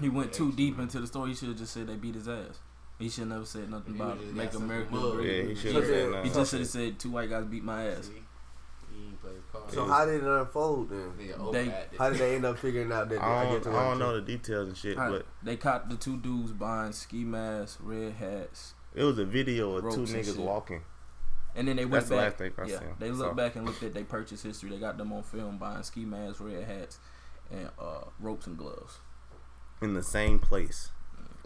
Speaker 5: He went too deep into the story. He should have just said they beat his ass. He should never said nothing
Speaker 6: He
Speaker 5: about
Speaker 6: would've
Speaker 5: make
Speaker 6: got some
Speaker 5: America
Speaker 6: mud.
Speaker 5: great.
Speaker 3: Yeah, he
Speaker 5: he
Speaker 3: should've said nothing.
Speaker 5: just should have said two white guys beat my ass.
Speaker 6: See? He ain't play the card.
Speaker 2: So how did it unfold then?
Speaker 6: Nigga overacted.
Speaker 2: How did they end up figuring out that
Speaker 3: I
Speaker 2: get
Speaker 3: don't,
Speaker 2: to
Speaker 3: I don't
Speaker 2: watch
Speaker 3: know
Speaker 2: it?
Speaker 3: the details and shit,
Speaker 5: Alright,
Speaker 3: but
Speaker 5: They caught the two dudes buying ski masks, red hats,
Speaker 3: it was a video of two
Speaker 5: Ropes and
Speaker 3: niggas
Speaker 5: shit.
Speaker 3: walking.
Speaker 5: and then they
Speaker 3: That's
Speaker 5: went
Speaker 3: the
Speaker 5: back.
Speaker 3: last thing I
Speaker 5: yeah,
Speaker 3: seen.
Speaker 5: they
Speaker 3: So-
Speaker 5: looked back and looked at their purchase history. They got them on film buying ski masks, red hats, and uh, ropes and gloves.
Speaker 3: in the same place.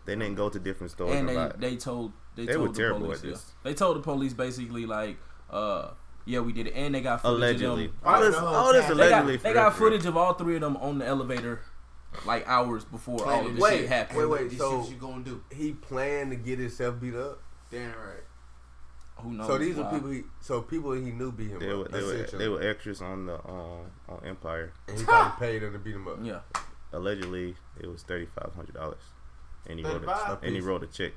Speaker 3: They didn't go to different stores
Speaker 5: and
Speaker 3: a
Speaker 5: they,
Speaker 3: lot.
Speaker 5: they told they,
Speaker 3: They were
Speaker 5: told the
Speaker 3: terrible
Speaker 5: police.
Speaker 3: at
Speaker 5: yeah.
Speaker 3: this.
Speaker 5: They told the police basically like, uh, yeah, we did it, and they got footage
Speaker 3: allegedly.
Speaker 5: Of them.
Speaker 3: All this,
Speaker 2: Right, the whole
Speaker 3: all this
Speaker 2: time.
Speaker 5: They got,
Speaker 3: allegedly.
Speaker 5: they
Speaker 3: for
Speaker 5: got
Speaker 3: real, for real.
Speaker 5: footage of all three of them on the elevator, like hours before all of
Speaker 2: Planning
Speaker 5: this
Speaker 2: wait,
Speaker 5: shit happened.
Speaker 2: wait, wait.
Speaker 6: This
Speaker 2: So-
Speaker 6: shit what you gonna do?
Speaker 2: He planned to get himself beat up.
Speaker 6: Damn right.
Speaker 5: Who knows?
Speaker 2: so these
Speaker 5: why.
Speaker 2: are people. He, so people he knew beat him
Speaker 3: They were,
Speaker 2: up.
Speaker 3: they, were,
Speaker 2: essentially.
Speaker 3: they were extras on the um, on Empire.
Speaker 2: And he
Speaker 3: (laughs)
Speaker 2: probably paid them to beat him up.
Speaker 5: Yeah,
Speaker 3: Allegedly, it was thirty five hundred dollars, and he wrote a,
Speaker 6: 35?
Speaker 3: and he wrote a check.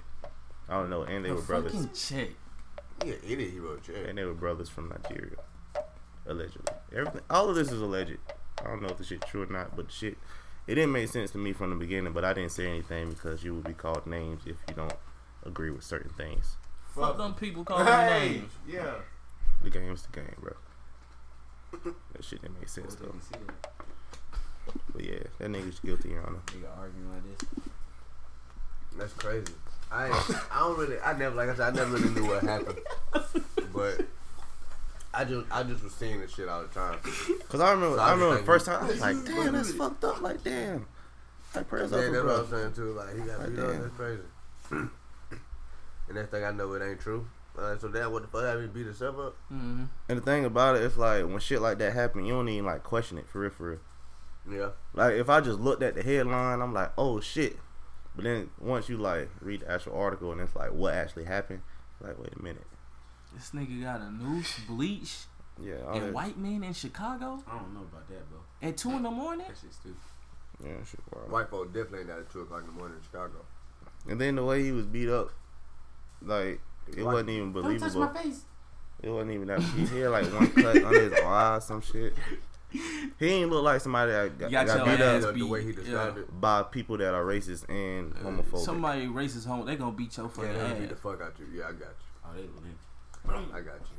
Speaker 3: I don't know, and they
Speaker 5: the
Speaker 3: were brothers,
Speaker 5: fucking check.
Speaker 2: He an idiot. He wrote Jerry.
Speaker 3: and they were brothers from Nigeria. Allegedly, everything, all of this is alleged. I don't know if the shit true or not, but shit, it didn't make sense to me from the beginning. But I didn't say anything because you would be called names if you don't agree with certain things.
Speaker 5: Fuck
Speaker 6: (laughs)
Speaker 5: them people calling
Speaker 6: Hey,
Speaker 5: names.
Speaker 6: yeah.
Speaker 3: The game's the game, bro. That shit didn't make sense though. But yeah, that nigga's guilty, Your Honor.
Speaker 6: Nigga arguing like this.
Speaker 2: That's crazy. I ain't- I don't really. I never like I said. I never really knew what happened. But I just I just was seeing this shit all the time.
Speaker 3: Cause I remember,
Speaker 2: So
Speaker 3: I
Speaker 2: I
Speaker 3: remember the
Speaker 2: just
Speaker 3: first
Speaker 2: think-
Speaker 3: time I was like, damn, that's fucked up. Like damn, like prayers up
Speaker 2: Yeah,
Speaker 3: for
Speaker 2: that's what I'm
Speaker 3: bro.
Speaker 2: saying too. Like he got
Speaker 3: Like,
Speaker 2: beat up.
Speaker 3: damn.
Speaker 2: That's crazy. and next thing I know, it ain't true. Uh, so then what the fuck? I mean, beat himself up.
Speaker 5: Mm-hmm.
Speaker 3: And the thing about it, it's like when shit like that happen, you don't even like question it for real, for real.
Speaker 2: Yeah.
Speaker 3: Like if I just looked at the headline, I'm like, oh shit. But then once you like read the actual article and it's like what actually happened, like wait a minute,
Speaker 5: This nigga got a noose, bleach,
Speaker 3: Oh, yeah, all
Speaker 5: and
Speaker 3: that,
Speaker 5: white men in Chicago
Speaker 6: I don't know about that, bro.
Speaker 5: at two in the morning.
Speaker 6: That shit's stupid.
Speaker 3: yeah, shit wild.
Speaker 2: White folk definitely ain't out at two o'clock in the morning in Chicago.
Speaker 3: And then the way he was beat up, like it
Speaker 2: Like-
Speaker 3: wasn't even
Speaker 6: Don't
Speaker 3: believable.
Speaker 6: touch my face.
Speaker 3: It wasn't even that. He had like one cut under his eye, or some shit. He ain't look like somebody that got,
Speaker 5: You got
Speaker 3: got
Speaker 5: your
Speaker 3: beat
Speaker 5: ass
Speaker 3: up
Speaker 2: The, the way he
Speaker 5: beat,
Speaker 2: described
Speaker 5: yeah.
Speaker 2: it,
Speaker 3: by people that are racist and
Speaker 2: Uh,
Speaker 3: homophobic.
Speaker 5: Somebody racist home, they gonna beat your fucking
Speaker 2: yeah, he beat
Speaker 5: ass.
Speaker 2: the fuck out you. Yeah, I got you.
Speaker 6: Oh, they linked.
Speaker 2: I got you.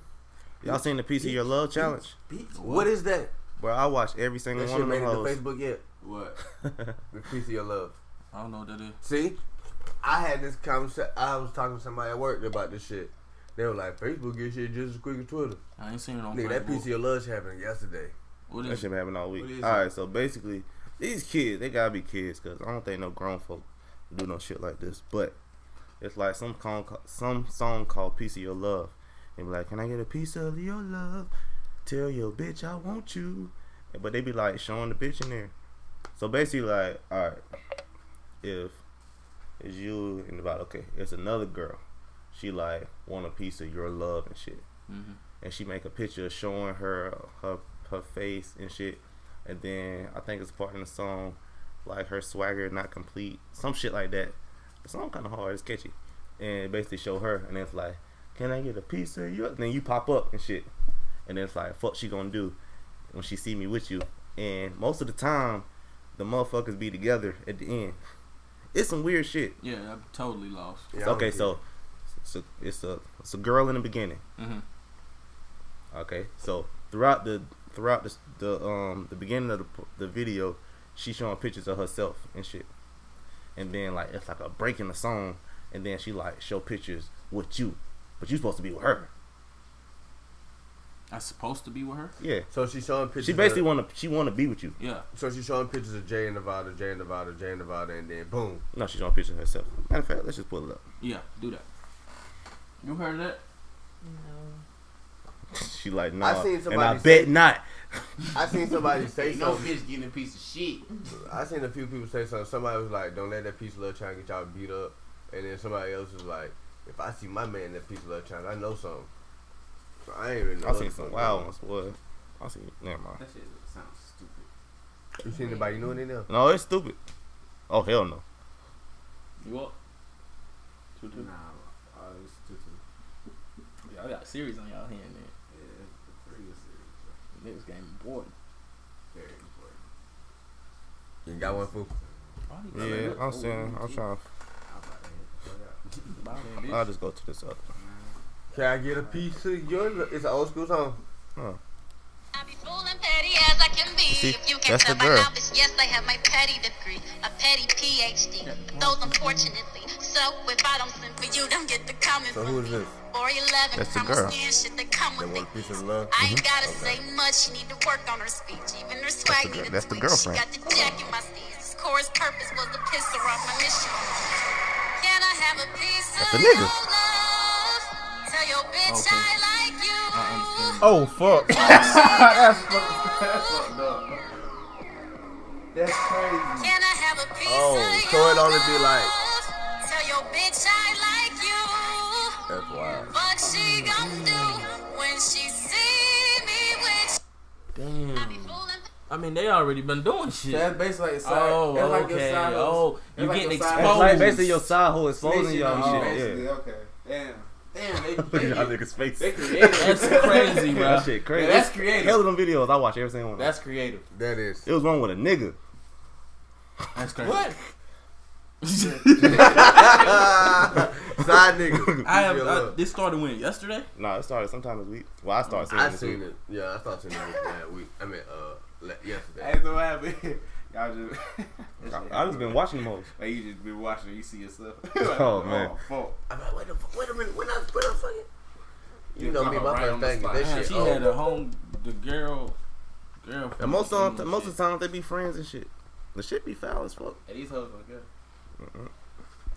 Speaker 3: Y'all seen the piece of your love challenge?
Speaker 6: Bitch,
Speaker 2: What is that?
Speaker 3: Bro, I watched every single
Speaker 2: That
Speaker 3: one
Speaker 2: shit
Speaker 3: of
Speaker 2: made
Speaker 3: them
Speaker 2: it to
Speaker 3: hoes.
Speaker 2: Facebook yet.
Speaker 6: What?
Speaker 3: (laughs)
Speaker 2: The piece of your love.
Speaker 5: I don't know what that is.
Speaker 2: See, I had this conversation. I was talking to somebody at work about this shit. They were like, Facebook get shit just as quick as Twitter.
Speaker 5: I ain't seen it on
Speaker 2: Nigga, that piece
Speaker 5: Facebook.
Speaker 2: of your love happened yesterday.
Speaker 5: What
Speaker 3: that
Speaker 5: is
Speaker 3: shit been happening all week.
Speaker 6: What is
Speaker 3: All
Speaker 6: it?
Speaker 3: right, so basically, these kids, they gotta be kids, cause I don't think no grown folk do no shit like this. But it's like some con- some song called "Piece of Your Love." They be like, "Can I get a piece of your love? Tell your bitch I want you." But they be like showing the bitch in there. So basically, like, all right, if it's you and about okay, it's another girl. She like want a piece of your love and shit
Speaker 5: Mhm.
Speaker 3: and she make a picture showing her her her face and shit. And then I think it's part in the song, like her swagger not complete, some shit like that. The song kind of hard, it's catchy, and it basically show her, and it's like, can I get a piece of you? Then you pop up and shit, and then it's like, fuck, she gonna do when she see me with you. And most of the time, the motherfuckers be together at the end. It's some weird shit.
Speaker 5: Yeah, I'm totally lost.
Speaker 2: Yeah, I
Speaker 3: It's
Speaker 2: don't
Speaker 3: okay,
Speaker 2: see
Speaker 3: so it's a, it's a it's a girl in the beginning.
Speaker 5: Mhm.
Speaker 3: Okay, so throughout the throughout the, the um the beginning of the, p- the video, she's showing pictures of herself and shit, and then like it's like a break in the song, and then she like show pictures with you, but you supposed to be with her.
Speaker 5: I supposed to be with her.
Speaker 3: Yeah,
Speaker 2: it. So she's showing pictures.
Speaker 3: she basically
Speaker 2: Of,
Speaker 3: want to she want to be with you.
Speaker 5: Yeah,
Speaker 2: so she's showing pictures of Jay and Nevada, Jay and Nevada, Jay and Nevada, and then boom.
Speaker 3: No, she's showing pictures of herself. Matter of fact, let's just pull it up.
Speaker 5: yeah, do that. You heard that?
Speaker 10: No.
Speaker 3: (laughs) She like, nah.
Speaker 2: seen
Speaker 3: and I
Speaker 2: somebody
Speaker 3: bet
Speaker 2: say-
Speaker 3: not.
Speaker 2: I seen somebody say
Speaker 6: Ain't no
Speaker 2: something.
Speaker 6: bitch getting a piece of shit.
Speaker 2: I seen a few people say something. Somebody was like, "Don't let that piece of love try and get y'all beat up," and then somebody else was like, "If I see my man that piece of love trying, I know something." So I ain't really.
Speaker 3: I seen some wild ones. What? I seen. Never mind.
Speaker 6: That shit sounds stupid.
Speaker 2: You seen anybody doing it now?
Speaker 3: No, it's stupid. Oh hell no.
Speaker 5: You up? Two
Speaker 6: Nah, uh, it's two two.
Speaker 5: Y'all got series on y'all hand, man.
Speaker 6: Yeah, the three is serious.
Speaker 5: Niggas game important.
Speaker 6: Very important.
Speaker 2: You got one fool.
Speaker 3: Yeah, I'm saying. I'm trying.
Speaker 6: I'm about to hit the fuck out.
Speaker 3: I'll just go to this other.
Speaker 2: Can I get a piece of your? lo- It's an old school song.
Speaker 7: I be full and petty as I can be.
Speaker 3: See,
Speaker 7: if you can
Speaker 3: that's
Speaker 7: tell
Speaker 3: the
Speaker 7: by
Speaker 3: girl.
Speaker 7: now, bitch, yes, I have my petty degree, a petty PhD. Those unfortunately, so if I don't send for you, don't get the comment
Speaker 11: So
Speaker 7: from
Speaker 11: who is
Speaker 7: me.
Speaker 11: this?
Speaker 7: Or 11
Speaker 3: That's the
Speaker 7: from a
Speaker 3: girl.
Speaker 7: skin shit that come
Speaker 11: They
Speaker 7: with
Speaker 11: want
Speaker 7: it.
Speaker 11: a piece of love.
Speaker 7: I ain't gotta say much. She need to work on her speech. Even her swag
Speaker 3: the
Speaker 7: need
Speaker 3: girl- Mm-hmm.
Speaker 7: to
Speaker 3: that's the
Speaker 7: tweak.
Speaker 3: girlfriend.
Speaker 7: She got the jack in my sleeves. Core's purpose was to piss her off my mission. Can I have a piece
Speaker 3: That's
Speaker 7: of
Speaker 3: a nigga.
Speaker 7: your love? Tell your bitch
Speaker 5: Okay.
Speaker 7: I like you.
Speaker 3: Oh fuck.
Speaker 6: that's fucked. That's fucked up. That's crazy.
Speaker 7: Can I have a piece
Speaker 11: Oh,
Speaker 7: of
Speaker 11: so
Speaker 7: your
Speaker 11: it only be
Speaker 7: love?
Speaker 11: like-
Speaker 7: Tell your bitch I like you.
Speaker 11: That's wild.
Speaker 7: What she gon' do when she see me with
Speaker 5: Damn.
Speaker 7: you?
Speaker 5: I mean, they already been doing shit.
Speaker 6: That's basically like side.
Speaker 5: oh,
Speaker 6: that's like your
Speaker 5: okay.
Speaker 6: side hole.
Speaker 5: oh,
Speaker 6: That's
Speaker 5: you
Speaker 6: like
Speaker 5: getting
Speaker 6: your side-
Speaker 5: exposed.
Speaker 6: That's
Speaker 3: like basically your side hole exposing
Speaker 6: Snitching
Speaker 3: y'all
Speaker 6: on
Speaker 3: and
Speaker 6: you,
Speaker 3: shit.
Speaker 6: basically.
Speaker 3: Yeah.
Speaker 6: Okay. Damn. Damn. They,
Speaker 3: (laughs)
Speaker 6: they,
Speaker 3: Y'all niggas face.
Speaker 6: they
Speaker 5: (laughs)
Speaker 6: creative.
Speaker 5: That's crazy,
Speaker 3: Yeah,
Speaker 5: bro.
Speaker 3: (laughs) that shit crazy.
Speaker 6: Yeah, that's creative.
Speaker 3: Hell of them videos. I watch every single one. That's
Speaker 6: That's creative.
Speaker 2: That
Speaker 3: (laughs)
Speaker 2: is.
Speaker 3: it was one with a nigga.
Speaker 5: That's crazy.
Speaker 6: What?
Speaker 2: Side (laughs) nigga.
Speaker 5: I
Speaker 2: Piece
Speaker 5: have.
Speaker 2: of
Speaker 5: I,
Speaker 2: love.
Speaker 5: this started when yesterday.
Speaker 3: Nah, it started sometime this week. Well, I started seeing
Speaker 2: uh, I
Speaker 3: this
Speaker 2: seen
Speaker 3: week.
Speaker 2: it. Yeah, I started seeing it last week. I mean, uh, la- yesterday.
Speaker 6: That's what happened. (laughs) Y'all just. (laughs)
Speaker 3: I, I just been watching most.
Speaker 6: Like you just been watching, you see yourself. (laughs)
Speaker 3: Oh, man.
Speaker 6: fuck.
Speaker 2: I'm like, wait a, wait a minute. When I, when I fucking. You
Speaker 6: You
Speaker 2: know me,
Speaker 6: talking
Speaker 2: my
Speaker 6: right
Speaker 2: first
Speaker 6: on the
Speaker 2: thing is
Speaker 6: spot.
Speaker 2: this
Speaker 5: Man,
Speaker 2: shit.
Speaker 5: she
Speaker 2: oh,
Speaker 5: had a home. The girl. Girl.
Speaker 3: And most
Speaker 5: of
Speaker 3: of them, most of the time they be friends and shit. The shit be foul as fuck.
Speaker 6: Hey, these hoes look good.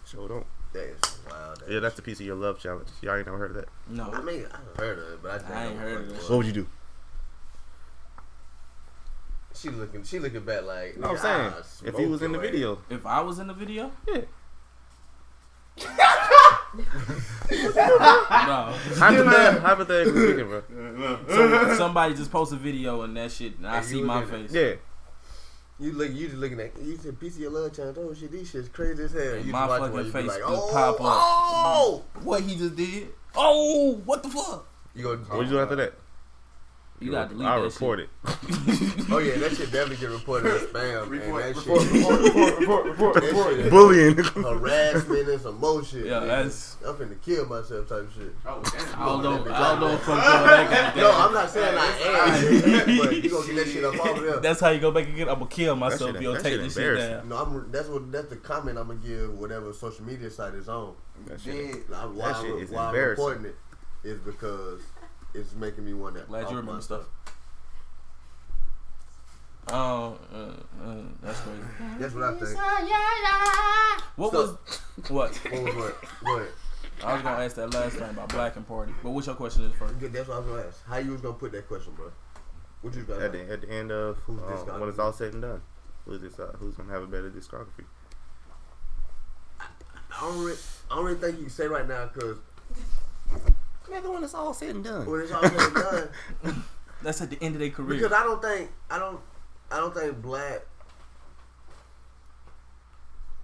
Speaker 3: Sure don't.
Speaker 2: that is wild.
Speaker 3: Yeah, that's the piece of your love challenge. Y'all ain't never heard of that.
Speaker 5: No.
Speaker 2: I mean, I heard of it, but I, just
Speaker 5: I ain't heard of
Speaker 2: fucking
Speaker 5: it.
Speaker 2: with
Speaker 3: would you do?
Speaker 2: it. She looking, she looking back like.
Speaker 3: No, I'm
Speaker 2: "Nah,
Speaker 3: saying
Speaker 2: smoke
Speaker 3: if he was in the
Speaker 2: your ass."
Speaker 3: video,
Speaker 5: If I was in the video.
Speaker 3: Yeah.
Speaker 5: (laughs) no.
Speaker 3: hypothetically, hypothetically speaking, bro.
Speaker 5: Some, somebody just post a video and that shit, and I
Speaker 2: And
Speaker 5: see
Speaker 2: you
Speaker 5: my
Speaker 2: was in
Speaker 5: face.
Speaker 3: Yeah,
Speaker 2: You look, you just looking at. You said piece of your love challenge. Oh shit, these shit's crazy as hell.
Speaker 5: And
Speaker 2: You
Speaker 5: my
Speaker 2: just watch
Speaker 5: fucking
Speaker 2: one, you be
Speaker 5: face
Speaker 2: like,
Speaker 5: just
Speaker 2: oh,
Speaker 5: pop up.
Speaker 2: Oh,
Speaker 5: What he just did? Oh, what the fuck?
Speaker 2: you gonna.
Speaker 3: what you do after that?
Speaker 5: You got to delete
Speaker 3: I
Speaker 5: that
Speaker 3: report
Speaker 5: shit.
Speaker 3: it.
Speaker 2: Oh yeah, that shit definitely get reported as spam. and
Speaker 6: Report,
Speaker 2: that
Speaker 6: report,
Speaker 2: shit-
Speaker 6: report, report, report, report,
Speaker 2: that
Speaker 6: report.
Speaker 2: shit is
Speaker 3: (laughs) Bullying.
Speaker 2: harassment and some more shit.
Speaker 5: (laughs) Yeah,
Speaker 2: nigga.
Speaker 5: that's-
Speaker 2: I'm finna kill myself type shit.
Speaker 6: Oh, damn.
Speaker 5: Although, although from doing that
Speaker 2: No, I'm not saying I am, but you gonna get that shit up off there.
Speaker 5: That's how you go back again. I'm gonna kill myself.
Speaker 3: shit-
Speaker 5: if you don't
Speaker 3: that
Speaker 5: take
Speaker 3: shit
Speaker 5: this shit down.
Speaker 3: embarrassing.
Speaker 2: No, I'm. That's what. That's the comment I'm gonna give. Whatever social media site is on.
Speaker 3: That shit.
Speaker 6: Dead.
Speaker 2: Like, why,
Speaker 3: That shit
Speaker 2: I'm-
Speaker 3: is
Speaker 2: why I'm
Speaker 3: embarrassing.
Speaker 2: reporting it is because it's making me want to.
Speaker 5: Glad you remember stuff.
Speaker 2: myself.
Speaker 5: Oh, uh, uh, that's crazy.
Speaker 2: That's what I think.
Speaker 5: What
Speaker 2: So-
Speaker 5: was what?
Speaker 2: What was what? What?
Speaker 5: I was gonna ask that last thing about black and party. But what's your question is first?
Speaker 2: Good, That's what I was gonna ask. How you was gonna put that question, bro? What you was gonna
Speaker 3: At the, at the end of
Speaker 2: Who's this guy?
Speaker 3: um, when it's all said and done, who's this? Uh, who's gonna have a better discography?
Speaker 2: I don't, re- I don't really think you can say right now
Speaker 3: (laughs)
Speaker 2: because
Speaker 3: Nigga, when it's all said and done.
Speaker 2: when it's all said and done,
Speaker 5: That's at the end of their career.
Speaker 2: because I don't think I don't I don't think black.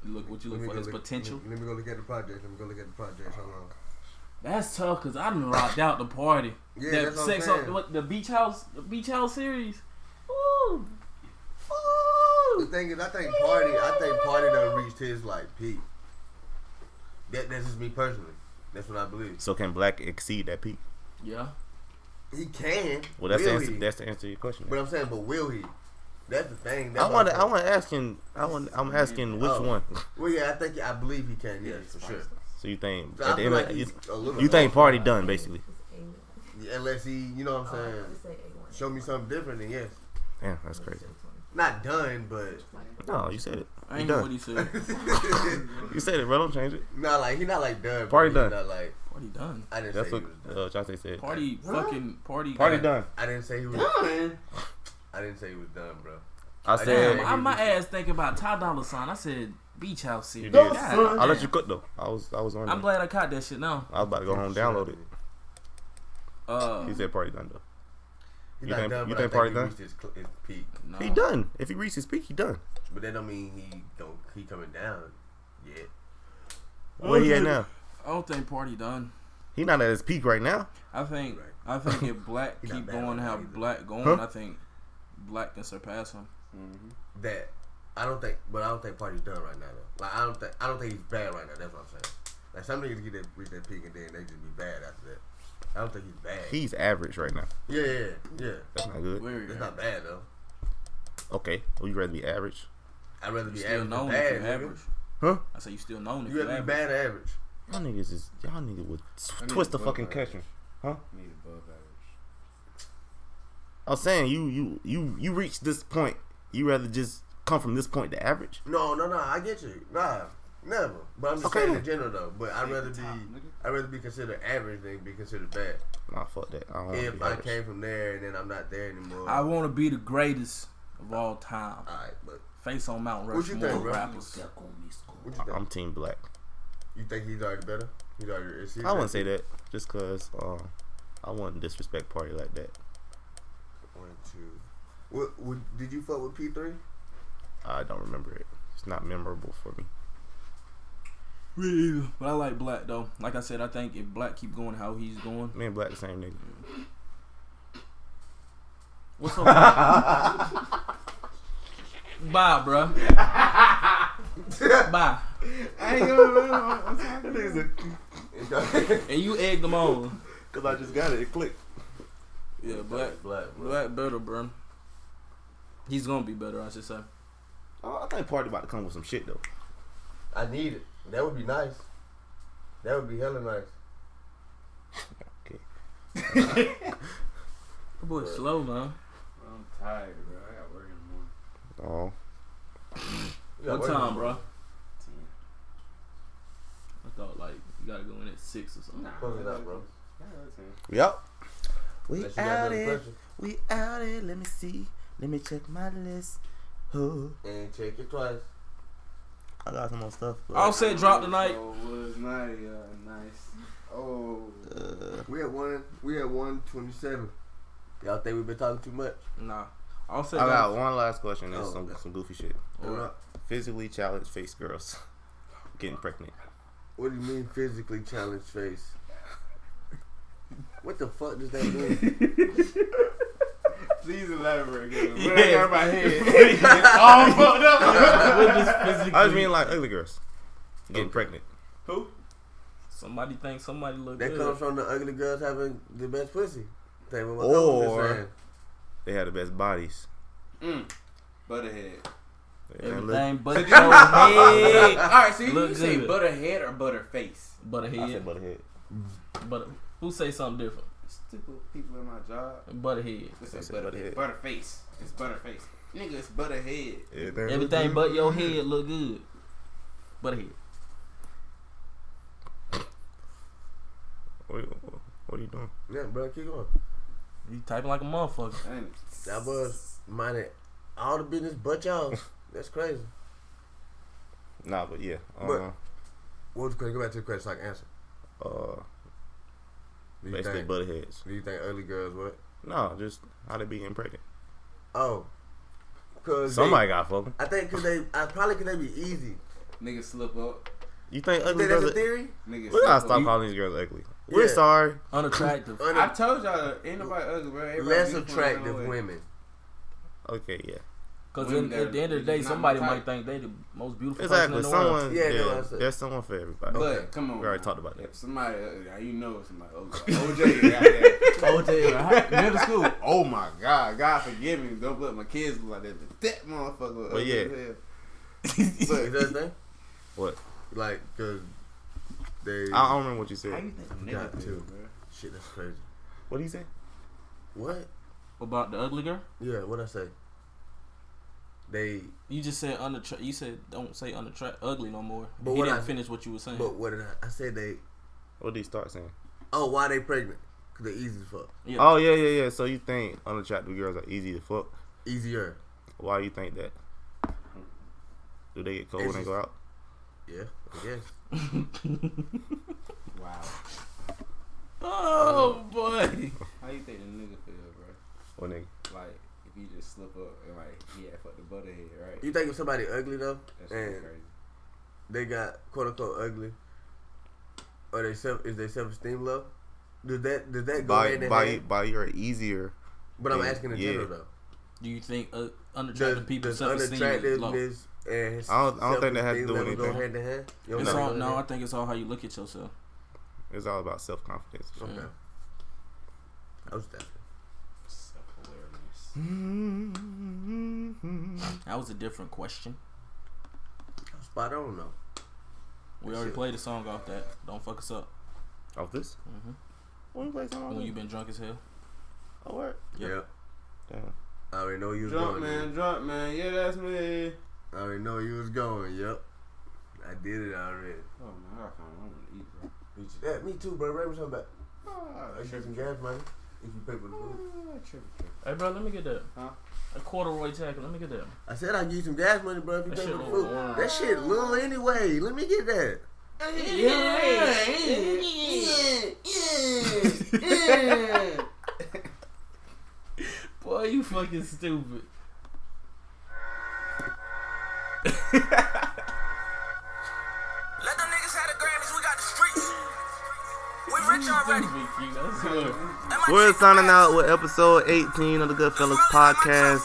Speaker 5: look what you look for his potential.
Speaker 2: Let me, go look at the project. Let me go look at the project. Hold on.
Speaker 5: That's tough because I done rocked out the party.
Speaker 2: Yeah,
Speaker 5: that
Speaker 2: that's what I'm
Speaker 5: sex
Speaker 2: saying.
Speaker 5: what the beach house the beach house series. Ooh.
Speaker 2: The
Speaker 5: Ooh.
Speaker 2: thing is, I think party. I think party done reached his like peak. That that's just me personally. That's what I believe.
Speaker 3: So can Black exceed that peak?
Speaker 5: Yeah.
Speaker 2: He can.
Speaker 3: Well, that's the
Speaker 2: will
Speaker 3: answer.
Speaker 2: he?
Speaker 3: That's the answer to your question.
Speaker 2: But I'm saying, but will he? That's the thing. That's
Speaker 3: I
Speaker 2: what
Speaker 3: want to.
Speaker 2: I'm
Speaker 3: I
Speaker 2: saying.
Speaker 3: want to ask him. I want. I'm asking which
Speaker 2: Oh.
Speaker 3: one. (laughs)
Speaker 2: Well, yeah, I think I believe he can. Yes, for sure.
Speaker 3: So you think
Speaker 2: So
Speaker 3: at
Speaker 2: I
Speaker 3: the
Speaker 2: feel
Speaker 3: end
Speaker 2: like
Speaker 3: of, you,
Speaker 2: he's a little.
Speaker 3: you think party done basically?
Speaker 2: unless he, you know what I'm saying. Show me something different, and yes,
Speaker 3: Damn, that's crazy.
Speaker 2: not done, but (laughs)
Speaker 3: No, you said it.
Speaker 5: I
Speaker 3: You
Speaker 5: ain't know
Speaker 3: done.
Speaker 5: what he said.
Speaker 3: You said it, bro. Don't change it.
Speaker 2: not like he not like done. but
Speaker 3: Party
Speaker 2: he
Speaker 3: done.
Speaker 2: Not like
Speaker 5: Party done.
Speaker 2: I didn't
Speaker 3: That's
Speaker 2: say
Speaker 3: what
Speaker 2: he was done.
Speaker 3: uh, Chauncey said.
Speaker 5: Party
Speaker 2: Huh?
Speaker 5: fucking party.
Speaker 3: Party
Speaker 5: got-
Speaker 3: done.
Speaker 2: I didn't say he was
Speaker 12: Done?
Speaker 2: I didn't say he was done, bro.
Speaker 3: I
Speaker 2: didn't
Speaker 3: said-
Speaker 2: say
Speaker 5: Damn, I,
Speaker 2: he
Speaker 5: my
Speaker 2: was-
Speaker 5: ass thinking about Ty Dolla Sign. I said Beach House
Speaker 3: You
Speaker 5: series.
Speaker 3: did.
Speaker 5: God
Speaker 3: I
Speaker 5: damn.
Speaker 3: let you cook though. I was I was on.
Speaker 5: I'm
Speaker 3: there.
Speaker 5: glad I caught that shit now.
Speaker 3: I was about to go home and download it.
Speaker 5: Uh,
Speaker 3: He said party done though.
Speaker 2: He's
Speaker 3: You
Speaker 2: not
Speaker 3: think,
Speaker 2: done,
Speaker 3: you
Speaker 2: but I
Speaker 3: think party
Speaker 2: he
Speaker 3: done?
Speaker 2: reached his, cl- his peak.
Speaker 5: no.
Speaker 3: He done. If he reaches his peak, he done.
Speaker 2: But that don't mean he don't he coming down yet.
Speaker 3: Where he at now?
Speaker 5: I don't think party done.
Speaker 3: He not at his peak right now.
Speaker 5: I think
Speaker 2: Right.
Speaker 5: I think if Black
Speaker 2: (laughs) He not
Speaker 5: keep
Speaker 2: bad
Speaker 5: going
Speaker 2: like
Speaker 5: how
Speaker 2: that either.
Speaker 5: Black going,
Speaker 3: Huh?
Speaker 5: I think Black can surpass him.
Speaker 2: That I don't think, but I don't think party's done right now. Though. Like I don't think I don't think he's bad right now. That's what I'm saying. Like some niggas get that reach that peak and then they just be bad after that. I don't think he's bad.
Speaker 3: He's average right now.
Speaker 2: yeah, yeah, yeah.
Speaker 3: That's not good.
Speaker 5: Where he
Speaker 2: That's
Speaker 5: at?
Speaker 2: not bad though.
Speaker 3: Okay. Would you rather be average?
Speaker 2: I'd rather
Speaker 5: You
Speaker 2: be
Speaker 5: still
Speaker 2: average than
Speaker 5: known
Speaker 2: bad.
Speaker 5: if you
Speaker 2: nigga.
Speaker 5: average.
Speaker 3: Huh?
Speaker 5: I say you still known if
Speaker 2: You
Speaker 5: you
Speaker 2: rather be
Speaker 5: average.
Speaker 2: bad or average.
Speaker 3: Y'all niggas is y'all niggas would s-
Speaker 6: I need
Speaker 3: twist
Speaker 6: to
Speaker 3: the fucking
Speaker 6: vote.
Speaker 3: catching.
Speaker 6: Need above average.
Speaker 3: I was saying you you you you reach this point. You rather just come from this point to average.
Speaker 2: No, no, no. I get you. Nah, never. But I'm just
Speaker 3: Okay,
Speaker 2: saying
Speaker 3: then.
Speaker 2: in general though. But I'd
Speaker 6: Take
Speaker 2: rather
Speaker 6: the
Speaker 2: be
Speaker 6: top, nigga.
Speaker 2: I'd rather be considered average than be considered bad.
Speaker 3: Nah, fuck that. I don't want to
Speaker 2: If
Speaker 3: be
Speaker 2: I
Speaker 3: average.
Speaker 2: came from there and then I'm not there anymore.
Speaker 5: I want to be the greatest of all time.
Speaker 2: All right, but
Speaker 5: Face on Mount
Speaker 2: What you
Speaker 5: Rushmore
Speaker 2: think, bro?
Speaker 5: rappers.
Speaker 2: what you
Speaker 3: I-
Speaker 2: think?
Speaker 3: I'm team black.
Speaker 2: You think he's already better? He's already. Is he
Speaker 3: I wouldn't
Speaker 2: already-
Speaker 3: say that just cause um I wouldn't disrespect party like that.
Speaker 2: One, two. What, what, did you fuck with P three?
Speaker 3: I don't remember it. It's not memorable for me.
Speaker 5: Yeah, But I like Black though. Like I said, I think if Black keep going how he's going,
Speaker 3: Me and black the same nigga.
Speaker 5: what's up? (laughs) Bye,
Speaker 2: (laughs)
Speaker 5: bruh. Bye. And you egged them on.
Speaker 2: Cause I just got it. It clicked.
Speaker 5: Yeah,
Speaker 2: (laughs)
Speaker 5: Black.
Speaker 2: Black. Black.
Speaker 5: Black better, bruh. He's gonna be better, I should say.
Speaker 3: Oh, I think party about to come with some shit though.
Speaker 2: I need it. That would be nice. That would be hella nice.
Speaker 5: That boy slow, man.
Speaker 6: Bro, I'm tired, bro. I got work in the
Speaker 3: Oh.
Speaker 6: morning.
Speaker 2: You got
Speaker 5: What
Speaker 2: work
Speaker 5: time,
Speaker 2: tomorrow.
Speaker 5: bruh?
Speaker 6: Ten.
Speaker 5: I thought like you gotta go in at six or something.
Speaker 2: Close it out, bro.
Speaker 6: Yeah, that's it.
Speaker 3: Yep. We
Speaker 2: Unless you got another question.
Speaker 3: We out it. Let me see. Let me check my list. Oh,
Speaker 2: And check it twice.
Speaker 3: I got some more stuff. But,
Speaker 5: I'll say drop tonight.
Speaker 6: So Oh, was my uh, nice. Oh,
Speaker 3: uh,
Speaker 2: We at one. We at one twenty-seven. Y'all think we've been talking too much?
Speaker 5: Nah. I'll say
Speaker 3: I got one last question. It's
Speaker 2: Oh,
Speaker 3: some
Speaker 2: that's-
Speaker 3: some goofy shit.
Speaker 2: Or-
Speaker 3: Physically challenged face girls (laughs) getting pregnant.
Speaker 2: What do you mean physically challenged face? What the fuck does that mean?
Speaker 6: please elaborate.
Speaker 5: (laughs) (laughs)
Speaker 6: Again.
Speaker 5: Yeah.
Speaker 6: Yeah. I got in my head. All fucked up.
Speaker 5: We'll just physically-
Speaker 3: I just mean like ugly girls getting pregnant.
Speaker 6: Who?
Speaker 5: Somebody think somebody look
Speaker 2: that
Speaker 5: good.
Speaker 2: comes from the ugly girls having the best pussy. Think what my
Speaker 3: Or-
Speaker 2: uncle been saying.
Speaker 3: They had the best bodies.
Speaker 6: Mm. Butterhead.
Speaker 3: They had look-
Speaker 5: Everything but your head.
Speaker 6: (laughs) All right, so you,
Speaker 5: Look
Speaker 6: you say
Speaker 5: good.
Speaker 6: butterhead or butterface?
Speaker 5: But a
Speaker 3: I said
Speaker 5: head.
Speaker 3: butterhead.
Speaker 5: But who say something different?
Speaker 6: Stupid people in my job.
Speaker 5: But a head.
Speaker 6: It's
Speaker 3: They
Speaker 6: like
Speaker 3: said
Speaker 6: butterhead. Butterface. It's butterface. Nigga, it's butterhead.
Speaker 3: Everything,
Speaker 5: Everything but your head look good. But a head.
Speaker 3: What, what are you doing?
Speaker 2: Yeah, bro, keep going.
Speaker 5: You typing like a motherfucker.
Speaker 6: Dang.
Speaker 2: That was minded all the business but (laughs) y'all. That's crazy.
Speaker 3: Nah, but yeah. Um,
Speaker 2: But- What was the question? Go back to the question so I can answer.
Speaker 3: uh,
Speaker 2: Do you,
Speaker 3: basically
Speaker 2: think,
Speaker 3: butterheads.
Speaker 2: do you think ugly girls what?
Speaker 3: No, just how they be getting pregnant.
Speaker 2: Oh. Cause
Speaker 3: Somebody got fucking.
Speaker 2: They, I think because they, I probably because they be easy.
Speaker 6: Nigga slip up.
Speaker 3: You think
Speaker 2: You
Speaker 3: ugly
Speaker 2: think that's a
Speaker 3: girls?
Speaker 2: theory?
Speaker 3: We
Speaker 6: Nigga
Speaker 3: gotta
Speaker 6: slip
Speaker 3: stop
Speaker 6: up.
Speaker 3: calling these girls ugly. We're
Speaker 2: Yeah.
Speaker 3: sorry.
Speaker 2: (laughs)
Speaker 5: Unattractive.
Speaker 2: Un-
Speaker 6: I told y'all, ain't nobody ugly, bro. Everybody
Speaker 2: less
Speaker 6: beautiful in their
Speaker 2: attractive
Speaker 6: own way.
Speaker 2: women.
Speaker 3: Okay, yeah.
Speaker 5: Because at
Speaker 6: Women
Speaker 5: the end of the
Speaker 6: that-
Speaker 5: day,
Speaker 6: it's not
Speaker 5: somebody
Speaker 6: my
Speaker 5: might
Speaker 6: type.
Speaker 5: think they the most beautiful person
Speaker 3: Exactly.
Speaker 5: in the world.
Speaker 3: Someone.
Speaker 2: Yeah,
Speaker 3: Yeah,
Speaker 2: that's what I said.
Speaker 3: there's someone for everybody.
Speaker 6: But come on,
Speaker 3: We already
Speaker 6: man.
Speaker 3: talked about that.
Speaker 6: If somebody, uh, you know somebody. Oh, OJ, goddamn.
Speaker 5: OJ,
Speaker 6: middle school. Oh my God, God forgive me. Don't let my kids look like that. But that motherfucker. was
Speaker 3: But
Speaker 6: ugly
Speaker 3: yeah.
Speaker 6: as hell.
Speaker 2: Is that the thing?
Speaker 3: What?
Speaker 2: Like, because they.
Speaker 3: I don't remember what you
Speaker 6: How
Speaker 3: said.
Speaker 6: you think
Speaker 2: Got
Speaker 6: nigga
Speaker 2: to.
Speaker 6: too, bro?
Speaker 2: Shit, that's crazy.
Speaker 3: What did you say?
Speaker 2: What?
Speaker 5: about the ugly girl.
Speaker 2: Yeah, what I say? They.
Speaker 5: You just said unattract. You said don't say unattract ugly no more.
Speaker 2: But
Speaker 5: he
Speaker 2: what
Speaker 5: didn't
Speaker 2: I-
Speaker 5: finish what you were saying.
Speaker 2: But what did I, I said? They
Speaker 3: What do you start saying?
Speaker 13: Oh, why they pregnant? Cause they easy as fuck.
Speaker 3: Oh yeah, yeah, yeah. So you think unattractive girls are easy to fuck?
Speaker 13: Easier.
Speaker 3: Why do you think that? Do they get cold
Speaker 13: It's
Speaker 3: when they go out?
Speaker 13: Yeah, I guess.
Speaker 6: Wow.
Speaker 5: (laughs) Oh boy.
Speaker 6: How you think the nigga feel, bro?
Speaker 3: What nigga?
Speaker 6: Like, if you just slip up and like, yeah, fuck the butterhead, right?
Speaker 13: You think if somebody ugly though,
Speaker 6: That's
Speaker 13: and
Speaker 6: crazy.
Speaker 13: they got quote unquote ugly, or they self is their self esteem low? Does that does that go
Speaker 3: By
Speaker 13: hand in
Speaker 3: by
Speaker 13: hand?
Speaker 3: by you're easier.
Speaker 13: But I'm
Speaker 3: and-
Speaker 13: asking in
Speaker 3: yeah.
Speaker 13: general though.
Speaker 5: Do you think uh,
Speaker 13: Does,
Speaker 5: unattractive
Speaker 13: does
Speaker 5: people's self esteem is low?
Speaker 13: unattractiveness and his
Speaker 3: I don't- I don't think that has to
Speaker 13: self-esteem
Speaker 3: do
Speaker 13: level
Speaker 3: anything.
Speaker 13: Go hand in hand. You don't
Speaker 5: It's
Speaker 13: think
Speaker 5: all,
Speaker 13: it
Speaker 5: no, I
Speaker 13: goes
Speaker 5: think it's all how you look at yourself.
Speaker 3: It's all about self confidence.
Speaker 13: hand in hand? Okay. I was definitely.
Speaker 6: Self awareness.
Speaker 5: That was a different question.
Speaker 13: Spot on though.
Speaker 5: We already played a song off that. Don't fuck us up.
Speaker 3: Off this?
Speaker 5: Mhm.
Speaker 3: When you play something?
Speaker 5: When
Speaker 3: Like
Speaker 5: you been drunk as hell.
Speaker 3: that? Oh, work.
Speaker 5: Yep.
Speaker 13: Yeah.
Speaker 3: Damn.
Speaker 13: I already know you was
Speaker 6: Drunk
Speaker 13: going.
Speaker 6: man, drunk man. Yeah, that's me.
Speaker 13: I already know you was going. Yep. I did it already.
Speaker 6: Oh my god, I kinda wanna eat, bro.
Speaker 13: Yeah, me too, bro. Bring me something back. I
Speaker 6: Ah,
Speaker 13: get some
Speaker 6: tripping.
Speaker 13: gas money if you pay for the food.
Speaker 6: Ah, tripping, tripping.
Speaker 5: Hey, bro, let me get that.
Speaker 6: Huh?
Speaker 5: A corduroy tackle. Let me get that.
Speaker 13: I said I'd give you some gas money, bro, if you
Speaker 5: That
Speaker 13: pay
Speaker 5: shit
Speaker 13: for the
Speaker 5: little
Speaker 13: food.
Speaker 5: warm.
Speaker 13: That shit little anyway. Let me get that.
Speaker 5: Boy, you fucking stupid.
Speaker 4: Let them niggas have the Grammys, we got the streets. We
Speaker 5: You
Speaker 4: rich
Speaker 5: stupid,
Speaker 4: already.
Speaker 5: Q. That's good.
Speaker 4: And my
Speaker 3: We're
Speaker 4: chick
Speaker 3: signing
Speaker 4: bad.
Speaker 3: out with episode 18 of the Goodfellas podcast.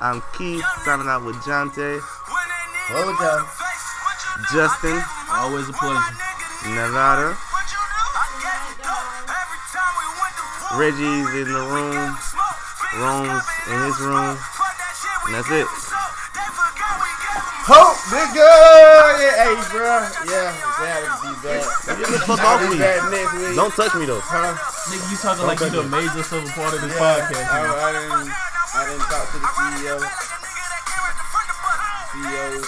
Speaker 3: I'm Keith, signing out with Jonte.
Speaker 4: When they need
Speaker 13: Hold on.
Speaker 4: the motivation, what you do,
Speaker 3: Justin,
Speaker 4: I give 'em hope.
Speaker 5: always a
Speaker 4: When my
Speaker 5: pleasure.
Speaker 4: nigga need
Speaker 3: Nevada.
Speaker 4: money, what you do? I gave 'em dope. Every time we went to war,
Speaker 3: Reggie's
Speaker 4: when we
Speaker 3: in the
Speaker 4: did, we
Speaker 3: room.
Speaker 4: gave 'em smoke. Fingers
Speaker 3: Rome's
Speaker 4: covered
Speaker 3: in
Speaker 4: in
Speaker 3: his
Speaker 4: our
Speaker 3: room.
Speaker 4: smoke. Fuck that shit, we
Speaker 3: And that's
Speaker 4: gave
Speaker 3: it.
Speaker 4: 'em soap. They forgot we gave 'em
Speaker 2: Hope, nigga. Yeah, hey, bruh.
Speaker 4: Yeah, that would be bad.
Speaker 3: Get the fuck off
Speaker 2: Be
Speaker 3: me.
Speaker 2: back next week.
Speaker 3: Don't touch me though.
Speaker 5: Nigga, you talking like you the major yourself a part of this podcast.
Speaker 4: I, I didn't, I didn't talk to the CEO. CEO.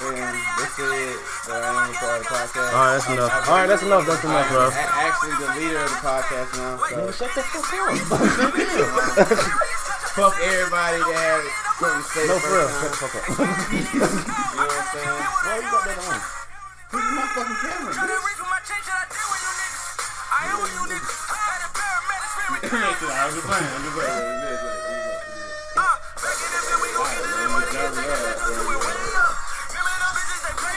Speaker 4: And they said that I am a part of the podcast.
Speaker 3: All right, that's enough. All right, that's enough. That's enough, bro.
Speaker 6: A- Actually, the leader of the podcast now. So
Speaker 4: Shut the fuck up.
Speaker 6: (laughs) fuck everybody that had something to say.
Speaker 3: No,
Speaker 6: first
Speaker 3: for real.
Speaker 6: time.
Speaker 3: Shut the fuck up.
Speaker 6: You know what I'm saying? Why you got that on? This is my fucking camera. bitch. (laughs) I'm just playing. I'm just playing. I'm just playing. I'm just playing.
Speaker 4: Uh,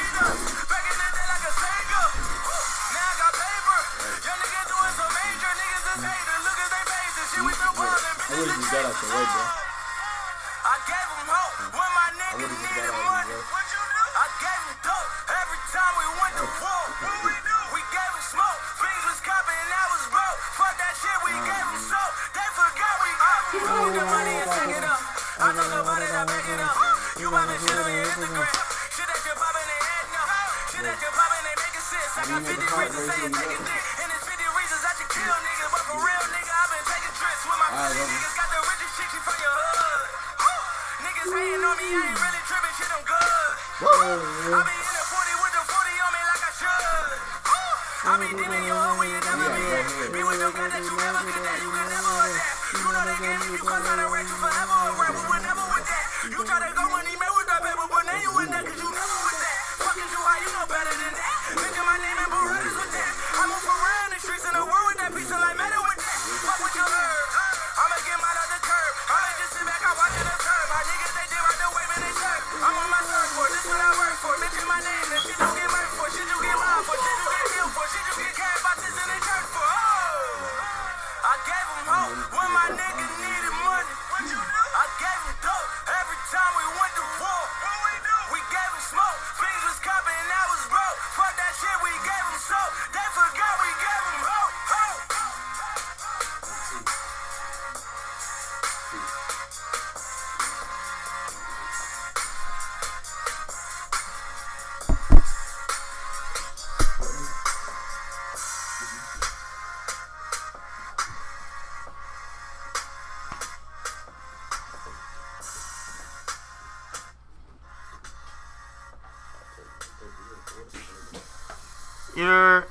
Speaker 6: I would've just got out the way, bro.
Speaker 4: I gave him hope when my niggas
Speaker 6: would've just
Speaker 4: needed
Speaker 6: got out of
Speaker 4: money.
Speaker 6: the way.
Speaker 4: What you do? I gave him dope every time we went to war. What we do? We gave him smoke. Things was copy and I was broke. Fuck that shit, we gave him soap. They forgot we got him. Move the money and stack it up. I talk about it, I back it up. You poppin' shit on your Instagram. Shit that you're poppin', they adding up. Shit that you're poppin', they making sense. I got 50 reasons, say you take a dick. And it's 50 reasons that you kill niggas. But for real, nigga, I've been taking trips with my pussy niggas. Got the richest shit you from your hood. Woo! Niggas hating on me, I ain't really tripping, shit, I'm good. I be in the 40 with the 40 on me like I should. Woo! I be deep in your hood when you never be there. Be with them guys that you never get that, you can never adapt. You know they get it, you gon' try to rap, you forever a rapper, we never with that. You try to go when he met with that paper, but now you in that, cause you never with that. Fucking you, how you know better than that? Mention my name and Berettas with that. I'm up around the streets in the world with that piece of like metal with that. Fuck with your herb. I'ma get mine out the curb. I'ma just sit back, I watch it observe. My niggas, they did right the wave and they turn. I'm on my surfboard, this what I work for. Mention my name, that shit don't get murdered for. Shit you get lied for, shit you get killed for. Shit you get carried by this and they turn for. Oh! I gave 'em hope when my nigga needed money. What you do? I gave 'em dope every time we went to war. What we do? We gave 'em smoke. Things was copy and I was broke. Fuck that shit, we gave 'em soap. They forgot we gave 'em hope. hope.
Speaker 3: You're